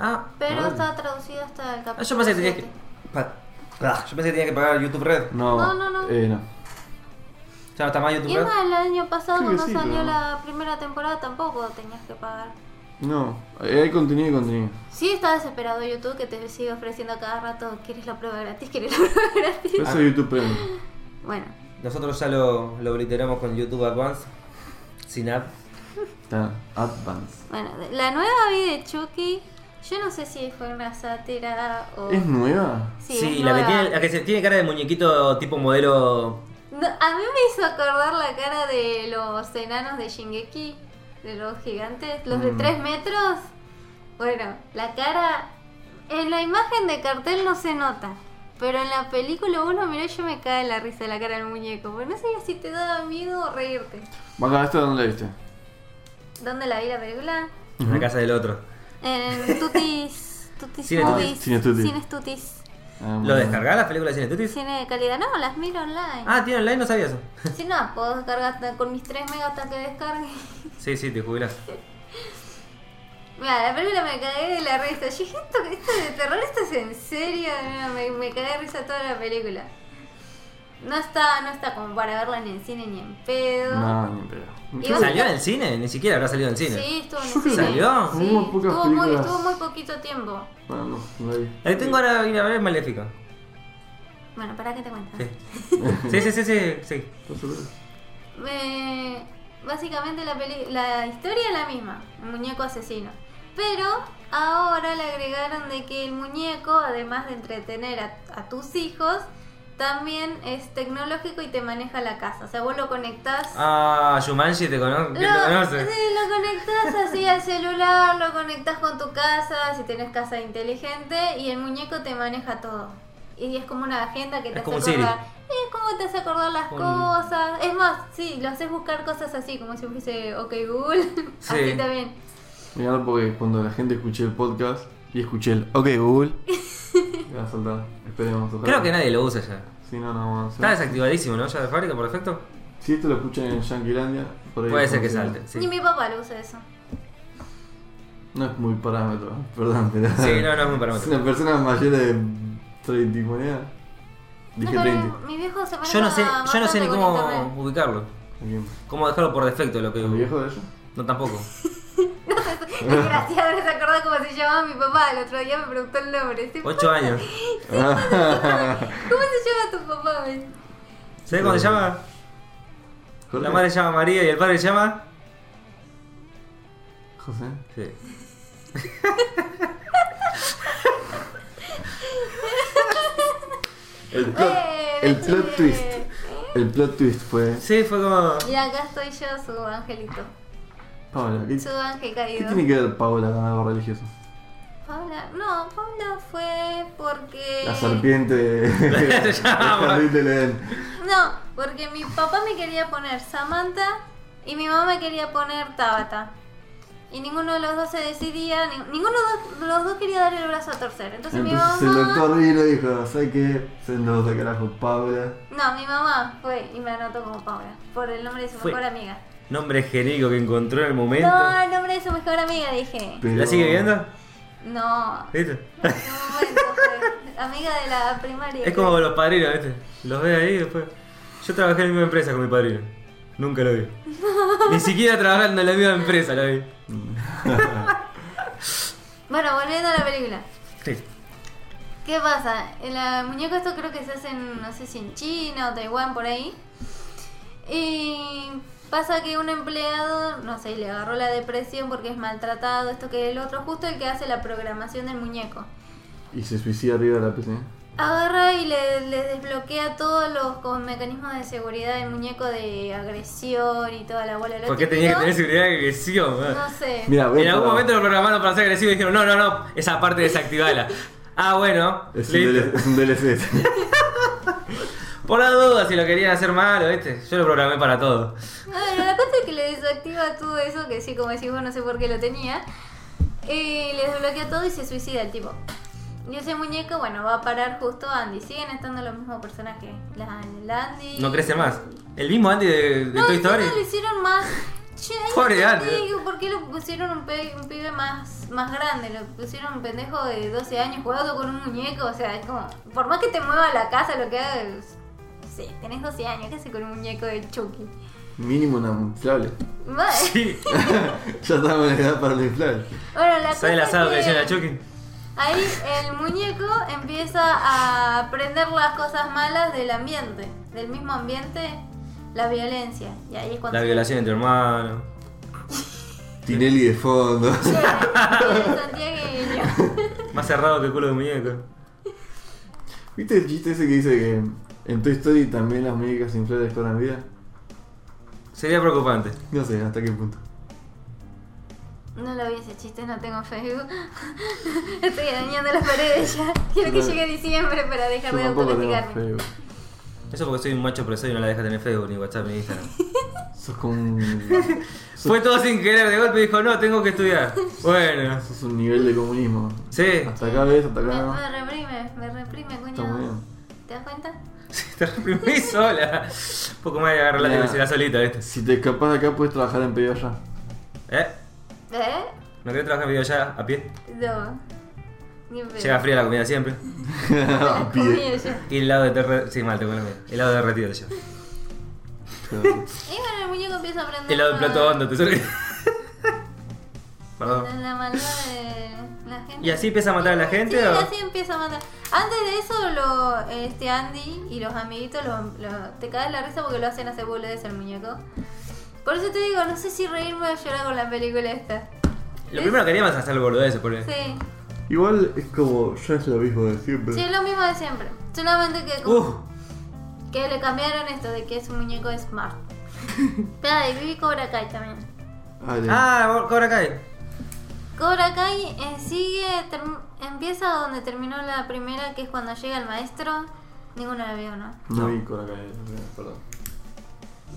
Ah,
pero
Vale.
está traducido hasta el
Ah,
capítulo
yo pensé que tenías que.
7.
pa- ah, yo pensé que tenías que pagar YouTube Red.
No,
No, no, no.
Eh, no.
Ya no está más YouTube
Y
Red.
es más, el año pasado
Creo que
cuando
sí,
salió
pero-
la primera temporada tampoco tenías que pagar.
No, eh, hay contenido y contenido.
Sí, está desesperado YouTube que te sigue ofreciendo a cada rato, ¿quieres la prueba gratis? ¿Quieres la *laughs* prueba gratis?
Eso es YouTube Premium.
Bueno,
Nosotros ya lo, lo obliteramos con YouTube Advance. Sin app.
Está Advance.
bueno, de- la nueva vi de Chucky, yo no sé si fue una sátira o...
¿Es nueva?
es
la que,
nueva.
tiene, la que se- tiene cara de muñequito tipo modelo.
No, a mí me hizo acordar la cara de los enanos de Shingeki, de los gigantes, los
Mm.
de 3 metros. Bueno, la cara en la imagen de cartel no se nota, pero en la película uno miró y yo me cae la risa de la cara del muñeco, porque no sabía si te daba miedo o reírte.
Venga, ¿esto dónde la viste?
¿Dónde la vi la película?
En la casa del otro. *laughs*
En Tutis, Tutis
Cine
Movies,
Cine Tutis.
Cines Tutis.
Ah,
¿Lo
bueno.
descargás las películas de Cinetutis?
Cine de calidad, no, las miro online.
Ah, tiene online, no sabía eso.
Si no, puedo descargar hasta- con mis 3 megas hasta que descargue.
Sí, sí, te jubilás.
Mira, la película me cagué de la risa. Yo dije, esto, esto de terror, esto es en serio. No, me, me cagué de risa toda la película. No está, no está como para verla ni en cine ni en pedo.
No, ni en pedo.
Y vos-
¿Salió en el cine? Ni siquiera habrá salido en el cine.
Sí, estuvo en el
Yo
cine.
creo
que salió.
Sí,
Muy pocas
estuvo, muy,
películas.
estuvo muy poquito tiempo.
No, no, no la vi.
La que tengo ahora vine a ver es Maléfica.
Bueno, para que te cuento.
*laughs* Sí. Sí, sí, sí, sí. sí.
Eh, básicamente la, peli- la historia es la misma, el muñeco asesino. Pero ahora le agregaron de que el muñeco, además de entretener a, a tus hijos, también es tecnológico y te maneja la casa. O sea, vos lo conectás.
Ah, Shumanji te conoce.
lo,
¿Quién te conoce?
sí, lo conectás así al celular, lo conectás con tu casa, si tenés casa inteligente, y el muñeco te maneja todo. Y es como una agenda que te
Es como un
hace
Siri.
acordar. Es como te hace acordar las
Un-
cosas. Es más, sí, lo haces buscar cosas así, como si fuese OK Google. *laughs*
Sí.
así también.
Me encanta porque cuando la gente escuché el podcast y escuché el OK
*laughs*
Google,
Me va a saltar. Esperemos. ojalá.
Creo que nadie lo usa ya.
si no, no vamos
Está
a hacer.
desactivadísimo, ¿no? Ya de fábrica, por defecto.
Si esto lo escuchan en Yanquilandia, por ahí.
Puede ser que
funciona.
salte.
Ni
Sí.
mi papá lo usa eso.
No es muy parámetro, ¿eh? perdón, pero.
Sí, no, no es
*laughs*
un parámetro.
Una persona mayor de 30 y moneda. Dije
No, pero
30.
mi viejo se maneja
Yo no sé, yo no sé
bastante
ni
con
cómo
internet. *laughs*
ubicarlo.
Bien.
Cómo dejarlo por defecto lo que
¿El viejo
*laughs*
de ellos?
No tampoco.
Desgraciado, no se acordó cómo se llamaba mi papá. El otro día me preguntó el nombre. Sí,
Ocho años. *laughs*
¿Cómo se llama tu papá? men?
¿Sabes cómo se llama? La madre se llama María y el padre se llama.
José.
Sí.
El plot,
Eh,
el
sí.
plot twist. El plot twist fue.
Sí, fue como.
Y acá estoy yo, su angelito.
Paula, ¿qué,
Su ángel
qué
caído.
tiene que ver Paula con algo religioso?
Paula, no, Paula fue porque.
La serpiente.
*laughs*
de-
llama.
el jardín del Edén.
No, porque mi papá me quería poner Samantha y mi mamá me quería poner Tabata. Y ninguno de los dos se decidía, ni- ninguno de los- de los dos quería dar el brazo a torcer. Entonces,
Entonces
mi
el
mamá.
doctor vino y dijo: ¿Sabes qué? Sendo de carajo, Paula.
No, mi mamá fue y me anotó como Paula, por el nombre de su
Fue.
mejor amiga.
Nombre genérico que encontró en el momento.
No, el nombre de su mejor amiga, dije.
Pero-
¿La sigue viendo?
No,
¿Viste?
en ese momento fue amiga de la primaria.
Es como los padrinos, ¿viste? Los ve ahí y después. Yo trabajé en la misma empresa con mi padrino. Nunca lo vi. *laughs* Ni siquiera trabajando en la misma empresa lo vi.
Bueno, volviendo a la película.
Sí.
¿Qué pasa? El ah, muñeco esto creo que se hace en, no sé si en China o Taiwán, por ahí. Y pasa que un empleado, no sé, le agarró la depresión porque es maltratado, esto que el otro, justo el que hace la programación del muñeco.
Y se suicida arriba de la PC.
Agarra y le, le desbloquea todos los con mecanismos de seguridad del muñeco de agresión y toda la bola. Lo
¿Por qué tenía que
típico,
tener seguridad de agresión? man?
No sé.
Mira, voy
En
a
algún
probar.
momento lo programaron para ser agresivo y dijeron, no, no, no, esa parte desactivala. ah, bueno,
Es un,
listo.
DLC, es un
*laughs*
DLC.
Por la duda si lo querían hacer malo, ¿viste? Yo lo programé para todo.
Bueno, la cosa es que le desactiva todo eso, que sí, como decís vos, no sé por qué lo tenía. Y le desbloquea todo y se suicida el tipo. Y ese muñeco, bueno, va a parar justo a Andy. Siguen estando los mismos personajes. La, el Andy.
No crece más. El mismo Andy de, de
No,
Toy
encima
Story.
le hicieron más. Che, ahí
Pobre
no
Andy.
digo ¿Por qué lo pusieron un, pe- un pibe más, más grande? Lo pusieron un pendejo de 12 años jugando con un muñeco. O sea, es como. Por más que te mueva la casa, lo que haga. es- Sí, tenés 12 años, ¿qué haces con un muñeco de Chucky?
Mínimo una inflable.
Bueno,
Sí.
Ya estamos en la edad para la inflable.
Bueno, *laughs* la
¿Sabes el
cosa
asado que
es
decía la Chucky?
Ahí el muñeco empieza a aprender las cosas malas del ambiente, del mismo ambiente, la violencia. Y ahí es cuando
La
se-
violación entre hermanos.
Tinelli de fondo.
Sí, el santiagueño.
Más cerrado que culo de muñeco.
¿Viste el chiste ese que dice que en Toy Story también las muñecas inflables cobran vida?
Sería preocupante.
No sé hasta qué punto.
No lo vi ese chiste, no tengo Facebook. *laughs* Estoy dañando las paredes ya. Quiero que
Yo
llegue diciembre para dejar de autocastigarme.
Facebook.
Eso porque soy un macho opresor y no la deja tener Facebook, ni WhatsApp,
*laughs*
ni Instagram.
Sos como un,
Fue todo sin querer, de golpe dijo, no, tengo que
*laughs*
estudiar. Bueno.
sos un nivel de comunismo.
Sí. *laughs*
Hasta acá ves, hasta acá
Me,
no.
me reprime, me reprime,
Está muy
coño.
bien.
¿Te das cuenta?
Te reprimí sola.
*laughs*
Un poco más de agarrarla
Mira.
que será solita, ¿viste?
Si te escapas de acá, puedes trabajar en pedido allá.
¿Eh?
¿Eh?
¿No querés trabajar en video ya a pie?
No. Ni en pedo.
Llega fría la comida siempre.
A pie.
Comida ya.
Y el lado de terre... Sí, mal, te conozco. El lado de retiro te lleva.
Y bueno, el muñeco empieza a aprender.
El lado
a-
de plato hondo te sirve.
de
Perdón.
La maldad de la gente.
¿Y así empieza a matar a la gente
Sí,
o...?
así empieza a matar. Antes de eso, lo, este Andy y los amiguitos lo- lo- te caes la risa porque lo hacen hacer boludes el muñeco. Por eso te digo, no sé si reírme o llorar con la película esta.
Lo primero que haríamos es hacer el boludeces, porque...
Sí,
Igual es como, ya es lo mismo de siempre.
sí, es lo mismo de siempre. Solamente que. como-
Uf,
Que le cambiaron esto de que es un muñeco
*laughs*
smart. Espera, y viví Cobra Kai también.
Ale.
Ah, Cobra Kai.
Cobra Kai eh, sigue, term- empieza donde terminó la primera, que es cuando llega el maestro. Ninguno la vio, ¿no?
No.
No vi con acá, perdón.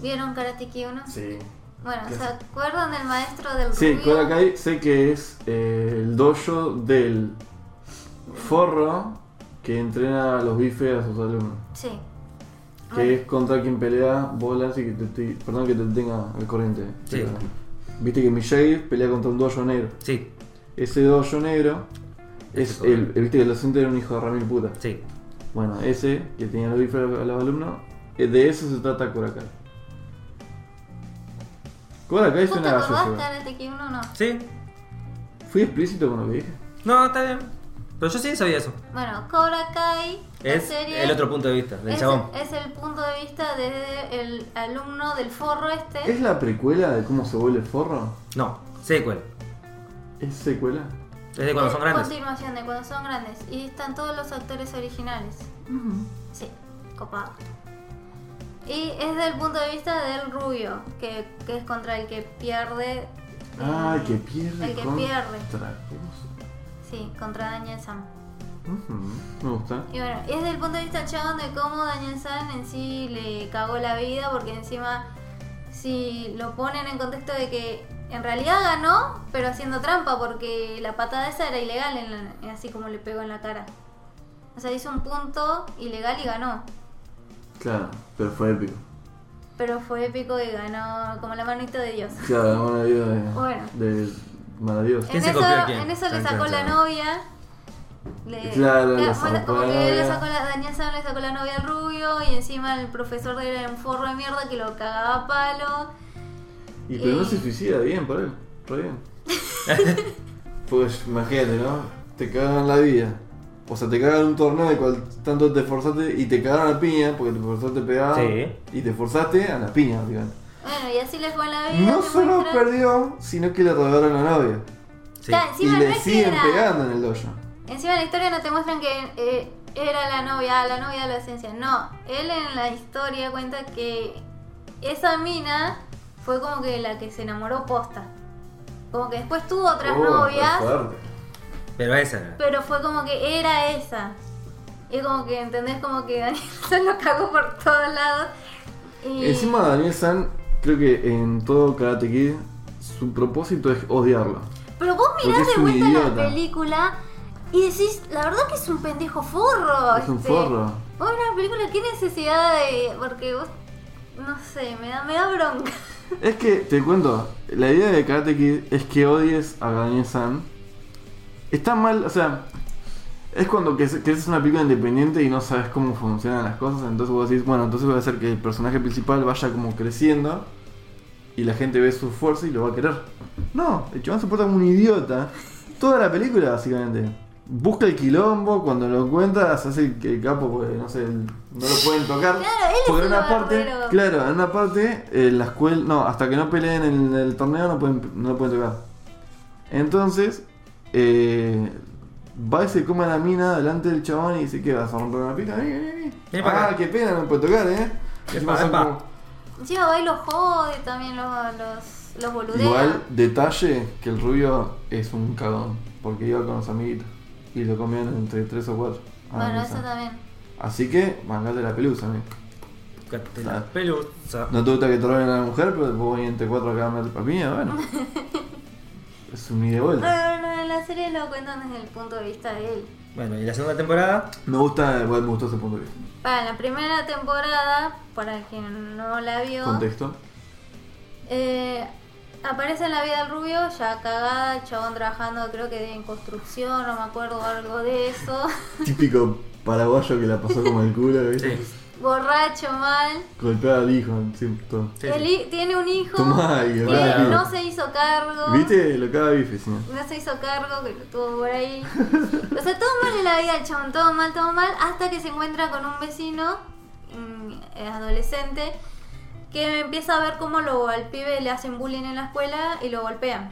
¿Vieron Karate Kid 1?
Sí.
Bueno, ¿se
Gracias.
acuerdan del maestro del
Sí,
rubio?
Cobra Kai sé que es eh, el dojo del forro que entrena a los bifes a sus alumnos.
Sí.
Que
Ah.
Bueno,
es contra quien pelea bolas y que te, estoy- perdón que te tenga al corriente.
Sí.
Pero, Viste que Miyagi pelea contra un dojo negro.
Sí,
Ese dojo negro es
Ese
el, el- viste que el docente era un hijo de Ramil puta.
sí.
Bueno, ese que tenía los bifes a los alumnos, eh, de eso se trata Cobra Kai. Cobra Kai
¿Vos te
suena
acordás
gracioso.
Karate Kid 1 no?
Sí.
¿Fui explícito con lo que dije?
No, está bien. Pero yo sí sabía eso.
Bueno, Cobra Kai, la
Es
serie,
el otro punto de vista, del
es,
chabón.
es el punto de vista desde el alumno del forro este.
¿Es la precuela de cómo se vuelve forro?
No, sequel.
¿Es secuela?
Es de cuando son
Es
grandes.
Continuación de cuando son grandes. Y están todos los actores originales. Sí, copado. Y es del punto de vista del rubio, que, que es contra el que pierde.
Ah, el que
eh,
pierde.
El que
con-
pierde.
Tra- cosa.
Sí, contra Daniel Sam.
Ujú, Me gusta.
Y bueno, es del punto de vista chabón de cómo Daniel San en sí le cagó la vida, porque encima, si lo ponen en contexto de que en realidad ganó, pero haciendo trampa, porque la patada esa era ilegal, en la- así como le pegó en la cara. O sea, hizo un punto ilegal y ganó.
Claro, pero fue épico.
Pero fue épico y ganó como la manito de Dios.
Claro, una vida de.
Bueno.
de maravilloso.
¿Quién
En
se
eso,
copió a quién?
en eso le
Chan,
sacó
chan,
la
chan.
novia. Le,
Claro, le
Claro, bueno,
sacó
como
la
que le
novia.
sacó la, Daniel Sam le sacó la novia al rubio y encima el profesor era un forro de mierda que lo cagaba a palo.
Y pero no
Y-
se suicida, bien por él, re bien. *laughs* pues imagínate, ¿no? Te cagan la vida. O sea, te cagan un torneo de cual tanto te esforzaste y te cagaron a la piña porque te esforzaste a pegar
Sí.
y te esforzaste a la piña, digamos.
Bueno, y así le fue en la vida.
No
se
solo
muestra-
perdió, sino que le robaron la novia.
Sí.
Claro,
y
encima no
le
es que
siguen
era-
pegando en el dojo.
Encima en la historia no te muestran que eh, era la novia, la novia de la esencia. No, él en la historia cuenta que esa mina fue como que la que se enamoró posta. Como que después tuvo otras
Oh,
novias.
re fuerte.
Pero esa era.
Pero fue como que era esa. Y como que, ¿entendés? Como que Daniel *laughs* se lo cagó por todos lados. Y
Encima Daniel San, creo que en todo Karate Kid, su propósito es odiarlo.
Pero vos
Porque
mirás
es
de
un
vuelta la
idiota.
película y decís, la verdad que es un pendejo forro.
Es un
este.
forro.
Vos mirás la película, ¿qué necesidad de...? Porque vos... No sé, me da, me da bronca. *laughs*
Es que, te cuento, la idea de Karate Kid es que odies a Daniel San. Está mal, o sea, es cuando que es una película independiente y no sabes cómo funcionan las cosas, entonces vos decís, bueno, entonces voy a hacer que el personaje principal vaya como creciendo y la gente ve su fuerza y lo va a querer. No, el chabón se porta como un idiota. Toda la película, básicamente. Busca el quilombo, cuando lo encuentra se hace el, el capo, porque no sé, el- no lo pueden tocar.
Claro, él es
porque
un
en una parte,
barbero.
claro, en una parte, eh, la escuela, no, hasta que no peleen en el, el torneo no, pueden, no lo pueden tocar. Entonces, eh, va y se come a la mina delante del chabón y dice, ¿qué vas a romper una pita? Vení, vení, vení.
Vení para
Ah,
acá.
qué pena, no puede tocar, eh.
Epa,
Encima son
epa.
como-
Encima va y lo jode también los, los, los boludea.
Igual, detalle que el rubio es un cagón, porque iba con los amiguitos y lo comían entre 3 o 4. ah,
Bueno, eso también.
Así que, mangate la pelusa, amigo.
Cate la pelusa.
No te gusta que te roben a la mujer, pero después venir entre 4 acá a meter papilla,
*laughs*
bueno. es un ida y vuelta.
No, no, no, en la serie lo cuentan desde el punto de vista de él.
Bueno, y la segunda temporada.
Me gusta, igual me gustó ese punto de vista.
Para la primera temporada, para quien no la vio,
Contexto.
eh, aparece en la vida del rubio, ya cagada, el chabón trabajando creo que en construcción, no me acuerdo algo de eso, *laughs*
Típico paraguayo que la pasó como el culo, ¿viste?
Sí.
borracho mal,
Golpear al hijo, sí, todo.
Sí,
El
sí.
hi- tiene un hijo
Tomá, y
que
claro.
no se hizo cargo.
¿Viste? Lo caga bife, sí.
No se hizo cargo, que lo tuvo por ahí. O sea, todo mal en la vida del chabón, todo mal, todo mal, hasta que se encuentra con un vecino mm, eh, adolescente que empieza a ver cómo lo, al pibe le hacen bullying en la escuela y lo golpean.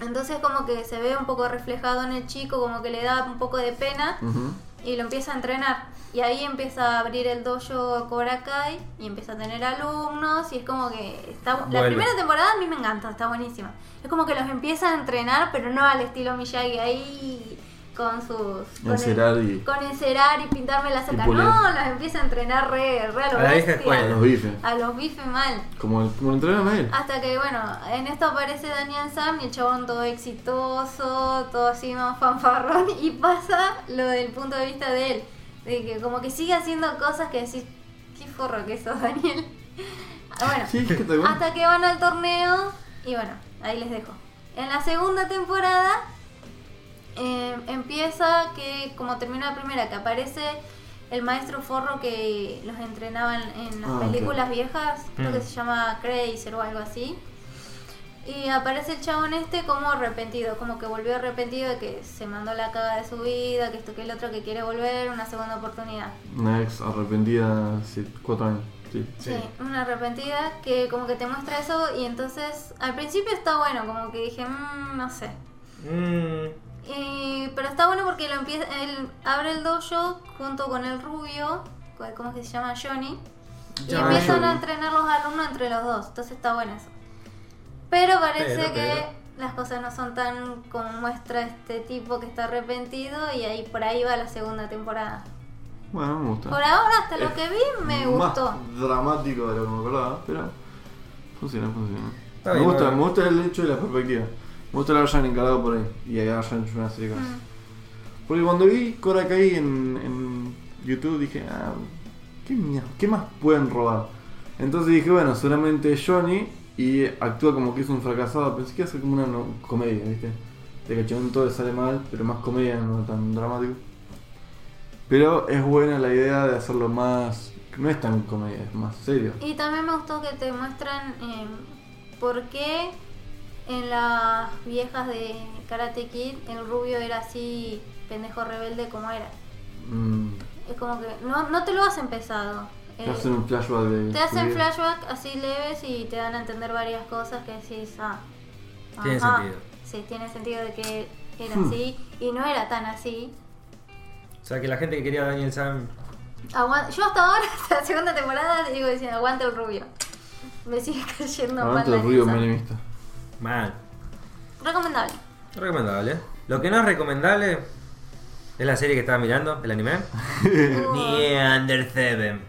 Entonces como que se ve un poco reflejado en el chico, como que le da un poco de pena.
Ujú.
y lo empieza a entrenar. Y ahí empieza a abrir el dojo Cobra Kai y empieza a tener alumnos y es como que está bu- la
Vuelve.
primera temporada a mí me encanta, está buenísima. Es como que los empieza a entrenar, pero no al estilo Miyagi ahí con sus con
Encerar y-
con encerar y pintarme la
Y
cerca.
pulir.
No, los empieza a entrenar re, re a lo
A la vieja
bestia.
escuela.
Los bifes.
A los bifes mal.
Como, el, como lo entrenaron a él.
Hasta que, bueno, en esto aparece Daniel Sam y el chabón todo exitoso, todo así más fanfarrón, y pasa lo del punto de vista de él. De que como que sigue haciendo cosas que decís, qué forro que sos, Daniel. *laughs* Ah, bueno,
Sí, es que te
hasta que van al torneo, y bueno, ahí les dejo. En la segunda temporada eh, empieza que, como terminó la primera, que aparece el maestro forro que los entrenaba en, en las
Ah, ok.
películas viejas, creo que
Mm.
se llama Crazer o algo así. Y aparece el chabón este como arrepentido, como que volvió arrepentido de que se mandó la caga de su vida, que esto que el otro que quiere volver, una segunda oportunidad.
Una ex arrepentida hace cuatro años. Sí.
Sí. una arrepentida que como que te muestra eso y entonces al principio está bueno, como que dije, "Mm, no sé.
Mm,
Y- pero está bueno porque lo empieza, él abre el dojo junto con el rubio, cu- ¿cómo es que se llama? Johnny. Y
Johnny.
empiezan a
Johnny.
entrenar los alumnos entre los dos, entonces está bueno eso. Pero parece
Pero,
que
pero.
las cosas no son tan como muestra este tipo que está arrepentido y ahí por ahí va la segunda temporada.
Bueno, me gusta.
Por
Ah.
ahora hasta lo que vi me gustó.
Más dramático de lo que me acordaba, pero funciona, funciona.
Está
me
bien,
gusta,
bueno.
me gusta el hecho de la perspectiva. Me gusta que lo hayan encargado por ahí y que hayan hecho una serie con eso.
Mm.
Porque cuando vi Cobra Kai en, en YouTube dije, ah, ¿qué, mia- ¿qué más pueden robar? Entonces dije, bueno, solamente Johnny y actúa como que es un fracasado. Pensé que iba a ser como una no- comedia, ¿viste? De que el chabón todo le sale mal, pero más comedia, no tan dramático. Pero es buena la idea de hacerlo más. No es tan comedia, es más serio.
Y también me gustó que te muestran eh, por qué en las viejas de Karate Kid el rubio era así pendejo rebelde como era.
Mm,
Es como que no, no te lo hacen pesado.
te
Eh,
hacen un flashback de.
te
su
hacen
vida.
flashback así leves y te dan a entender varias cosas que decís, ah,
Tiene
ajá,
sentido.
Sí, tiene sentido de que era
Hmm.
así y no era tan así.
o sea, que la gente que quería a Daniel Sam.
Agua- Yo hasta ahora, *laughs* hasta la segunda temporada, digo diciendo, aguanta el rubio. Me sigue *laughs* cayendo mal.
Aguante
la
el ruido
cosa.
menemista.
Mal.
Recomendable.
Recomendable. ¿eh? Lo que no es recomendable es la serie que estaba mirando, el anime. Neander Seven.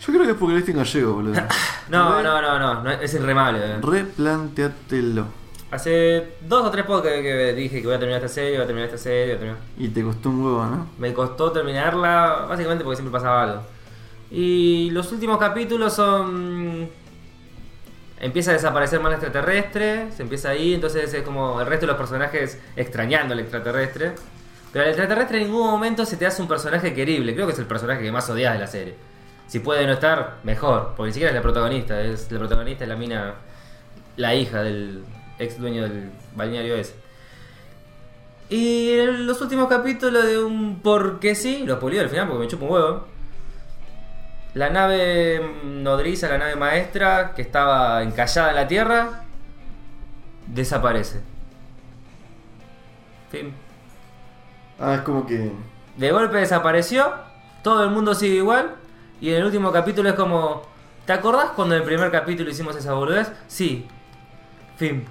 Yo creo que es porque lo viste en gallego, *laughs* boludo.
No,
Re-
no, no, no, no, es irremable. eh.
Replanteatelo.
Hace dos o tres podcasts que dije que voy a terminar esta serie, voy a terminar esta serie, voy a terminar.
Y te costó un huevo, ¿no?
Me costó terminarla, básicamente porque siempre pasaba algo. Y los últimos capítulos son. mm, Empieza a desaparecer más el extraterrestre, se empieza ahí, entonces es como el resto de los personajes extrañando al extraterrestre. Pero al extraterrestre en ningún momento se te hace un personaje querible, creo que es el personaje que más odias de la serie. Si puede no estar, mejor, porque ni siquiera es la protagonista, es la protagonista es la mina, la hija del ex dueño del balneario ese. Y en los últimos capítulos de un porque sí, los pulió al final porque me chupa un huevo. La nave nodriza, la nave maestra, que estaba encallada en la Tierra, desaparece. Fin.
Ah, es como que.
De golpe desapareció, todo el mundo sigue igual, y en el último capítulo es como... ¿Te acordás cuando en el primer capítulo hicimos esa boludez? Sí. Fin.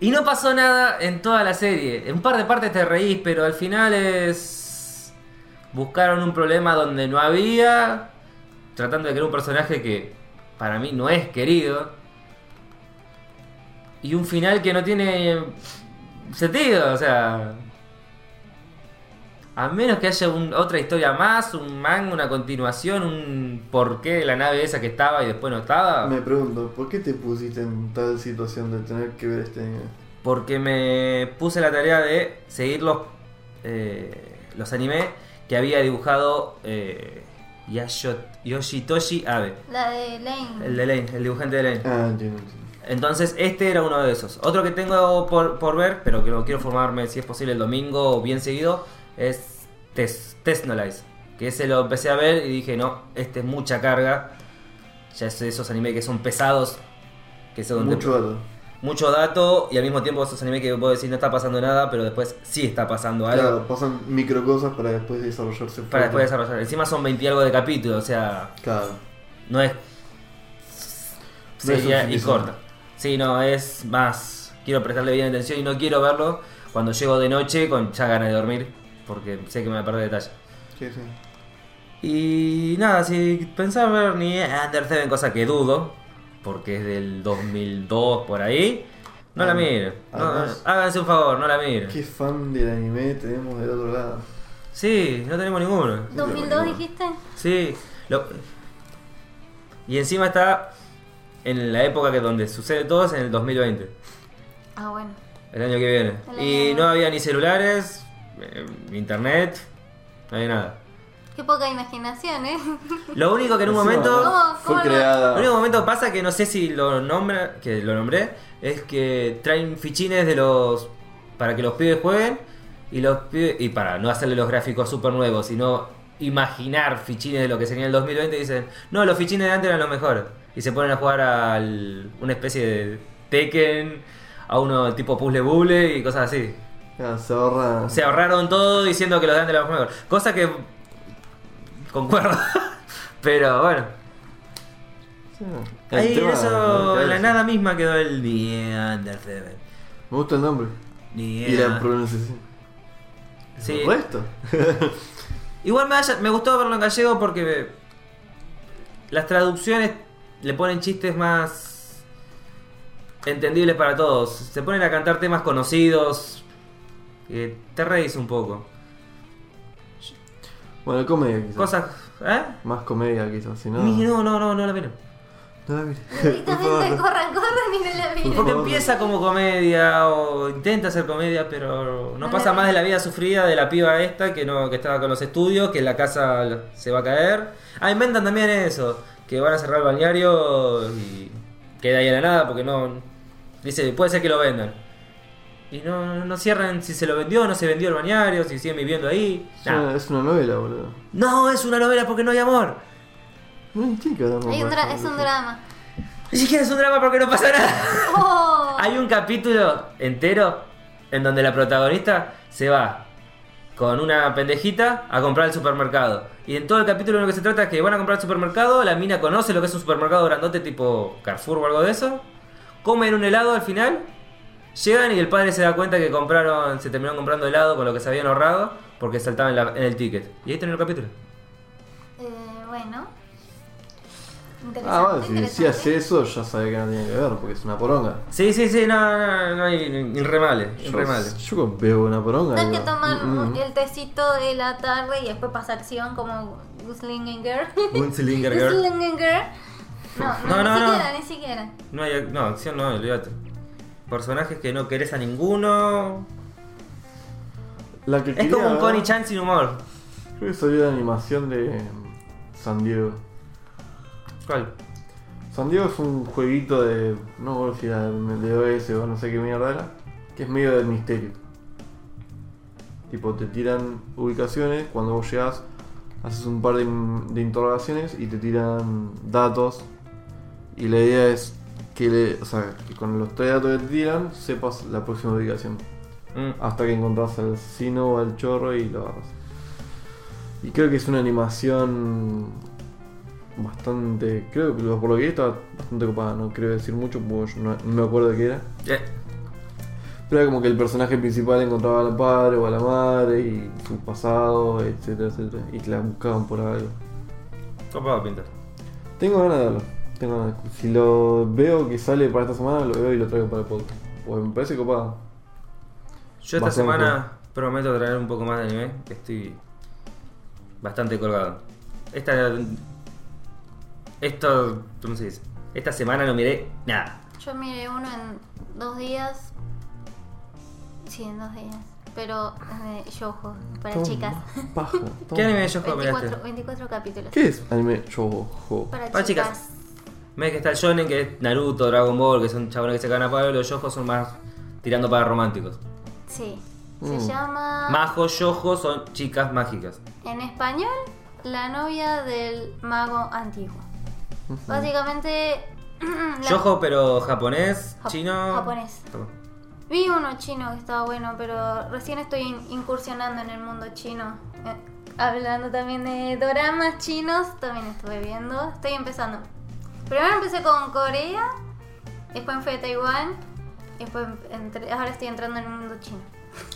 y no pasó nada en toda la serie. En un par de partes te reís, pero al final es... Buscaron un problema donde no había, tratando de crear un personaje que para mí no es querido. Y un final que no tiene sentido, o sea... A menos que haya un- otra historia más, un manga, una continuación, un porqué de la nave esa que estaba y después no estaba.
Me pregunto, ¿por qué te pusiste en tal situación de tener que ver este anime?
Porque me puse la tarea de seguir los, eh, los animes que había dibujado eh, Yasho- Yoshitoshi Abe.
La de Lane.
El de Lane, el dibujante de Lane.
Ah, entiendo, entiendo.
Entonces, este era uno de esos. Otro que tengo por, por ver, pero que lo quiero formarme si es posible el domingo o bien seguido, es Tes- Tesnolize. Que ese lo empecé a ver y dije, no, este es mucha carga. Ya es de esos animes que son pesados. Que son
Mucho dato.
mucho dato y al mismo tiempo esos animes que puedo decir no está pasando nada, pero después sí está pasando algo.
Claro, pasan micro cosas para después desarrollarse.
Para
fuerte.
después desarrollar. Encima son 20 y algo de capítulos, o sea,
Claro.
no es.
No es
Sí, ya- y
suficiente.
corta. Sí, no, es más. Quiero prestarle bien atención y no quiero verlo cuando llego de noche con ya ganas de dormir, porque sé que me voy a perder detalle.
Sí, sí.
Y nada, si pensaba ver ni Under Seven, cosa que dudo, porque es del 2002 por ahí, no la
Ah,
miren. No,
además-
háganse un favor, no la miren.
Qué fan del anime tenemos del otro lado.
Sí, no tenemos ninguno.
¿2002 dijiste?
Sí. lo- Y encima está en la época que donde sucede todo es en el 2020,
Ah, bueno.
el año que viene.
El
Y
año-
no había ni celulares, eh, internet, no había nada.
Qué poca imaginación,
*laughs*
¿eh?
Lo único que en un
Encima,
momento...
¿Cómo-
Fue
cómo no?
creada.
El único momento pasa que no sé si lo nombra, que lo nombré, es que traen fichines de los para que los pibes jueguen y los pibes, y para no hacerle los gráficos super nuevos, sino imaginar fichines de lo que sería el 2020 dicen, "No, los fichines de antes eran los mejores." Y se ponen a jugar al una especie de Tekken, a uno tipo puzzle buble y cosas así.
Ya, se ahorra.
Se ahorraron todo diciendo que los de antes eran los mejores. Cosa que concuerdo. *laughs* Pero bueno,
Sí. El
Ahí
tema-
eso, en la
sí.
nada misma quedó el Neander Seven.
Me gusta el nombre. Y la pronunciación.
Sí.
El resto.
Igual me, haya- me gustó verlo en gallego porque las traducciones le ponen chistes más entendibles para todos. Se ponen a cantar temas conocidos. eh, te reís un poco.
Bueno, comedia quizás.
Cosas. ¿Eh?
Más comedia quizás, si no.
No, no, no, no, no la miren.
No la mire. *laughs*
Directamente este, corran, corran y no la miren.
favor.
Porque empieza como comedia o intenta hacer comedia, pero no pasa más de la vida sufrida de la piba esta que no que estaba con los estudios, que la casa lo- se va a caer. Ah, inventan también eso, que van a cerrar el balneario y queda ahí en la nada porque no dice, puede ser que lo vendan. Y no, no cierran si se lo vendió o no se vendió el balneario, si siguen viviendo ahí.
Es
Nah.
una- Ah, Es una novela, boludo.
No, es una novela porque no hay amor.
No hay chica tampoco.
Hay un
por
dra-
ejemplo.
es un drama.
Ni siquiera es un drama porque no pasa nada.
¡Oh!
Hay un capítulo entero en donde la protagonista se va con una pendejita a comprar al supermercado. Y en todo el capítulo lo que se trata es que van a comprar al supermercado, la mina conoce lo que es un supermercado grandote tipo Carrefour o algo de eso, comen un helado al final, llegan y el padre se da cuenta que compraron, se terminaron comprando helado con lo que se habían ahorrado porque saltaban en, la- en el ticket. Y ahí tenés el capítulo.
Eh, bueno.
Ah,
Interesante,
bueno, si, si
interesante.
hace eso, ya sabe que no tiene que ver, porque es una poronga.
Sí, sí, sí, no, no, no hay ni- ni remales, ni
Yo,
remales.
yo veo una poronga.
Tal que
digo,
toman
mm, mm.
un- el tecito de la tarde y después pasa acción como Guslingen Girl.
Gunslinger
*laughs*
Girl.
Guslingen Girl. No,
No,
no,
no,
ni
no.
siquiera, ni siquiera.
No hay ac- no, acción no, olvídate. Personajes que no querés a ninguno.
La que
Es como un Connie
Connie
Chan sin humor.
Creo que salió la animación de mm, San Diego.
¿Cuál?
San Diego es un jueguito de. No recuerdo si era de OS o no sé qué mierda era. Que es medio de misterio. Tipo, te tiran ubicaciones. Cuando vos llegás, haces un par de, de interrogaciones y te tiran datos. Y la idea es que, le, o sea, que con los tres datos que te tiran, sepas la próxima ubicación.
Mm.
Hasta que encontrás al sino o al chorro y lo agarras. Y creo que es una animación bastante. Creo que lo- por lo que vi estaba bastante copada, no quiero decir mucho porque yo no, no me acuerdo de qué era.
Eh,
Pero era como que el personaje principal encontraba al padre o a la madre y su pasado, etcétera, etcétera. Y que la buscaban por algo.
copado pinta.
Tengo ganas de verlo. Tengo ganas. de- Si lo veo que sale para esta semana, lo veo y lo traigo para el podcast. Porque me parece copado.
Yo esta
Bastante.
semana prometo traer un poco más de anime, que estoy bastante colgado. Esta. Esto. ¿Cómo se dice? Esta semana no miré nada.
Yo miré uno en dos días. Sí, en dos días. Pero es de Shoujo, para
Toma,
chicas.
*laughs*
Paja,
¿Qué
toma.
anime de Yojo miraste?
24, 24 capítulos.
¿Qué es anime Shoujo?
Para,
este. Para chicas.
chicas.
Ves que está el shonen, que es Naruto, Dragon Ball, que son chabones que se cagan a palo, los Yojo son más tirando para románticos.
Sí. Se
Mm.
llama.
Majo Yojo son chicas mágicas.
En español, la novia del mago antiguo. Básicamente *clears throat* La-
Yojo, pero japonés,
Jap-
chino.
japonés. Vi uno chino que estaba bueno, pero recién estoy in- incursionando en el mundo chino. Eh, hablando también de doramas chinos, también estuve viendo. Estoy empezando. Primero empecé con Corea, después me fui a Taiwán, después entré- ahora estoy entrando en el mundo chino.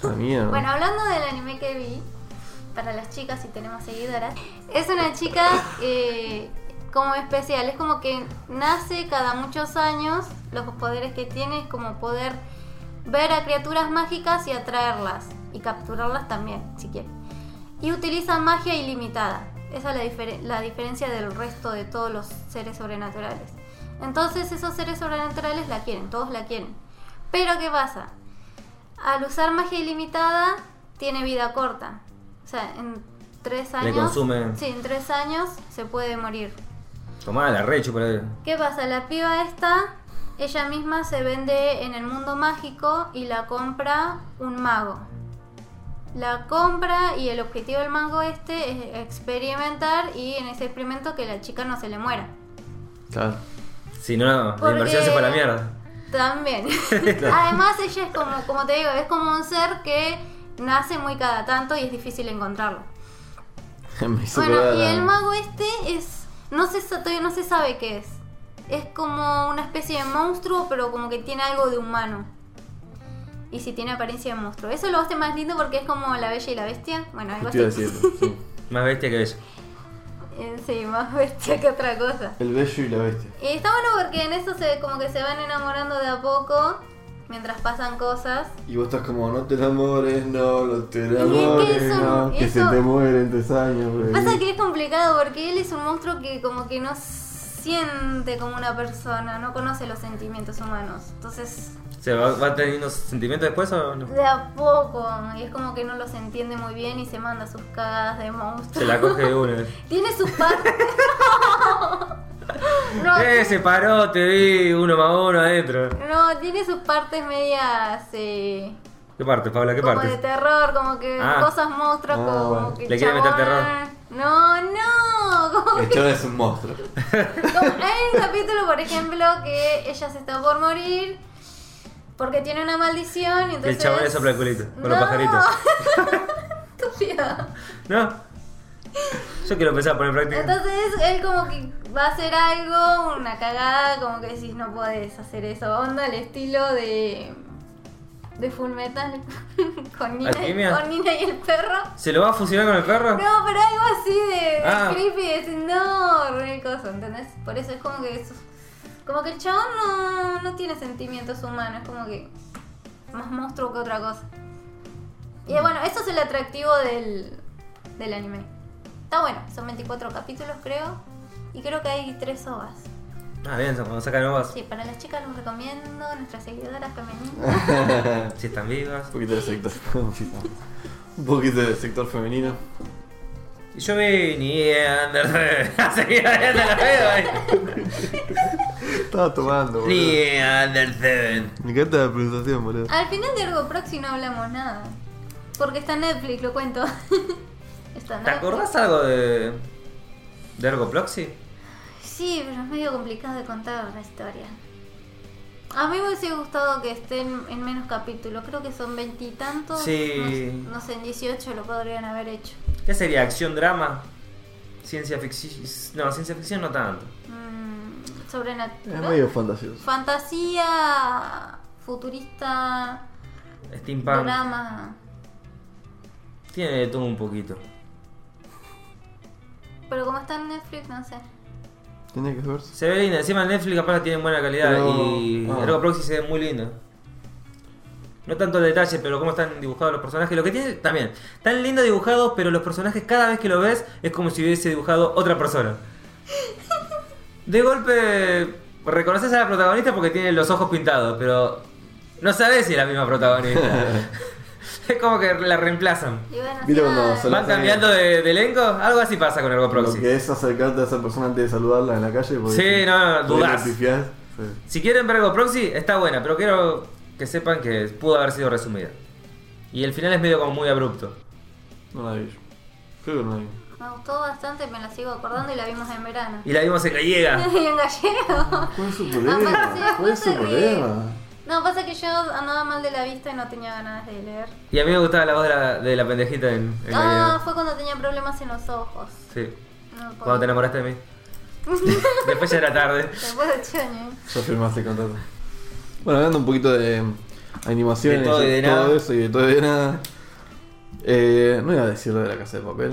La Ah, mierda.
Bueno, hablando del anime que vi, para las chicas, si tenemos seguidoras, es una chica eh, como especial, es como que nace cada muchos años, los poderes que tiene es como poder ver a criaturas mágicas y atraerlas, y capturarlas también, si quiere. Y utiliza magia ilimitada, esa es la, difere- la diferencia del resto de todos los seres sobrenaturales. Entonces esos seres sobrenaturales la quieren, todos la quieren. Pero ¿qué pasa? Al usar magia ilimitada, tiene vida corta. O sea, en tres años.
consumen.
Sí, en tres años se puede morir.
Tomá la recho por ahí.
¿Qué pasa? La piba esta, ella misma se vende en el mundo mágico y la compra un mago. La compra y el objetivo del mago este es experimentar y en ese experimento que la chica no se le muera.
Claro. *laughs*
Si no, la
Porque-
inversión se fue a la mierda.
También. Además, ella es como, como te digo, es como un ser que nace muy cada tanto y es difícil encontrarlo.
Me hizo
Bueno,
acordar
y
a-
el mago este es. No se, sa- todavía no se sabe qué es. Es como una especie de monstruo, pero como que tiene algo de humano. Y si tiene apariencia de monstruo. Eso lo hace más lindo porque es como la bella y la bestia. Bueno, algo
¿Qué
así.
te iba a
*laughs*
decir? Sí.
Más bestia que bella.
Eh, Sí, más bestia que otra cosa.
El bello y la bestia.
Y está bueno porque en eso se como que se van enamorando de a poco mientras pasan cosas.
Y vos estás como, no te enamores, no, no te
que
enamores,
eso no-
no, que
eso-
se te muere en tres años, güey.
Pasa que es complicado porque él es un monstruo que como que no siente como una persona, no conoce los sentimientos humanos. Entonces,
¿Se va, va teniendo sentimientos después o no?
de a poco, y es como que no los entiende muy bien y se manda sus cagadas de monstruo.
Se la coge de
*laughs*
una.
Tiene
*laughs*
sus partes. no,
¡Eh, se paró! Te vi uno más uno adentro.
no, tiene sus partes medias eh,
¿Qué parte, Paula? ¿Qué
como
parte?
de terror, como que
Ah.
cosas monstruos,
Ah,
como
bueno.
que
Le quiere meter
chabón.
terror.
No, no, como
El chaval es un monstruo. *laughs*
*laughs* Como-
*laughs*
hay un capítulo, por ejemplo, que ella se está por morir porque tiene una maldición
Que
y entonces...
el chabón le sopla el culito, con los
No.
pajaritos.
*laughs*
*laughs*
Estúpida.
¿No? Yo quiero empezar a poner en práctica.
Entonces él como que va a hacer algo, una cagada, como que decís no podés hacer eso. Onda al estilo de... De Full Metal *laughs* con Nina,
¿Alquimia?
con Nina y el perro.
¿Se lo va a fusionar con el perro?
No, pero algo así de, de
Ah.
creepy, es no, re cosa, ¿entendés? Por eso es como que es- como que el chabón no, no tiene sentimientos humanos, es como que más monstruo que otra cosa. Y
Mm.
bueno, eso es el atractivo del, del anime. Está bueno, son 24 capítulos creo, y creo que hay 3 ovas.
Ah, bien, cuando sacan nuevas.
Sí, para las chicas los recomiendo, nuestras seguidoras femeninas.
Si están vivas.
Un poquito de sector. Un poquito de sector femenino.
Y Yo vi ni *laughs* Anderson. Seguía viendo la pedo ahí.
Estaba tomando,
*laughs*
boludo.
Ni Anderson.
Me encanta la pronunciación,
Ah.
boludo.
Al final de Ergo Proxy no hablamos nada, porque está en Netflix, lo cuento. *laughs* está en
¿Te
Netflix.
acordás algo de. de Ergo Proxy?
Sí, pero es medio complicado de contar la historia. A mí me hubiese gustado que estén en menos capítulos. Creo que son veintitantos.
Sí.
No, no sé, en 18 lo podrían haber hecho.
¿Qué sería? ¿Acción, drama? ¿Ciencia ficción? No, ciencia ficción no tanto.
Mm,
Es
sobrenatural.
medio fantasioso.
Fantasía, futurista,
Steampunk.
drama.
Tiene de todo un poquito.
Pero como está en Netflix, no sé.
Tenía que verse.
Se ve linda, encima Netflix capaz la tiene en buena calidad
Pero-
y
ah.
Ergo Proxy se ve muy lindo. No tanto el detalle, pero cómo están dibujados los personajes. Lo que tiene también, tan lindo dibujados, pero los personajes cada vez que lo ves es como si hubiese dibujado otra persona. De golpe reconoces a la protagonista porque tiene los ojos pintados, pero no sabes si es la misma protagonista. es como que la reemplazan.
Y bueno,
Mira
sí,
cuando
ah,
sale-
¿Van cambiando de, de elenco? Algo así pasa con Ergo
Lo
Proxy.
que es acercarte a esa persona antes de saludarla en la calle. Porque
Sí, no, no,
porque
dudás.
la pifiás. Sí.
Si quieren ver Go Proxy, está buena, pero quiero que sepan que pudo haber sido resumida. Y el final es medio como muy abrupto.
No la vi yo. Creo que no la vi.
Me gustó bastante, me la sigo acordando y la vimos en verano.
Y la vimos en gallega.
*laughs* y en gallego.
¿Cuál es su
Aparte, sí,
problema? ¿Cuál es su
aparte que-
problema?
No, pasa que yo andaba mal de la vista y no tenía ganas de leer.
Y a mí me gustaba la voz de la, de la pendejita en, en
Ah,
gallega.
fue cuando tenía problemas en los ojos.
Sí.
No
Cuando te
podía.
enamoraste
*laughs*
de mí. Después ya era tarde.
Después de Chone.
Ya firmaste el contrato. Bueno, hablando un poquito de em, animaciones,
De todo y de nada.
eso y de todo y de nada. Eh, no iba a decir lo de la casa de papel.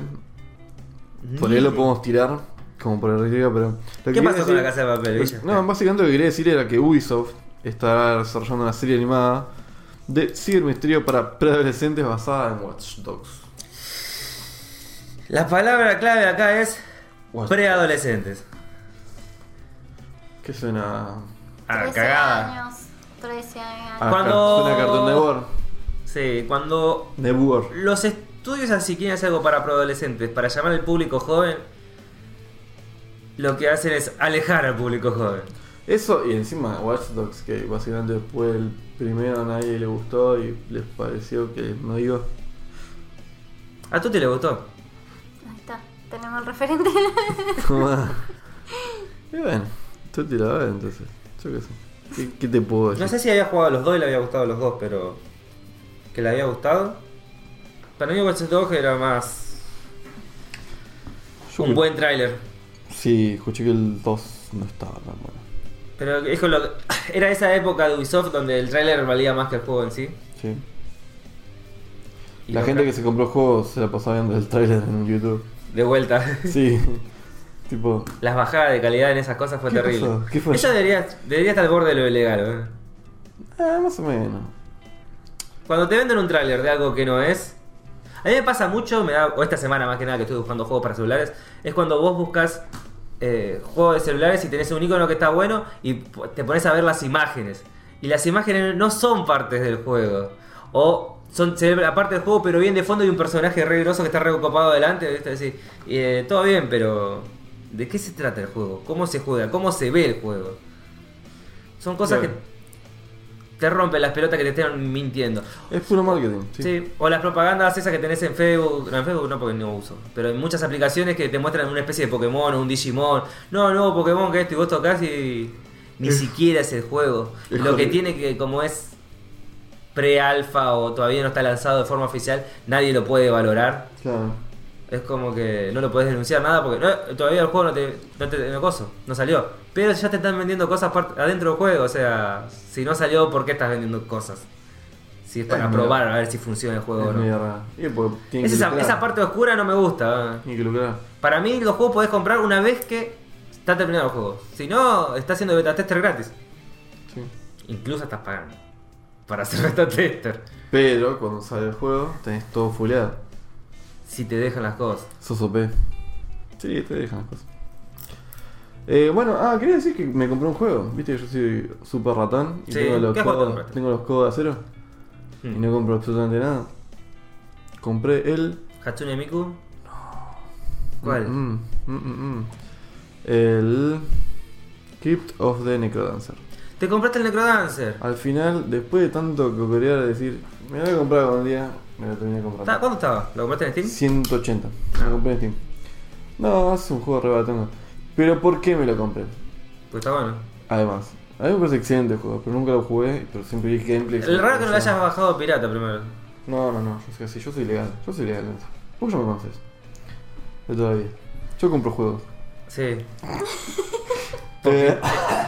Por ahí lo podemos tirar, como por arriba, pero. lo que
¿Qué
quería
pasó con la casa de papel, Villa?
No, básicamente lo que quería decir era que Ubisoft está desarrollando una serie animada de cibermisterio para preadolescentes basada en Watch Dogs.
La palabra clave acá es
What?
preadolescentes.
¿Qué suena?
Ah,
13
cagada.
años. 13 años.
Ah,
Cuando-
Suena a Cartoon Network.
Sí, cuando
Network.
los estudios así quieren hacer algo para preadolescentes, para llamar al público joven, lo que hacen es alejar al público joven.
Eso y encima Watch Dogs, que básicamente después el primero a nadie le gustó y les pareció que no iba. *laughs*
¿A tú te le gustó?
Ahí está. Tenemos el referente. *laughs*
como a- y bueno, tú te la ves entonces. Yo qué sé. ¿Qué, qué te puedo decir?
No sé si había jugado a los dos y le había gustado a los dos, pero. ¿Que le había gustado? Para mí, Watch Dogs era más.
Yo
Un
que-
buen tráiler.
Sí, escuché que el 2 no estaba tan bueno.
Pero es con lo que- *laughs* era esa época de Ubisoft donde el tráiler valía más que el juego en sí.
Sí.
Y
La
lo
gente
tra-
que se compró el juego se la pasaba viendo el trailer en
*laughs*
YouTube.
De vuelta.
Sí. tipo,
Las bajadas de calidad en esas cosas fue
¿Qué
terrible.
pasó? ¿Qué fue?
Ella debería, debería estar al borde de lo ilegal. ¿eh?
ah, más o menos.
Cuando te venden un tráiler de algo que no es. A mí me pasa mucho, me da, o esta semana más que nada que estoy buscando juegos para celulares, es cuando vos buscas eh, juegos de celulares y tenés un icono que está bueno y p- te pones a ver las imágenes. Y las imágenes no son partes del juego. O son, se ve la parte del juego, pero bien de fondo y un personaje re groso que está re copado adelante. ¿viste? Decís, eh, todo bien, pero. ¿De qué se trata el juego? ¿Cómo se juega? ¿Cómo se ve el juego? Son cosas
Claro.
que te rompen las pelotas que te estén mintiendo.
Es puro marketing. Sí.
Sí. o las propagandas esas que tenés en Facebook, no, en Facebook no porque no uso, pero en muchas aplicaciones que te muestran una especie de Pokémon o un Digimon, no, no, Pokémon que esto y vos tocas y ni siquiera es el juego.
Es
Lo que
horrible.
tiene que, como es pre-alfa o todavía no está lanzado de forma oficial, nadie lo puede valorar.
Claro.
Es como que no lo puedes denunciar nada porque no, todavía el juego no te, no te no coso, no salió. Pero ya te están vendiendo cosas par- adentro del juego, o sea, si no salió, ¿por qué estás vendiendo cosas? Si es para
Es medio-
probar a ver si funciona el juego o
Es
no.
medio raro. Y porque tienen
Es
que
esa,
lucrar.
esa parte oscura no me gusta.
Tienen que lucrar.
Para mí los juegos podés comprar una vez que está terminado el juego. Si no, está haciendo beta tester gratis.
Sí.
Incluso estás pagando para hacer beta tester.
Pero cuando sale el juego, tenés todo fuleado.
Si te dejan las cosas.
Sos OP. Sí, te dejan las cosas. Eh, bueno, ah, quería decir que me compré un juego. Viste que yo soy super ratón y
Sí,
tengo, los
¿qué juego te
codos,
compraste?
tengo los codos de acero y
Hmm.
no compro absolutamente nada. Compré el.
Hatsune Miku. ¿Cuál?
Mm, mm, mm, mm. El. Crypt of the Necrodancer.
Te compraste el Necrodancer.
Al final, después de tanto cocorear, decir, me lo voy a comprar algún día, me lo terminé comprando.
Ta- ¿Cuándo estaba? ¿Lo compraste en Steam?
180.
Ah.
Me lo compré en Steam. No, es un juego re barato. Pero ¿por qué me lo compré?
Pues está bueno.
Además, a mí me parece excelente el juego, pero nunca lo jugué, pero siempre vi gameplay.
El raro que no lo
O
hayas
sea,
bajado pirata primero.
No, no, no, yo soy así, yo soy legal, yo soy legal. en eso. Vos ya me conoces. Yo todavía. Yo compro juegos.
Sí.
Eh,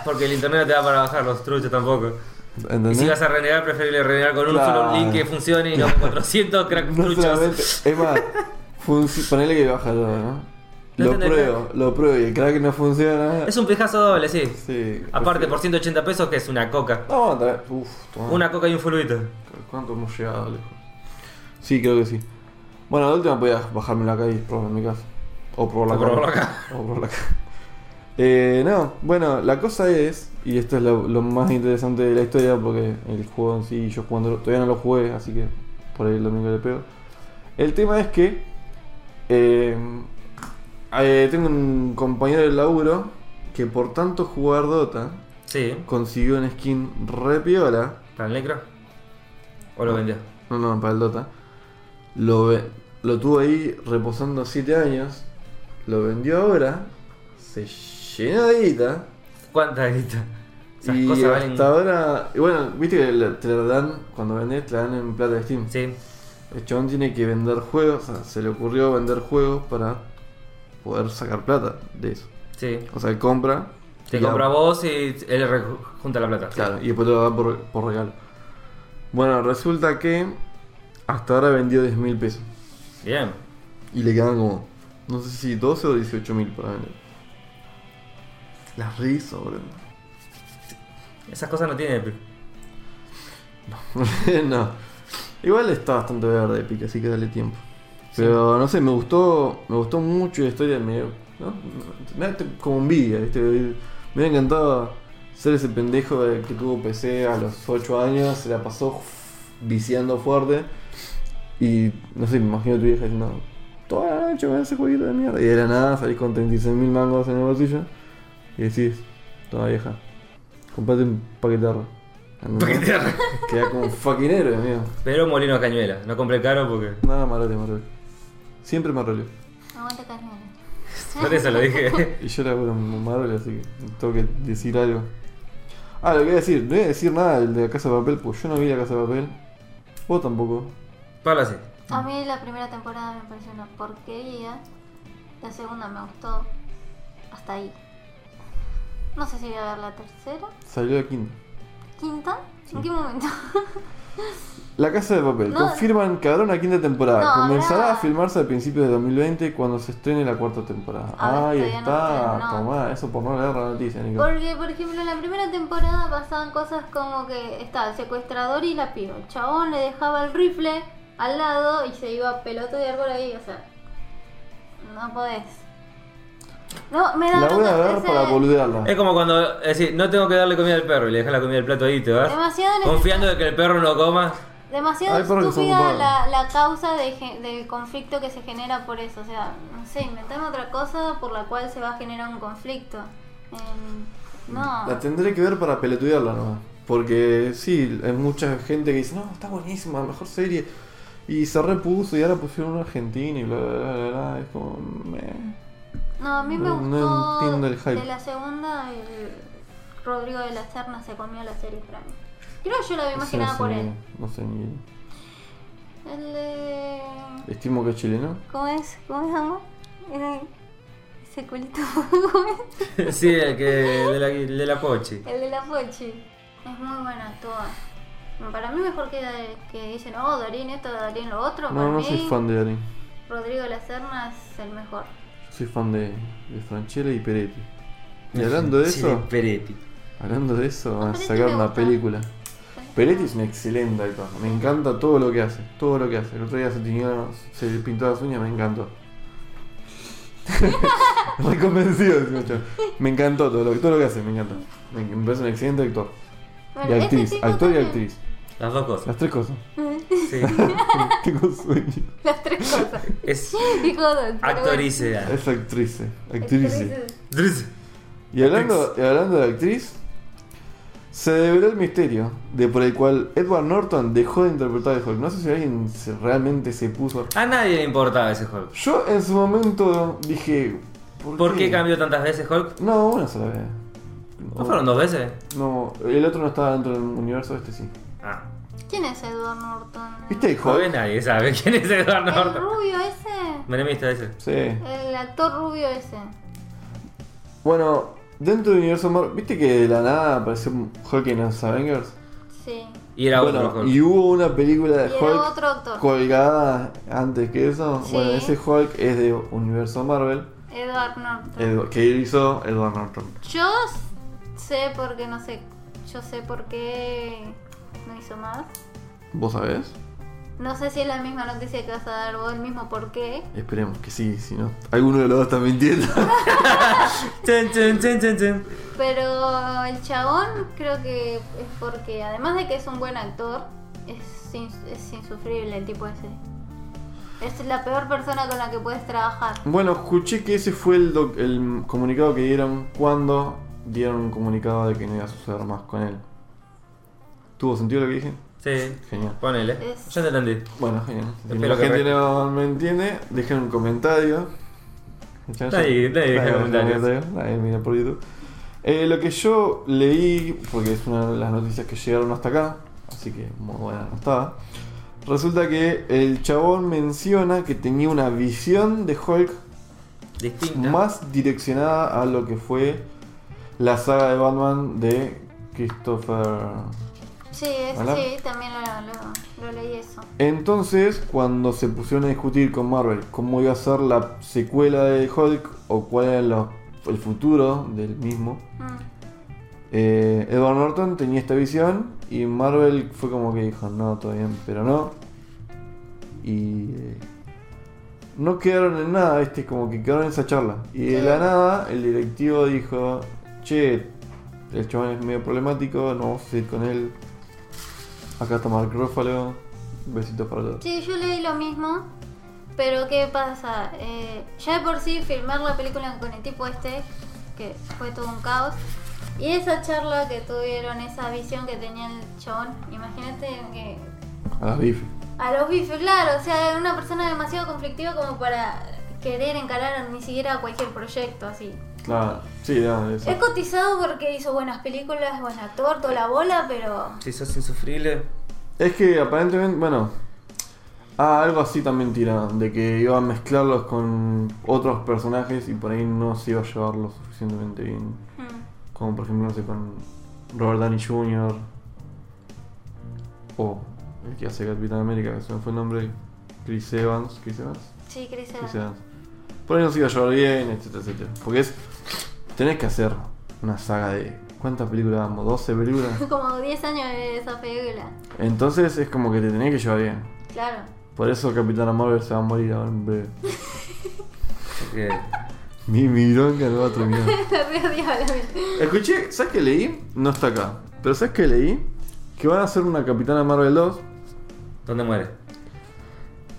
Porque el internet no te da para bajar los truchos tampoco. Y
¿Entendés?
si vas a renegar, preferible renegar con un solo
Claro.
link que funcione y no con 400 crack
*laughs* no solamente,
truchos.
es
*laughs*
más, funci- ponele que baja todo, ¿no?
No
Lo
tenés
pruebo, lo pruebo y el crack no funciona.
Es un pijazo doble, sí.
Sí.
Aparte,
prefiero-
por 180 pesos, que es una coca.
No, tal vez- Uf, toma.
Una coca y un fulbito.
¿Cuánto hemos llegado lejos? Sí, creo que sí. Bueno, la última podía bajármela acá y probarla en mi casa. O probarla
O probarla
*laughs* O probarla acá. Eh, no, bueno, la cosa es, y esto es lo, lo más interesante de la historia, porque el juego en sí, yo cuando todavía no lo jugué, así que por ahí el domingo le pego. El tema es que eh, eh, tengo un compañero del laburo que por tanto jugar Dota
Sí.
consiguió un skin re piola.
¿Para el necro? ¿O lo vendió?
No, no, para el Dota. Lo ve- Lo tuvo ahí reposando 7 años. Lo vendió ahora. Se llena de guita.
¿Cuánta guita? Esas
Y
cosas
hasta
valen.
ahora. Y bueno, viste que la- te la dan cuando vendes, te la dan en plata de Steam.
Sí.
El chabón tiene que vender juegos. O sea, se le ocurrió vender juegos para poder sacar plata de eso.
Sí.
O sea, él compra.
Te
y la-
compra vos y él re- junta la plata.
Claro, y después te lo dan por, por regalo. Bueno, resulta que hasta ahora vendió 10 mil pesos.
Bien.
Y le quedan como, no sé si 12 o 18 mil para vender. Las risas, boludo.
Esas cosas no tienen Epic.
*laughs* no. Igual está bastante verde Epic, así que dale tiempo. Pero no sé, me gustó, me gustó mucho la historia, me, ¿no? me da como envidia, ¿viste? Me hubiera encantado ser ese pendejo de- que tuvo PC a los 8 años, se la pasó viciando fuerte. Y no sé, me imagino a tu vieja diciendo, toda la noche con ese jueguito de mierda. Y de la nada salís con 36.000 mangos en el bolsillo y decís, toda vieja, comprate un paquetarro.
Paquetear.
Queda como un fucking héroe, amigo.
Pero Molino Cañuela. No compré caro porque.
Nada, Marole, Marole. Siempre Marole.
Aguanta carnal.
Por eso lo
*laughs*
dije.
Y yo la hago en Marole, así que tengo que decir algo. Ah, lo que voy a decir, no voy a decir nada del de la Casa de Papel, porque yo no vi la Casa de Papel. Vos tampoco.
Pablo así.
A mí la primera temporada me pareció una porquería. La segunda me gustó. Hasta ahí. No sé si voy a ver la tercera.
Salió la quinta.
¿Quinta? ¿En qué momento?
La Casa de Papel.
No.
Confirman que habrá una quinta temporada.
No,
Comenzará
habrá.
a filmarse a principios de 2020 cuando se estrene la cuarta temporada.
Ah,
Ahí
todavía no
está,
estrenó.
tomá. Eso por no leer la noticia, Nico.
Porque, por ejemplo, en la primera temporada pasaban cosas como que estaba el secuestrador y la piba. El chabón le dejaba el rifle al lado y se iba a pelota de árbol ahí, o sea. No podés. No, me da
La voy a
bronca
ver
ese-
para
Es
boludearla.
como cuando decís, no tengo que darle comida al perro y le dejas la comida al plato ahí, te vas.
Demasiado en el-
Confiando de que el perro no coma. *laughs*
Demasiado
Hay perros que son
estúpida
ocupados.
la, la causa de gen- del conflicto que se genera por eso. O sea, no sé, inventame otra cosa por la cual se va a generar un conflicto. Em, no.
La tendré que ver para pelotudearla nomás. Porque sí, hay mucha gente que dice, no, está buenísima, mejor serie. Y se repuso y ahora pusieron una argentina y bla bla bla bla. bla. Es como. meh.
No, a mí me
No- no
gustó.
entiendo el hype.
De la segunda, el Rodrigo de la Serna se comió la serie para mí. Creo que yo la había
No sé,
imaginado
no sé
por
ni-
él.
No sé ni.
El de.
Estimo que es chileno.
¿Cómo es? ¿Cómo es, amor? Era Ese culito. *laughs* ¿Cómo es?
sí, el que de la, de la pochi.
El de la Pochi. Es muy buena actúa. Para mí mejor que, que dicen, oh, Darín esto, Darín lo otro. Para
No, no
mí,
soy fan de Darín.
Rodrigo La Serna es el mejor.
Soy fan de, de Franchella y Peretti. Y hablando de
Sí,
eso,
Peretti.
hablando de eso, van a
Peretti
sacar
me
una
gusta.
película. Peretti es un excelente actor. Me encanta todo lo que hace. Todo lo que hace. El otro día se, tiñó- se pintó las uñas, me encantó. *laughs* Reconvencido, ese muchacho. Me encantó todo lo, todo lo que hace, me encanta. Me, me parece un excelente actor. Y
Bueno,
actriz,
este chico
actor y
también.
actriz.
Las dos cosas.
Las tres
*laughs*
cosas. *laughs*
Sí.
Tengo sueño.
Las tres cosas. *laughs*
Es ah.
Dijo dos. pero
actoricidad.
Es actriz. eh,
bueno.
Actriz.
Actrices.
Dris.
Y hablando, y hablando de actriz, se develó el misterio de por el cual Edward Norton dejó de interpretar a Hulk. No sé si alguien se- realmente se puso.
A nadie le importaba ese Hulk.
Yo en su momento dije. ¿Por,
¿Por qué cambió tantas veces Hulk?
No, una sola vez.
¿No fueron dos veces?
No, el otro no estaba dentro del universo, este sí.
Ah.
¿Quién es Edward Norton?
¿Viste el
Joder,
Hulk?
nadie sabe quién es Eduardo
El *laughs*
Norton.
rubio ese.
Menemista ese.
Sí.
El actor rubio ese.
Bueno, dentro del universo Marvel, ¿viste que de la nada apareció Hulk en los Avengers?
Sí.
Y era
bueno,
otro Hulk.
y hubo una película de
Y era
Eh, Hulk
otro actor.
colgada antes que eso.
Sí.
Bueno, ese Hulk es de universo Marvel,
Edward Norton.
Edu- que hizo Edward Norton.
Yo sé por qué no sé. Yo sé por qué no hizo más.
¿Vos sabés?
No sé si es la misma noticia que vas a dar vos, el mismo por qué.
Esperemos que sí, si no, alguno de los dos está mintiendo.
Chun, chun, chun, chun, chun.
Pero el chabón creo que es porque, además de que es un buen actor, es, ins- es insufrible el tipo ese. Es la peor persona con la que puedes trabajar.
Bueno, escuché que ese fue el, doc- el comunicado que dieron cuando dieron un comunicado de que no iba a suceder más con él. ¿Tuvo sentido lo que dije?
Sí,
Genial.
ponele.
Es-
Yo te entendí.
Bueno, genial. Si
Espero
la
que
gente
re-
no me entiende, dejen un comentario.
Nadie- nadie deja
deja
comentarios.
comentario, Nadie mira por YouTube. Eh, lo que yo leí, porque es una de las noticias que llegaron hasta acá, así que muy buena no estaba. Resulta que el chabón menciona que tenía una visión de Hulk
Distinta.
más direccionada a lo que fue la saga de Batman de Christopher
Sí, es-
Hola.
sí, también lo, lo- lo leí eso.
Entonces, cuando se pusieron a discutir con Marvel cómo iba a ser la secuela de Hulk o cuál era lo- el futuro del mismo,
Mm.
eh, Edward Norton tenía esta visión y Marvel fue como que dijo, no, todo bien, pero no. Y eh, no quedaron en nada, este como que quedaron en esa charla. Y de
Sí.
la nada el directivo dijo, che, el chabón es medio problemático, no vamos a ir con él. Acá está Mark Ruffalo, besitos para todos.
Sí, yo leí lo mismo, pero ¿qué pasa? Eh, ya de por sí filmar la película con el tipo este, que fue todo un caos, y esa charla que tuvieron, esa visión que tenía el chabón, imagínate que
A las bifes.
a los bifes, claro, o sea, una persona demasiado conflictiva como para querer encarar ni siquiera cualquier proyecto así.
Claro, sí, no, eso.
Es cotizado porque hizo buenas películas, buen actor, toda la bola, pero...
Si sos insufrible.
Es que aparentemente, bueno, ah, algo así también tiraron, de que iba a mezclarlos con otros personajes y por ahí no se iba a llevar lo suficientemente bien.
mm,
Como por ejemplo, no sé, con Robert Downey Jr. o el que hace Capitán América, que se me fue el nombre, Chris Evans, Chris Evans,
Sí, Chris Evans.
Chris Evans. Por ahí no se iba a llevar bien, etcétera, etcétera. Porque es, tenés que hacer una saga de, ¿cuántas películas vamos? ¿12 películas?
Como 10 años de esa película,
Entonces es como que te tenés que llevar bien.
claro. *laughs*
Por eso Capitana Marvel se va a morir ahora en breve.
Que
Mi, mi bronca no va a terminar.
La veo diablo.
Escuché, ¿sabes qué leí? No está acá. Pero ¿sabes qué leí? Que van a hacer una Capitana Marvel 2.
¿Dónde muere?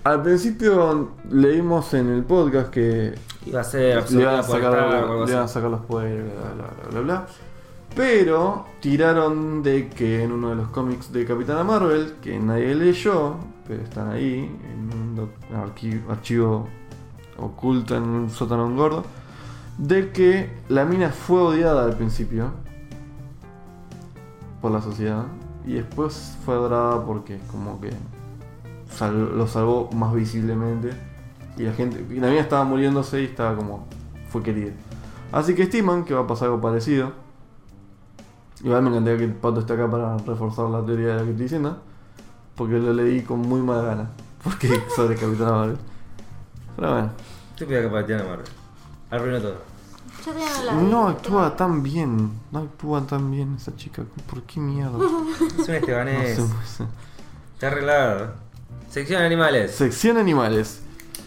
Al principio leímos en el podcast que
Iba a ser
le van
absorbida
a
por
sacar,
Star o algo
le van a
así.
sacar los poderes, bla, bla, bla, bla, bla. Pero tiraron de que en uno de los cómics de Capitana Marvel, que nadie leyó, pero están ahí, en un doc- arqui- archivo oculto en un sótano de un gordo, de que la mina fue odiada al principio por la sociedad y después fue adorada porque como que sal- lo salvó más visiblemente y la gente y la mina estaba muriéndose y estaba como fue querida. Así que estiman que va a pasar algo parecido. Igual me encantaría que el Pato esté acá para reforzar la teoría de la que estoy diciendo. Porque lo leí con muy mala gana. *laughs* Porque sobre Capitán Marvel. Pero bueno.
Estúpida que patean a Marvel. Arruinó todo.
Yo todavía no la vi,
No
pero-
actúa tan bien. No actúa tan bien esa chica. ¿Por qué mierda?
Es un
*laughs* No
estebanés.
sé, pues.
Está arreglado. Sección animales.
Sección animales.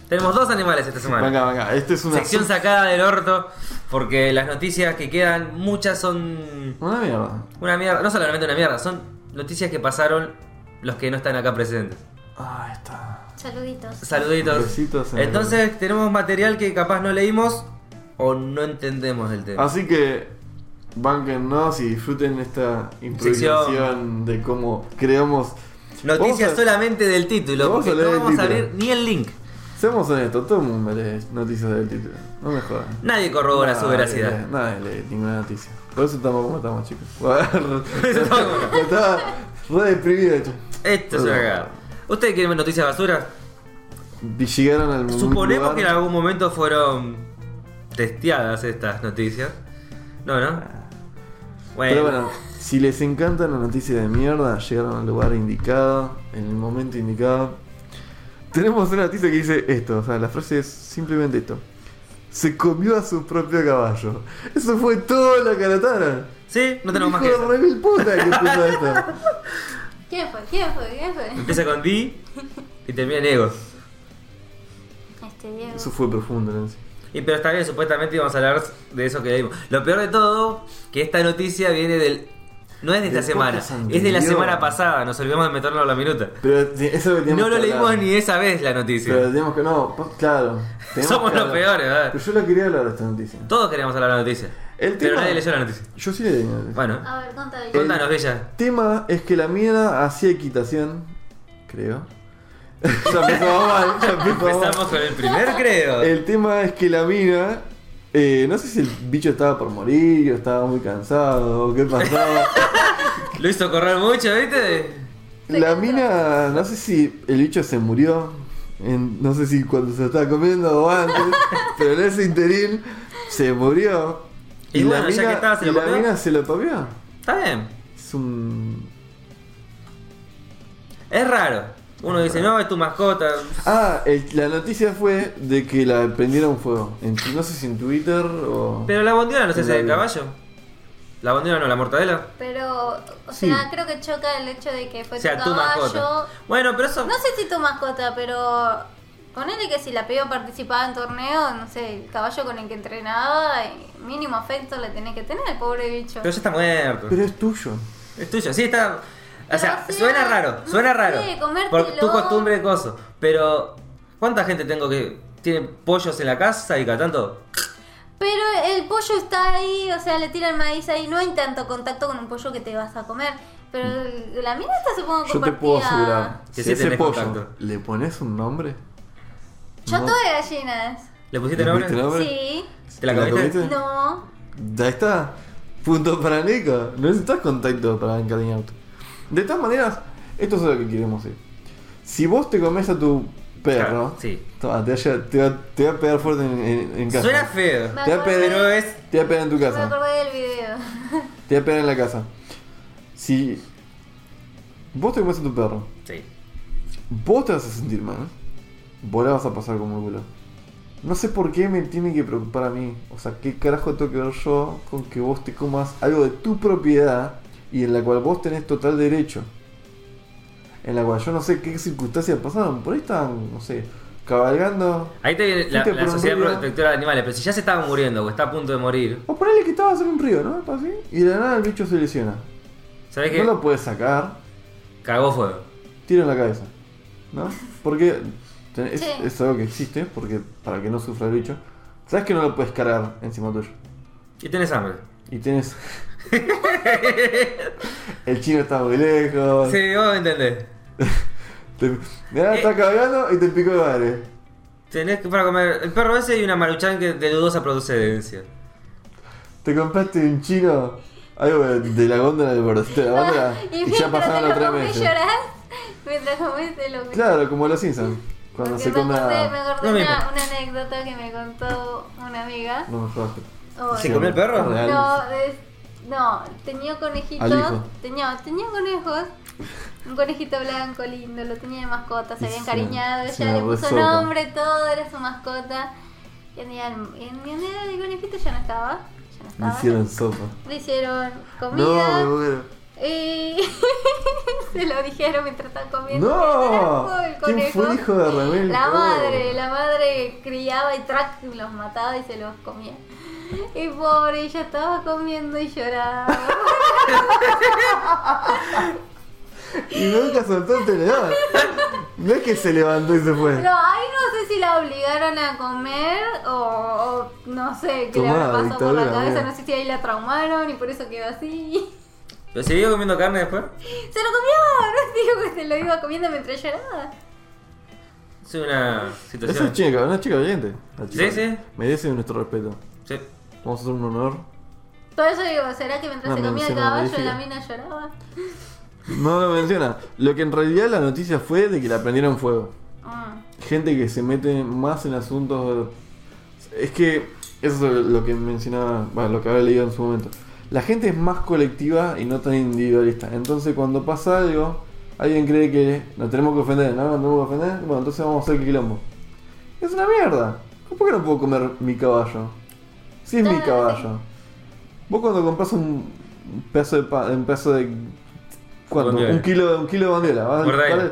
Tenemos dos animales esta semana.
Venga, venga. Este es una.
Sección sacada del orto, porque las noticias que quedan, muchas son
Una mierda.
una mierda, no solamente una mierda, son noticias que pasaron los que no están acá presentes.
Ah, está.
Saluditos.
Saluditos.
Besitos eh. en el-
Entonces tenemos material que capaz no leímos o no entendemos del tema.
Así que banquennos y disfruten esta improvisación de cómo creamos.
Noticias
Vamos a-
solamente del título,
Vamos a
porque no
leer el
vamos a
título.
abrir ni el link.
Seamos honestos, todo el mundo lee noticias del título. No me jodan.
Nadie corrobora su
Nadie
veracidad.
lee- Nadie lee ninguna noticia. Por eso estamos como estamos, chicos. *laughs* Yo
Eso está bueno.
Estaba re deprimido, hecho.
Esto es una cagada. ¿Ustedes quieren ver noticias basura?
Y llegaron al
Suponemos
lugar-
que en algún momento fueron testeadas estas noticias. No, ¿no? Bueno,
Ah. Pero bueno, si les encanta la noticia de mierda, llegaron al lugar indicado, en el momento indicado. Tenemos una noticia que dice esto, o sea, la frase es simplemente esto. Se comió a su propio caballo. Eso fue todo la caratana.
sí, no tenemos más
Hijo
que
de
eso.
re mil puta que
*laughs*
puso esto.
¿Quién fue? ¿Quién fue? ¿Quién fue?
Empieza con D y termina en ego.
Este Diego.
Eso fue profundo, Nancy.
Y pero está bien, supuestamente íbamos a hablar de eso que leímos. Lo peor de todo, que esta noticia viene del. No es de esta
Del
semana,
podcast
es de la
anterior.
semana pasada, nos olvidamos de meterlo a la minuta.
Pero te- eso que teníamos
No lo
que
leímos
hablar.
ni esa vez la noticia. *laughs*
Pero teníamos que. No, pues, claro. Teníamos
Somos
que
los
hablar.
peores, ¿verdad?
Pero yo la quería hablar de esta noticia.
Todos queremos hablar de la noticia.
El
Pero
tema.
nadie leyó la noticia.
Yo sí le di una-
Bueno,
A ver, contá.
Eh,
contanos, Bella.
El tema es que la mina hacía equitación, creo. ya empezamos mal, ya empezamos mal.
Empezamos con el primer, creo.
*laughs* El tema es que la mina. eh, no sé si el bicho estaba por morir, o estaba muy cansado, o qué pasaba.
Lo hizo correr mucho, ¿viste?
Se
la
cansó.
mina, no sé si el bicho se murió. en- no sé si cuando se lo estaba comiendo o antes, pero en ese interín se murió.
Y bueno, ya que estaba, ¿se
y
lo
la
comió?
mina se lo comió.
Está bien.
Es un.
Es raro. Uno dice, no, es tu mascota.
Ah, el- la noticia fue de que la prendieron fuego. En- no sé si en Twitter o.
Pero la bondiola no se hace de
Nadie.
caballo. La bondiola no, la mortadela.
Pero, o
Sí.
sea, creo que choca el hecho de que fue
O sea, tu
tu caballo.
mascota. Bueno, pero eso.
Pues No sé si tu mascota, pero ponele que si la piba participaba en torneo, no sé, el caballo con el que entrenaba, eh, mínimo afecto le tenés que tener, pobre bicho.
Pero ya está muerto.
Pero es tuyo.
Es tuyo, sí está. O sea,
Pero, o sea,
suena raro, suena
no
raro.
sé, comértelo.
por tu costumbre de coso. Pero, ¿cuánta gente tengo que tiene pollos en la casa y cada tanto?
Pero el pollo está ahí, o sea, le tira el maíz ahí, no hay tanto contacto con un pollo que te vas a comer. Pero el- la mina está supongo
Yo te puedo
compartida.
asegurar.
Que
Que
sí
si ese
tenés
pollo
contacto.
le pones un nombre.
Yo
No.
tuve gallinas.
¿Le pusiste
¿Le
nombre?
pusiste nombre?
Sí.
¿Te la comiste?
¿Sí?
No.
Ahí está. Punto para Nico. No necesitas contacto para encariñarte. De todas maneras, esto es lo que queremos ir. Si vos te comes a tu perro,
Claro, sí.
toma, te, va a llevar- te va, te va a pegar fuerte en, en- en casa.
Suena feo.
Me
Te va a
acordé-
pegar,
Pero es.
te va a pegar en tu
Me
casa.
acordé del video.
Te voy a pegar en la casa. Si vos te comes a tu perro,
Sí.
vos te vas a sentir mal. Vos la vas a pasar como el culo. No sé por qué me tiene que preocupar a mí. O sea, ¿qué carajo tengo que ver yo con que vos te comas algo de tu propiedad y en la cual vos tenés total derecho? En la cual yo no sé qué circunstancias pasaron. Por ahí estaban, no sé, cabalgando.
Ahí te viene la,
Fuiste
la
por un
sociedad
río.
protectora de animales, pero si ya se estaba muriendo o está a punto de morir,
O ponele que estabas en un río, ¿no? Así, y de la nada el bicho se lesiona.
¿sabes qué?
No lo puedes sacar.
Cagó fuego.
tiro en la cabeza. ¿No? Porque te- es,
Sí.
es algo que existe, porque para que no sufra el bicho. Sabes que no lo puedes cargar encima tuyo.
Y tenés hambre.
Y
*laughs*
tienes. el chino está muy lejos.
Sí, vos entendés.
Te-
Eh.
mirá, está cagando y te picó de madre.
Tenés que para comer el perro ese y una maruchan que de dudosa procedencia.
Te compraste un chino. Algo de, de la góndola del bordecito
*laughs*
de la góndola.
Ah,
y ya pasaron los
te
tres
lo comí
meses.
llorás, mientras comés te lo comí.
Claro, como los Simpsons. Cuando
Porque
se come
me acordé, me
a.
acordé
Lo mismo.
una, una anécdota que me contó una amiga.
No me jodas.
Oh,
¿Se comió el perro?
Real.
No, es- no, tenía conejitos.
Al hijo.
Tenía, tenía conejos. Un conejito blanco lindo, lo tenía de mascota, se
Y
había
se-
encariñado,
se
ella le
la
puso
resopa.
nombre, todo, era su mascota. Y en día, en día el conejito ya no estaba. Ya no
Me
estaba.
hicieron sopa.
Le hicieron comida.
No, me muero.
Y *laughs* se lo dijeron mientras estaban comiendo.
¡No!
El conejo.
¿Quién fue el hijo de Rebel?
La
Oh.
madre, la madre criaba y trac los mataba y se los comía. Y pobre, ella estaba comiendo y lloraba.
Y nunca soltó el tenedor. No es que se levantó y se fue.
Pero ahí no sé si la obligaron a comer o, o no sé qué le
Tomá,
habrá pasado por la
dictadura,
cabeza.
mira.
No sé si ahí la traumaron y por eso quedó así. *laughs*
¿Pero siguió comiendo carne después?
Se lo comió, no digo que se lo iba comiendo mientras lloraba.
Es una
Esa es
situación.
chica, una chica valiente. la chica.
Sí, sí.
Merece nuestro respeto.
Sí.
Vamos a hacer un honor.
Por eso digo, ¿será que mientras
Una
se comía el
mención
caballo
honorífica.
la mina lloraba?
No lo menciona. Lo que en realidad la noticia fue de que la prendieron fuego.
Mm.
Gente que se mete más en asuntos. Es que eso es lo que mencionaba, bueno, lo que había leído en su momento. La gente es más colectiva y no tan individualista. Entonces, cuando pasa algo, alguien cree que nos tenemos que ofender, no, nos tenemos que ofender. Bueno, entonces vamos a hacer quilombo. Es una mierda. ¿Por qué no puedo comer mi caballo? Si es mi
Claro,
caballo. Vos cuando compras un pedazo de pan, un pedazo de. ¿Cuánto?
Bandiola.
Un kilo, un kilo de bandiola. Vas, al-
Cordaila.
vas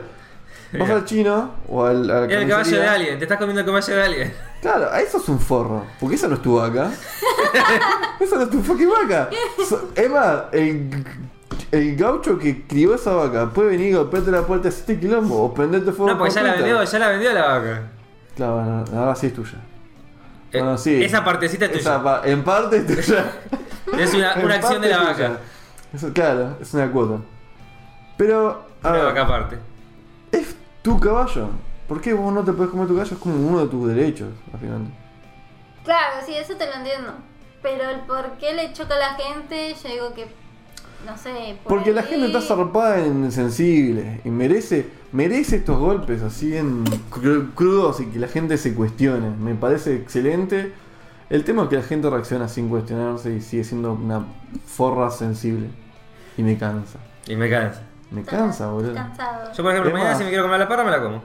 al- vas al chino o al, a la
Era el caballo
carnicería.
de alguien, te estás comiendo el caballo de alguien.
Claro, a eso es un forro. Porque esa no es tu
*laughs*
vaca. esa no es tu fucking vaca. So- es más, el, el gaucho que crió esa vaca puede venir y golpearte la puerta de este quilombo o prenderte fuego.
No, porque
por
ya la
puerta.
vendió, ya la vendió la vaca.
Claro, bueno, ahora sí es tuya.
Eh,
Ah, sí.
Esa partecita es
Esa
tuya.
pa- en parte es tuya.
es *laughs* una,
*laughs* En
una acción
parte
de la
es tuya.
vaca.
Eso, claro, es una cuota. Pero, a
Una
ver,
vaca aparte.
es tu caballo. ¿Por qué vos no te podés comer tu caballo? Es como uno de tus derechos, al final.
Claro, sí, eso te lo entiendo. Pero el por qué le choca a la gente, yo digo que. No sé. por
Porque la
ahí-
gente está zarpada en sensible y merece, merece estos golpes así en cru- crudos y que la gente se cuestione. Me parece excelente. El tema es que la gente reacciona sin cuestionarse y sigue siendo una forra sensible. Y me cansa.
Y me cansa.
Me
Está
cansa, boludo.
Cansado.
Yo, por ejemplo,
Es
mañana
más-
si me quiero comer la parra, me la como.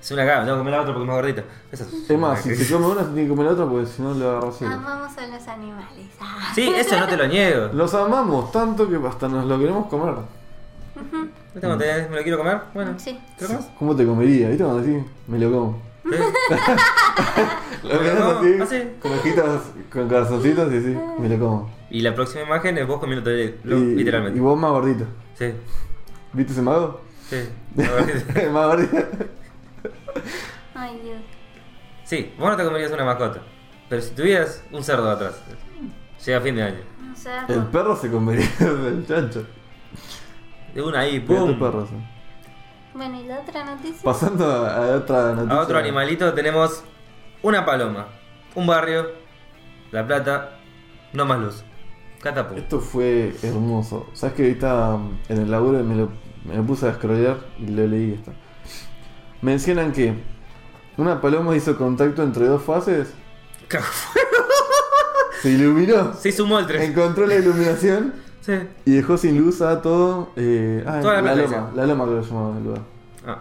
Es una caga, me tengo que comer la otra porque es más gordita. Esa es
Es más,
una
si
crisis.
se come una, se tiene que comer la otra porque si no le agarra ciego.
Amamos a los animales. Ah.
Sí, eso no te lo niego.
Los amamos tanto que hasta nos lo queremos comer.
¿Viste cuando te- me lo quiero comer? Bueno.
Sí.
¿Te lo comes?
¿Cómo te comería? ¿Viste cuando decís? Me lo como.
¿Eh?
*laughs* Lo
Me lo
mirás
como,
así,
así.
con ojitas, con corazoncitos y decís, me lo como.
Y la próxima imagen es vos comiéndote, lo-
Y-
literalmente.
Y vos más gordito.
Sí,
¿Viste ese mago?
sí.
*laughs* más gordito.
Ay, Dios.
sí, vos no te comerías una mascota. Pero si tuvieras un cerdo atrás, llega a fin de año.
Un cerdo.
El perro se *laughs* convertía en el chancho.
De una ahí,
Mirá tu
¡pum!
perro. sí.
Bueno, y la otra noticia.
Pasando a, a otra noticia.
A otro animalito tenemos una paloma, un barrio, La Plata, no más luz.
*laughs*
Catapum.
Esto fue hermoso. Sabes que ahorita um, en el laburo me lo, me lo puse a scrollear y lo leí esto. Mencionan que una paloma hizo contacto entre dos fases, se iluminó,
Se hizo un
*laughs*
moltres.
encontró la iluminación
Sí.
y dejó sin luz a todo. eh, ah,
Toda la
la,
plataforma.
loma, la loma que lo llamaban el lugar.
Ah,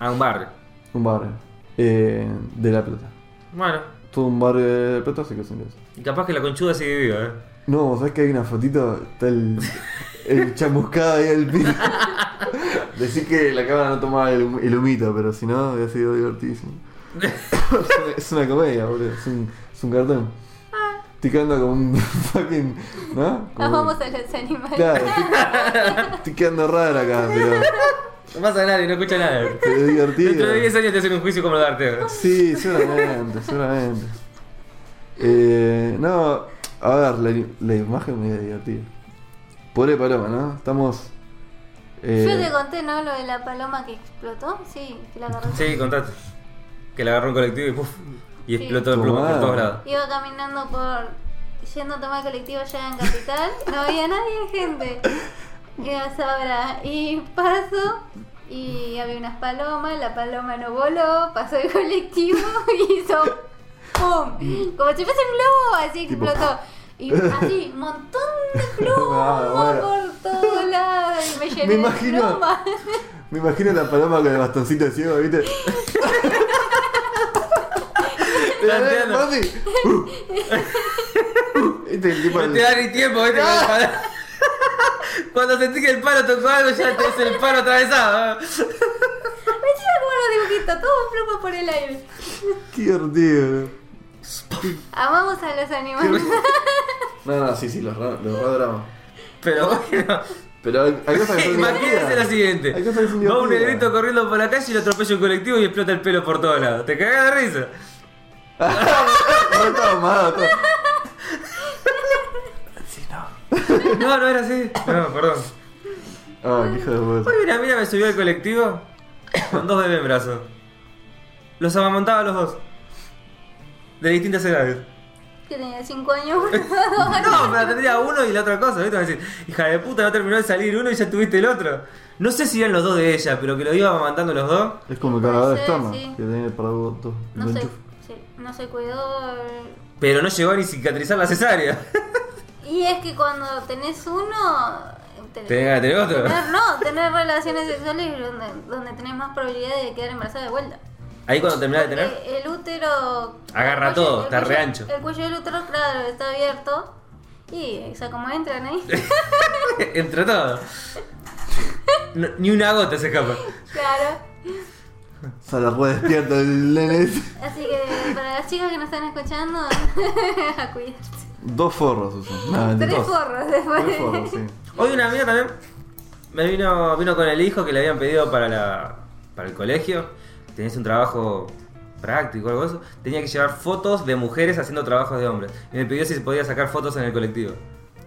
a un barrio.
Un barrio eh, de La Plata.
Bueno,
Todo un barrio de La Plata se quedó sin luz.
y capaz que la conchuda sigue viva, ¿eh?
No, ¿sabes que hay una fotito? Está el,
*laughs*
el chamuscado ahí al piso. Decir que la cámara no tomaba el, hum- el humito, pero si no, había sido
*laughs*
divertidísimo. es, una, es una comedia, boludo. Es un, es un cartón.
Ah.
Estoy quedando como un *laughs* fucking. ¿No? Como-
Amamos a los animales.
*laughs* Claro, estoy, estoy quedando raro acá, pero.
No pasa nada y no escucha nada.
*laughs* Pero es divertido.
Dentro de 10 años te hacen un juicio como lo de Arteo.
Sí, seguramente, seguramente. Eh, no, a ver, la, la imagen me divertida. Pobre paloma, ¿no? Estamos. eh,
Yo te conté, ¿no? Lo de la paloma que explotó. Sí, que la agarró.
Sí, contate. Que la agarró un colectivo y puff. Y
Sí.
explotó el plumón por
Tomá.
todos lados.
Iba caminando por. yendo a tomar colectivo allá en Capital. No había nadie, gente. Y a esa hora. Y paso. Y había unas palomas. La paloma no voló. Pasó el colectivo. *laughs* Y hizo. ¡Pum! Como si fuese un globo. Así que
Tipo,
explotó. Y así, un montón
*laughs*
de plumas
Ah, bueno.
por todos lados. Y me llené
Me imagino.
de plumas.
Me imagino la paloma con el bastoncito de ciego, *laughs* ¿viste? La ve
Planteando.
Mati. *laughs* Uh. Uh. Este es el tipo
No te da
del-
ni tiempo, ¿viste?
Ah.
*laughs* Cuando sentí que el palo tocó algo, ya tenés el palo atravesado.
*laughs*
Me decía como los dibujitos, todos plumas por el aire.
Qué divertido.
Amamos a los animales. *laughs*
No, no, sí, sí, los, ra- los radramas.
Pero bueno,
Pero hay, hay cosas que
*laughs*
son
imagínense lo
divertidas.
siguiente:
Hay cosas que son
va un
divertidas.
negrito corriendo por la calle y lo atropella un colectivo y explota el pelo por todos lados. Te cagás de risa.
*laughs* No, todo mal, todo-
No, no era así. No, perdón.
Ah, qué hijo de puta.
Hoy una mina me subió al colectivo con dos bebés en brazos. Los amamontaba a los dos. De distintas edades.
Que tenía 5 años. *laughs*
No, pero tendría uno y la otra cosa, ¿viste? Me decís, hija de puta, no terminó de salir uno y ya tuviste el otro. No sé si eran los dos de ella, pero que lo iba matando los dos.
Es como el cargador de
Sí,
estómago,
sí.
que tiene para vos dos.
No
dos
se,
enchufes.
sí, no se cuidó. eh.
Pero no llegó a ni cicatrizar la cesárea. *laughs*
Y es que cuando tenés uno. tenés-
Tenés ganas de tener otro.
tener- no, tener relaciones sexuales donde, donde tenés más probabilidad de quedar embarazada de vuelta.
Ahí cuando terminás de tener. *laughs*
Porque El útero.
Agarra
el cuello-
todo,
el
está
cuello-
re ancho.
El cuello del útero, claro, está abierto. Y, o sea, como
*laughs*
entran ahí.
Entre todos. No, ni una gota se escapa.
claro.
Sale re despierto el nene. ese.
Así que para las chicas que nos están escuchando, *laughs* a cuidarse.
Dos forros usan. No, mentira. Dos.
Tres forros después.
Tres forros, sí.
Hoy una amiga también me vino, vino con el hijo que le habían pedido para la. para el colegio. Tenés un trabajo práctico o algo de eso, tenía que llevar fotos de mujeres haciendo trabajos de hombres. Y me pidió si podía sacar fotos en el colectivo.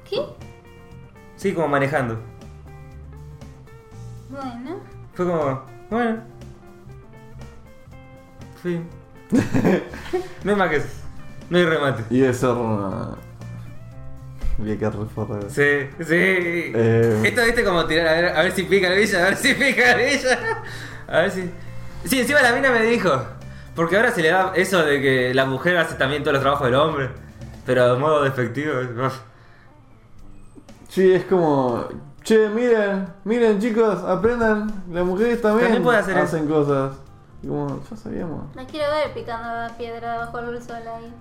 ¿Qué?
Sí, como manejando.
Bueno.
Fue como, bueno. Fin. no hay más que eso. No hay remate.
Y debe ser una. Había que reforrar.
Sí, sí.
Eh.
Esto viste como tirar, a ver, a ver si pica la villa, a ver si pica la villa. A ver si. Sí, encima la mina me dijo. Porque ahora se le da eso de que la mujer hace también todos los trabajos del hombre. Pero de modo despectivo.
Sí, es como. Che, miren, miren chicos, aprendan. Las mujeres también,
También puede hacer
hacen cosas. Y como, ya sabíamos.
La quiero ver picando la piedra bajo el sol
*laughs*
ahí.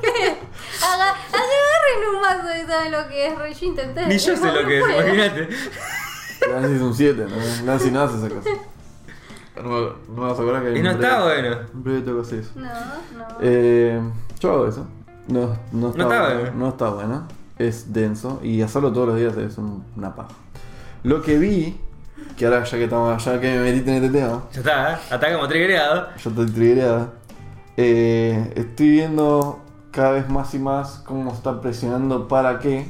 ¿Qué? Haga- Agarren un mazo y saben lo que es. re- Yo intenté.
Ni yo sé
No
lo que es,
puedo.
imagínate.
Nancy es un 7, ¿no? Nancy no hace esas cosas. No, me- *laughs* no me vas a acordar que hay
Y
un
no está
breve-
bueno.
Un breve toque así es.
No, no.
Eh, yo hago eso. No, no está,
No está
bueno.
bueno.
No está bueno. Es denso. Y hacerlo todos los días es un- una paja. Lo que vi, que ahora ya que estamos, ya que me metiste en este tema,
Ya está, ¿eh? Hasta como triggerado.
yo estoy triggerada. eh, estoy viendo cada vez más y más cómo está presionando para que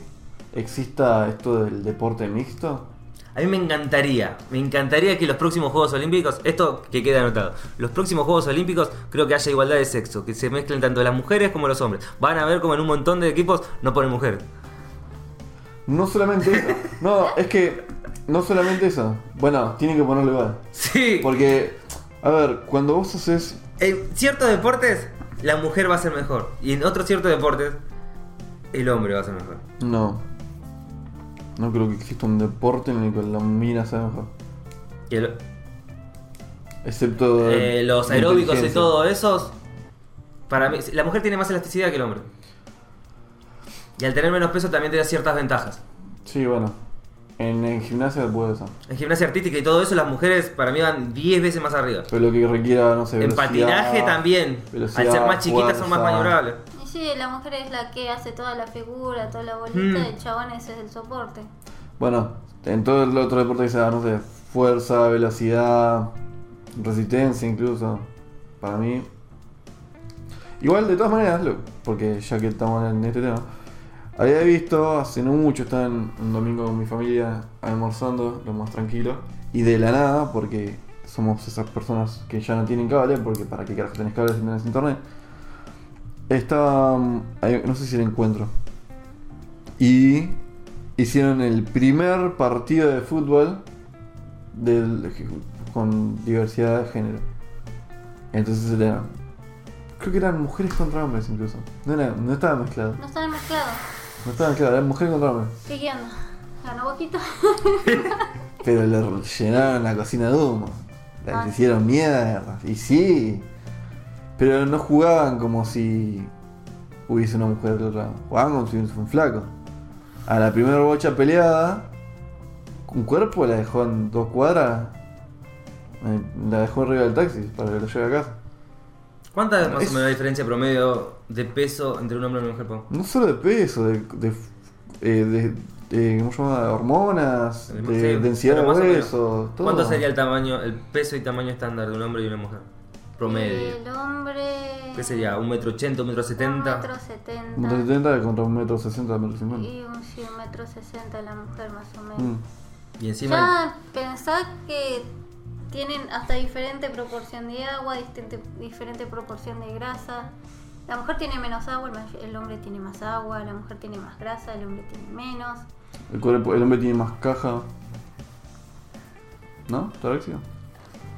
exista esto del deporte mixto.
A mí me encantaría, me encantaría que los próximos Juegos Olímpicos, esto que queda anotado, los próximos Juegos Olímpicos creo que haya igualdad de sexo, que se mezclen tanto las mujeres como los hombres. Van a ver como en un montón de equipos no ponen mujer.
No solamente eso. No, es que no solamente eso. Bueno, tienen que ponerlo igual.
Sí,
Porque, a ver, cuando vos haces
en ciertos deportes la mujer va a ser mejor y en otros ciertos deportes el hombre va a ser mejor.
No. No creo que exista un deporte en el que la mina sea mejor.
Y el-
Excepto.
eh, los aeróbicos y
inteligencia.
todo esos, para mí, la mujer tiene más elasticidad que el hombre. Y al tener menos peso también tiene ciertas ventajas.
Sí, bueno. En, en gimnasia puede ser.
En gimnasia artística y todo eso, las mujeres para mí van 10 veces más arriba.
Pero lo que requiera, no sé.
En
velocidad,
patinaje también.
velocidad,
Al ser más chiquitas son más
fuerza.
maniobrables.
Y sí, la mujer es la que hace toda la figura, toda la bolita,
Mm.
el chabón ese es el soporte.
Bueno, en todo el otro deporte que sea, no sé. Fuerza, velocidad, resistencia incluso. Para mí. Igual, de todas maneras, lo- porque ya que estamos en este tema. Había visto hace no mucho, estaba en- un domingo con mi familia almorzando, lo más tranquilo. Y de la nada, porque somos esas personas que ya no tienen cable, porque para qué carajo tenés cable si tenés internet. Estaba. mm, ahí- No sé si el encuentro. Y. Hicieron el primer partido de fútbol del, con diversidad de género. Entonces eran. Creo que eran mujeres contra hombres incluso. No, era, no estaba mezclado.
No están mezclados.
No estaba claro, era mujer contra hombre.
¿Qué guiando? ¿Ganó Boquita?
Pero le llenaron la cocina de humo. La
Ah.
que hicieron mierda. Y sí. Pero no jugaban como si hubiese una mujer del otro lado. Jugaban como si hubiese un flaco. A la primera bocha peleada, un cuerpo la dejó en dos cuadras. Eh, La dejó arriba del taxi para que lo lleve a casa.
¿Cuánta es más
Es-
o menos la diferencia promedio de peso entre un hombre y una mujer? Pau?
No solo de peso, de. de, eh, de- eh, ¿Cómo se llama? Hormonas,
Sí,
de
pero
densidad de
más o menos.
huesos, todo.
¿Cuánto sería el tamaño, el peso y tamaño estándar de un hombre y una mujer? Promedio.
El hombre.
¿Qué sería? ¿Un metro ochenta, un metro
Un metro
setenta?
Un metro
setenta.
setenta contra un metro sesenta, un metro cincuenta.
Y un, sí, un metro sesenta la mujer más o menos.
Mm.
Y encima...
Ya pensá que tienen hasta diferente proporción de agua, distinte- diferente proporción de grasa. La mujer tiene menos agua, el ma- el hombre tiene más agua, la mujer tiene más grasa, el hombre tiene menos.
El, cuerpo, el hombre tiene más caja. ¿No? ¿Tarexia?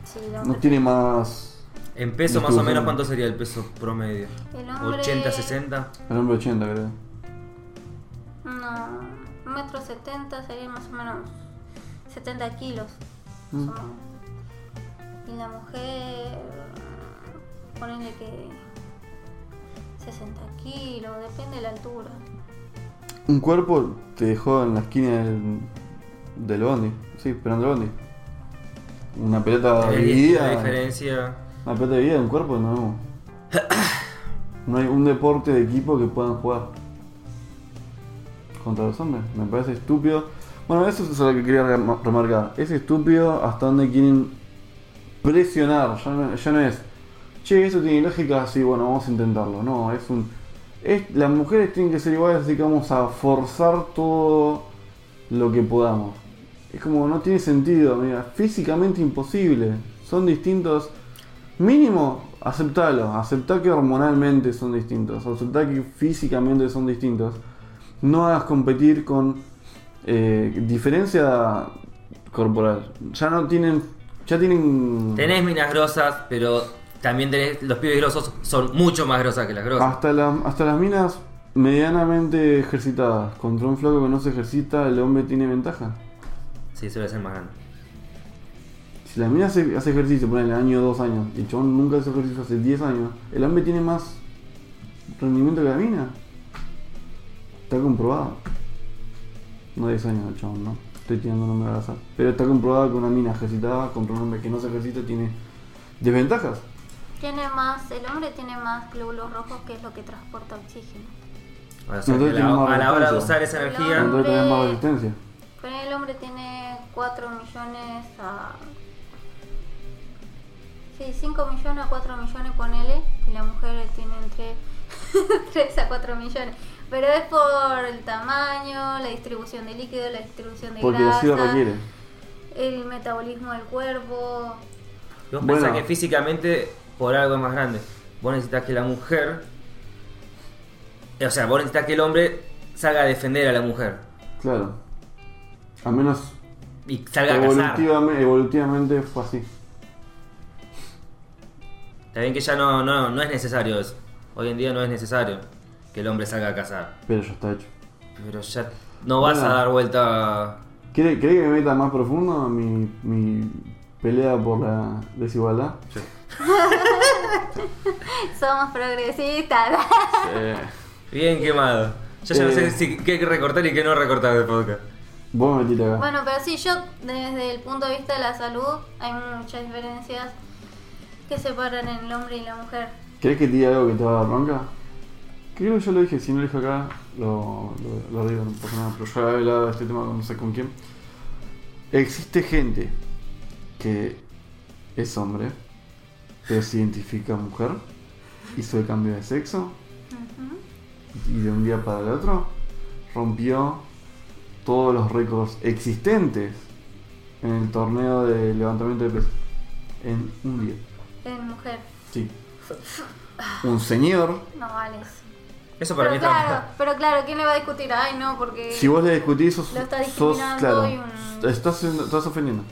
Sí, la
No
mujer-
tiene más.
En peso más o menos, ¿cuánto sería el peso promedio?
el hombre...
¿80, 60?
El hombre 80, creo.
No, un metro setenta sería más o menos 70 kilos.
Mm.
más o menos. Y la mujer, ponele que 60 kilos, depende de la altura.
Un cuerpo te dejó en la esquina del. del bondi. Sí, esperando el bondi. Una pelota
Eh, La
dividida.
diferencia...
Una pelota dividida, un cuerpo, no. no hay un deporte de equipo que puedan jugar. Contra los hombres. Me parece estúpido. Bueno, eso es lo que quería remar- remarcar. Es estúpido hasta dónde quieren presionar, ya no, ya no es, che, eso tiene lógica, sí, bueno, vamos a intentarlo. No, es un... es- las mujeres tienen que ser iguales, así que vamos a forzar todo lo que podamos. Es como, no tiene sentido, mira, físicamente imposible, son distintos. Mínimo, aceptalo, aceptá que hormonalmente son distintos, aceptá que físicamente son distintos. No hagas competir con eh, diferencia corporal. Ya no tienen, ya tienen...
Tenés minas grosas, pero también tenés. Los pibes grosos son mucho más grosas que las grosas.
Hasta, la- hasta las minas medianamente ejercitadas. Contra un flaco que no se ejercita, el hombre tiene ventaja. Ah.
Sí, suele ser más grande.
Si la mina hace, hace ejercicio, ponele año dos años, y el chabón nunca hace ejercicio hace 10 años, el hombre tiene más rendimiento que la mina. Está comprobado. No 10 años el chabón, no. Estoy tirando un nombre al azar. Pero está comprobado que una mina ejercitada contra un hombre que no se ejercita tiene desventajas.
Tiene más, el hombre tiene más glóbulos rojos que es lo que transporta oxígeno.
O sea,
Entonces
que a la-
tenemos
a la hora de
resistencia.
usar esa energía.
Entonces tenés más resistencia.
Pero el hombre tiene 4 millones a... Sí, 5 millones a 4 millones, ponele. Y la mujer tiene entre *laughs* 3 a 4 millones. Pero es por el tamaño, la distribución de líquido, la distribución de
Porque así lo
grasa,
requiere.
el metabolismo del cuerpo. *laughs*
Vos
Bueno.
pensás que físicamente por algo es más grande. Vos necesitas que la mujer. O sea, vos necesitas que el hombre salga a defender a la mujer.
Claro. A menos
Y salga a cazar.
evolutivamente, evolutivamente fue así.
Está bien que ya no, no, no es necesario eso. Hoy en día no es necesario que el hombre salga a cazar.
Pero ya está hecho.
Pero ya no vas
Bueno.
a dar vuelta.
¿Quiere, quiere que me meta más profundo en mi, mi pelea por la desigualdad?
Somos progresistas. *laughs*
Bien quemado. Yo ya no sé
Eh.
si, qué recortar y qué no recortar de podcast.
Vos me metiste acá.
Bueno, pero sí, yo desde el punto de vista de la salud hay muchas diferencias que separan en el hombre y la mujer.
¿Querés que te diga algo que te va a dar bronca? Creo que yo lo dije, si no lo dije acá, lo, lo, lo digo, no pasa nada, pero yo he hablado de este tema con no sé con quién. Existe gente que es hombre, pero se identifica mujer, hizo el cambio de sexo y de un día para el otro rompió todos los récords existentes en el torneo de levantamiento de peso en un día.
En mujer,
Sí. Un señor,
no vale eso.
Eso para
Pero
mí
claro,
está.
pero claro, ¿quién le va a discutir? Ay, no, porque...
si vos le discutís, sos,
Lo está
sos-
discriminando
claro,
y un-
estás, siendo- estás ofendiendo.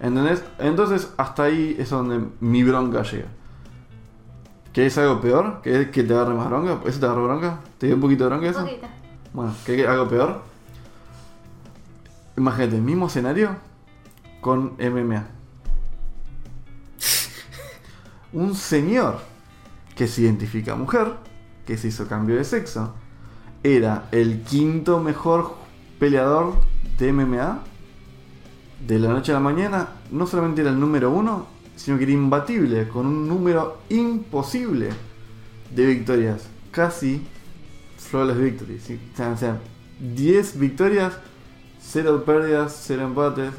¿Entendés? Entonces, hasta ahí es donde mi bronca llega. ¿Querés algo peor? ¿Querés que te agarre más bronca? ¿Eso te agarró bronca? ¿Te dio un poquito de bronca eso?
Poquita.
Bueno, ¿querés que algo peor? Imagínate, mismo escenario con MMA. Un señor que se identifica mujer, que se hizo cambio de sexo, era el quinto mejor peleador de MMA. De la noche a la mañana, no solamente era el número uno, sino que era imbatible, con un número imposible de victorias. Casi flawless victory. ¿sí? O sea, o sea, 10 victorias, 0 pérdidas, 0 empates.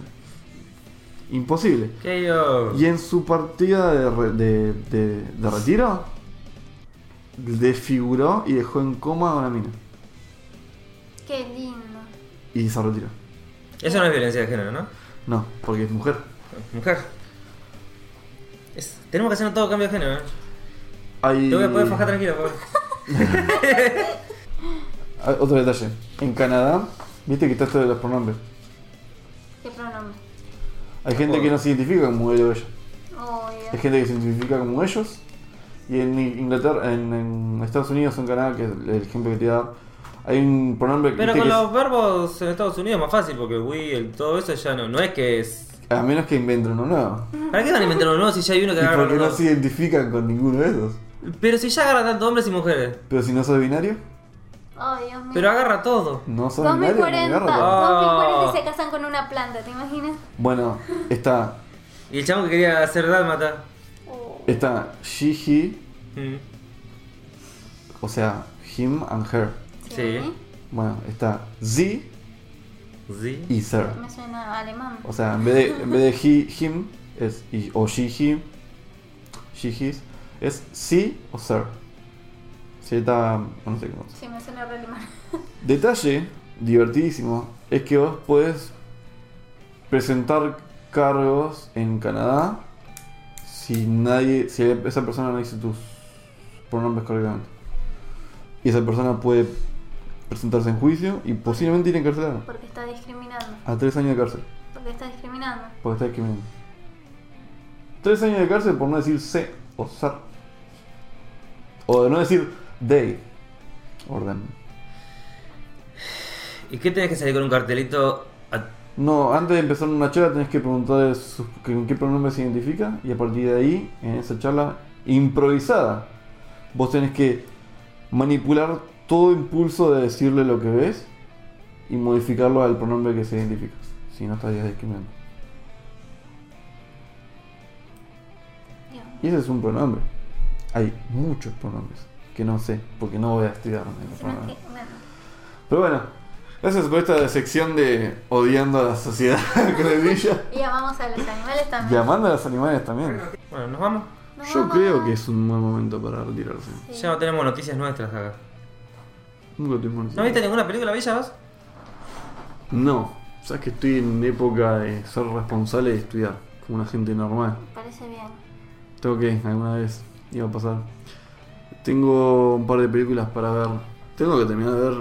Imposible.
Que yo.
Y en su partida de, re- de- de- de retiro, desfiguró y dejó en coma a una mina.
Qué lindo.
Y se retiró.
Eso no es violencia de género, ¿no?
No, porque es mujer.
Mujer. Es- tenemos que hacer un todo cambio de género. ¿eh?
Hay...
Te voy a
Mm.
poder fajar tranquilo,
*laughs*
por favor.
Ah, Otro detalle. En Canadá, viste que está esto de los pronombres.
Qué pronombre.
Hay gente que no se identifica como él o ella.
Oh, Dios.
Hay gente que se identifica como ellos. Y en Inglaterra, en, en Estados Unidos, en Canadá, que es el ejemplo que te voy a dar, hay un pronombre
Pero
viste
con
que es-
los verbos en Estados Unidos es más fácil porque we, el todo eso ya no, no es que es.
A menos que inventen uno nuevo.
¿Para qué van a inventar uno nuevo si ya hay uno que
Y
agarra
porque
los
no
dos?
se identifican con ninguno de esos.
Pero si ya agarra tanto hombres y mujeres.
Pero si no sos binario,
Oh, Dios mío.
Pero agarra todo.
no sos binario. no
2040,
agarra.
Ah.
2040 se casan con una planta, ¿te imaginas?
Bueno, está,
Y el chamo que quería hacer dálmata.
Oh.
está she, he,
Mm.
o sea, him and her.
Sí.
Bueno, está z
Sí.
y sir.
Me suena a alemán.
O sea, en vez de, en vez de he, him, es, y- o Shiji, Shijis, es si o ser. Z, no sé cómo.
Sí, me suena re alemán. *laughs*
Detalle divertidísimo es que vos podés presentar cargos en Canadá si nadie, si esa persona no dice tus pronombres correctamente. Y esa persona puede presentarse en juicio y posiblemente ir encarcelada
Porque está discriminando.
a tres años de cárcel
Porque está discriminando.
porque está discriminando. Tres años de cárcel por no decir se o ser. O de no decir they. Orden.
¿Y qué tenés que salir con un cartelito? a-
No, antes de empezar una charla tenés que preguntar sus- con qué pronombre se identifica y a partir de ahí, en esa charla improvisada, vos tenés que manipular todo impulso de decirle lo que ves y modificarlo al pronombre que se identifica. Si no estarías discriminando.
Dios.
Y ese es un pronombre. Hay muchos pronombres que no sé, porque no voy a estudiarme. los
Si no
pronombres.
es que- bueno.
Pero bueno, gracias por esta sección de odiando a la sociedad *laughs* criolla.
Y llamamos a los animales también.
Llamando a los animales también.
Bueno, nos vamos.
Nos
Yo
vamos.
creo que es un buen momento para retirarse.
Sí.
Ya no tenemos noticias nuestras acá.
Nunca tuvimos
¿No viste ninguna película bella vos?
No, sabes que estoy en época de ser responsable y estudiar, como una gente normal.
Parece bien.
Tengo que, alguna vez iba a pasar. Tengo un par de películas para ver. Tengo que terminar de ver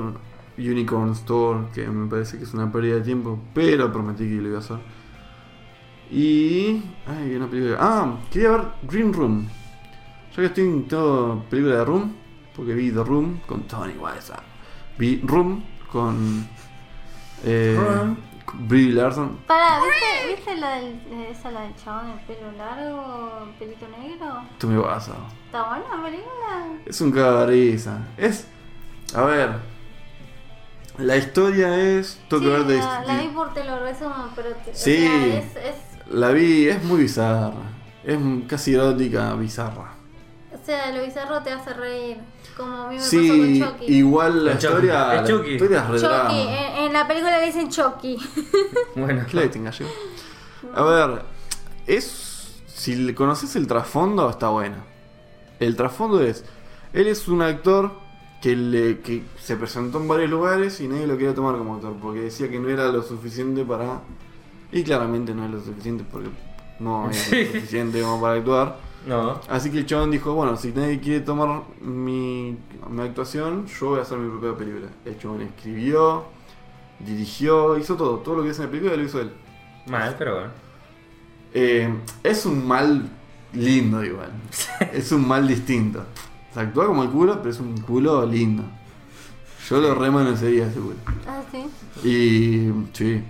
Unicorn Store, que me parece que es una pérdida de tiempo, pero prometí que lo iba a hacer. Y. Ay, una película. Ah, quería ver Green Room. Ya que estoy en todo película de Room, porque vi The Room con Tony Wise. Vi Room con. Eh,
Room.
Brie Larson.
Pará, ¿viste, ¿viste la del, de esa la del chabón el pelo largo, pelito negro?
Tú me vas a.
¿Está buena la película?
Es un cagarisa. Es. A ver. La historia es. Tengo que ver de.
la, la
de-
vi por te lo resumo, pero te- o
Sí.
sea, es, es-
la vi, es muy bizarra. Es casi erótica, bizarra.
o sea, lo bizarro te hace reír, como a mí me
Sí,
pasó con Chucky.
igual la
Con Chucky.
historia.
Es
la
Chucky.
historia es re
Chucky, eh,
drama.
en, en la película le dicen
*laughs*
Chucky.
Bueno,
¿Qué le tenga yo? A ver. Es. Si le conoces el trasfondo, está buena. El trasfondo es. Él es un actor que, le, que se presentó en varios lugares y nadie lo quería tomar como actor porque decía que no era lo suficiente para. Y claramente no es lo suficiente porque no es
Sí.
lo suficiente como para actuar.
*laughs* no.
Así que el chabón dijo: Bueno, si nadie quiere tomar mi, mi actuación, yo voy a hacer mi propia película. El chabón escribió, dirigió, hizo todo. Todo lo que hizo en la película lo hizo él.
Mal, pero bueno.
Eh, es un mal lindo igual. es un mal distinto. O sea, actúa como el culo, pero es un culo lindo. Yo lo remo en ese día ese culo.
ah, sí.
Y sí.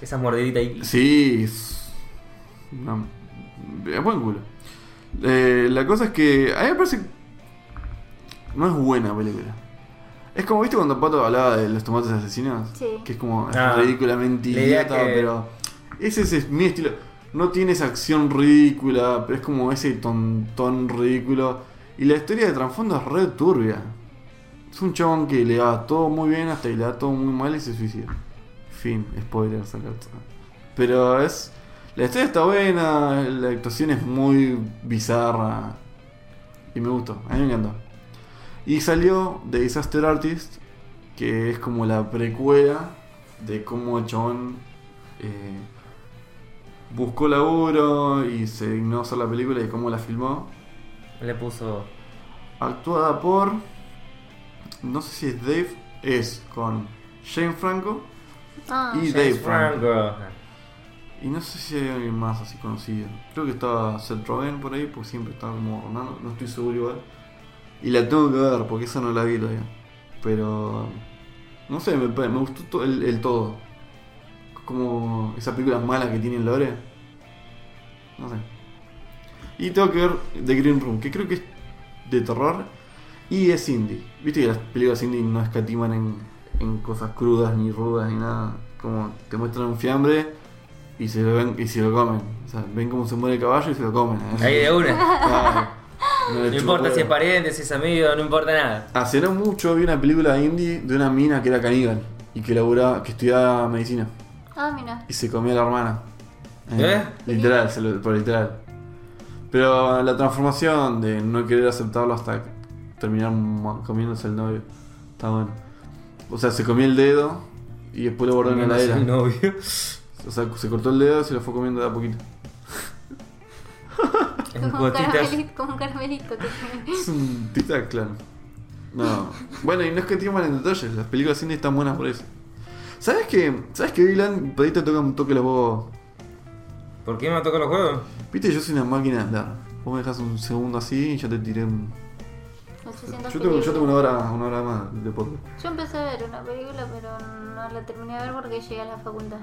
Esas mordiditas ahí.
Sí. Es, una- es buen culo. Eh, la cosa es que. A mí me parece. No es buena película. Es como, ¿viste cuando Pato hablaba de los tomates asesinos?
Sí.
Que es como es
Ah,
ridículamente
la idea
idiota,
que-
pero. Ese es, es mi estilo. No tiene esa acción ridícula, pero es como ese tontón ridículo. Y la historia de trasfondo es re turbia. Es un chabón que le va todo muy bien hasta que le da todo muy mal y se suicida. Fin, spoiler, sacarte. Pero es. La historia está buena, la actuación es muy bizarra. Y me gustó, a mí me encantó. Y salió The Disaster Artist, que es como la precuela de cómo el chabón eh, buscó laburo y se dignó a hacer la película y cómo la filmó.
Le puso.
Actuada por. No sé si es Dave, es con Shane Franco
Ah,
y Dave
James
Franco.
Franco.
Y no sé si hay alguien más así conocido. Creo que estaba Seth Rogen por ahí, porque siempre estaba como rondando, no estoy seguro igual. Y la tengo que ver, porque esa no la vi todavía. Pero. No sé, me, me gustó to- el, el todo. Como esas películas malas que tienen Lore. No sé. Y tengo que ver The Green Room, que creo que es de terror y es indie. Viste que las películas indie no escatiman en, en cosas crudas, ni rudas, ni nada. Como te muestran un fiambre y se lo, ven, y se lo comen. O sea, ven cómo se muere el caballo y se lo comen. ¿eh?
Ahí de una.
Claro. No, le
No
chupo
importa
huevo.
si es pariente, si es amigo, no importa nada.
Hace no mucho vi una película indie de una mina que era caníbal y que labura, que estudiaba medicina
ah, mira.
y se comió a la hermana.
¿Eh?
Literal, se lo- por literal. Pero la transformación de no querer aceptarlo hasta terminar ma- comiéndose el novio. Está bueno. O sea, se comió el dedo y después lo guardó en la
Comiéndose el
heladera.
novio.
O sea, se cortó el dedo y se lo fue comiendo de a poquito.
En
Como un,
gotitas.
caramelito, como un caramelito que tiene.
Es *laughs* un tic-tac, claro. No. Bueno, y no es que tengan en detalles, las películas indie están buenas por eso. ¿Sabes que ¿Sabes que Dylan? Por ahí te toca un toque los huevos.
¿Por qué me tocan los juegos?
Viste, yo soy una máquina de hablar. Vos me dejas un segundo así y ya te tiré un.
800
Yo tengo, yo tengo
películas.
una hora, una hora más de podcast.
Yo empecé a ver una película, pero no la terminé de ver porque llegué a la facultad.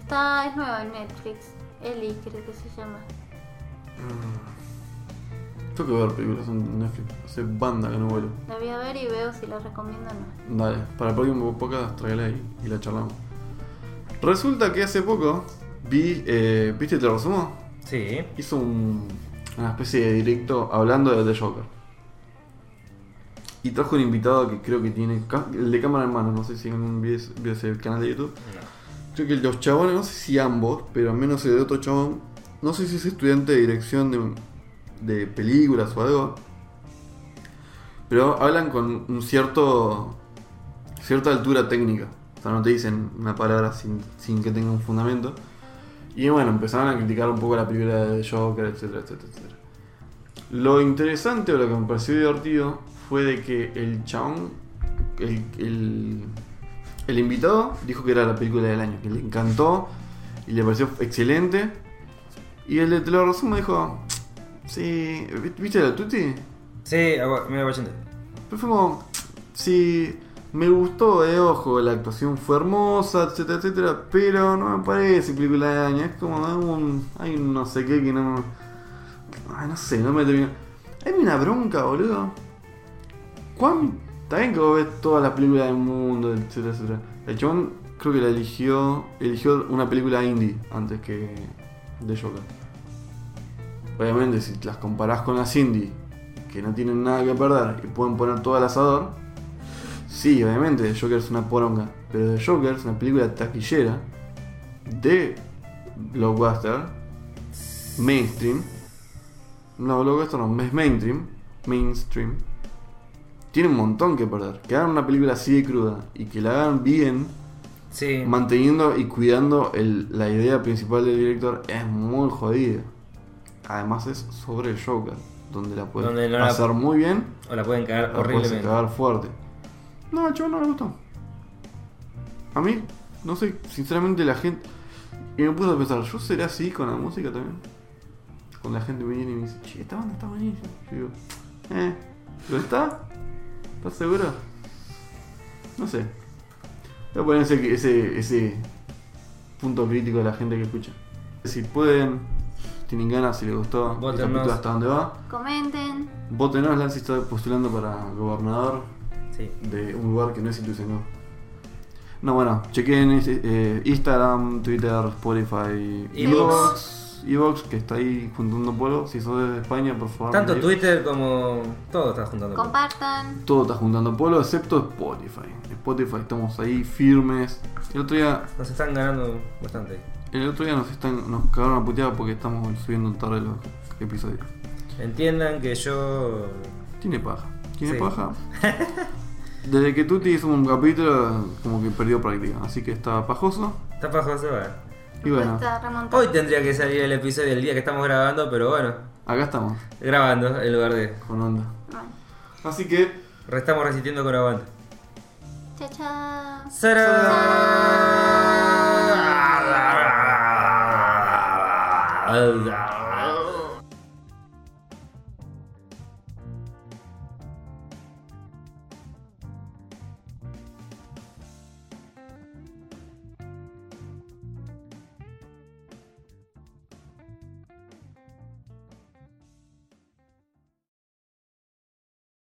Está, es nueva en Netflix. Eli, creo que se llama.
Tengo que ver películas en Netflix. Hace banda que no vuelo.
La voy a ver y veo si la recomiendo o no.
Dale, para el próximo podcast tráigala y, y la charlamos. Resulta que hace poco vi. eh, ¿Viste? Te lo resumo.
Sí.
Hizo un- una especie de directo hablando de The Joker. Y trajo un invitado que creo que tiene. ca- El de cámara en mano, no sé si en vi ese, vi ese canal de YouTube. Creo que los chabones, no sé si ambos, pero al menos el de otro chabón, no sé si es estudiante de dirección de, de películas o algo, pero hablan con un cierto. cierta altura técnica. O sea, no te dicen una palabra sin, sin que tenga un fundamento. Y bueno, empezaron a criticar un poco la película de Joker, etcétera, etcétera, etcétera. Lo interesante o lo que me pareció divertido fue de que el chabón, el, el, el invitado, dijo que era la película del año, que le encantó y le pareció excelente. Y el de Te lo resumo dijo: Sí, ¿viste la Tuti?
Sí, agu- me voy a
Pero fue como, sí, me gustó de ojo, la actuación fue hermosa, etcétera, etcétera, pero no me parece película de año, es como hay un, hay un no sé qué que no... Ay, no sé, no me termina... Hay una bronca, boludo. ¿Cuán? Está bien que vos ves todas las películas del mundo, etcétera, etcétera. El chabón creo que la eligió, eligió una película indie antes que de Joker. Obviamente, si las comparás con las indie, que no tienen nada que perder y pueden poner todo al asador, sí, obviamente, The Joker es una poronga. Pero The Joker es una película taquillera de blockbuster, mainstream. No, blockbuster no, es mainstream. Mainstream. Tiene un montón que perder. Que hagan una película así de cruda y que la hagan bien,
Sí.
manteniendo y cuidando el- la idea principal del director, es muy jodido. Además es sobre el Joker, donde la puede
Donde no la-
hacer muy bien
O la pueden cagar
la puedes
horriblemente.
cagar fuerte. No, al chaval no le gustó. A mí, no sé, sinceramente la gente. Y me puse a pensar, ¿yo seré así con la música también? Cuando la gente me viene y me dice, che, esta banda está buenísima. Yo digo, eh, ¿lo está? ¿Estás seguro? No sé. Voy a poner ese, ese, ese punto crítico de la gente que escucha. Si pueden, tienen ganas, si les gustó, el
Voten
capítulo
más.
hasta dónde va.
Comenten.
Votenos, Lance está postulando para gobernador
Sí.
de un lugar que no es Ituzaingó. No, bueno, chequen este, eh, Instagram, Twitter, Spotify,
Evox.
Evox, Evox, que está ahí juntando polvo. Si sos de España, por favor.
Tanto
mirá.
Twitter como. Todo está juntando.
Compartan.
Todo está juntando polvo, excepto Spotify. Spotify estamos ahí firmes. El otro día,
Nos están ganando bastante.
el otro día nos están, nos cagaron a puteada porque estamos subiendo tarde los episodios.
Entiendan que yo.
Tiene paja. Tiene
Sí.
paja. Desde que Tuti hizo un capítulo, como que perdió práctica. Así que está pajoso.
Está pajo se va.
Y bueno,
Cuesta remontar.
Hoy tendría que salir el episodio del día que estamos grabando, pero bueno.
acá estamos,
Grabando en lugar de.
con onda.
Bueno,
Así que,
Estamos resistiendo con aguante.
Chao, chao.
¡Sara!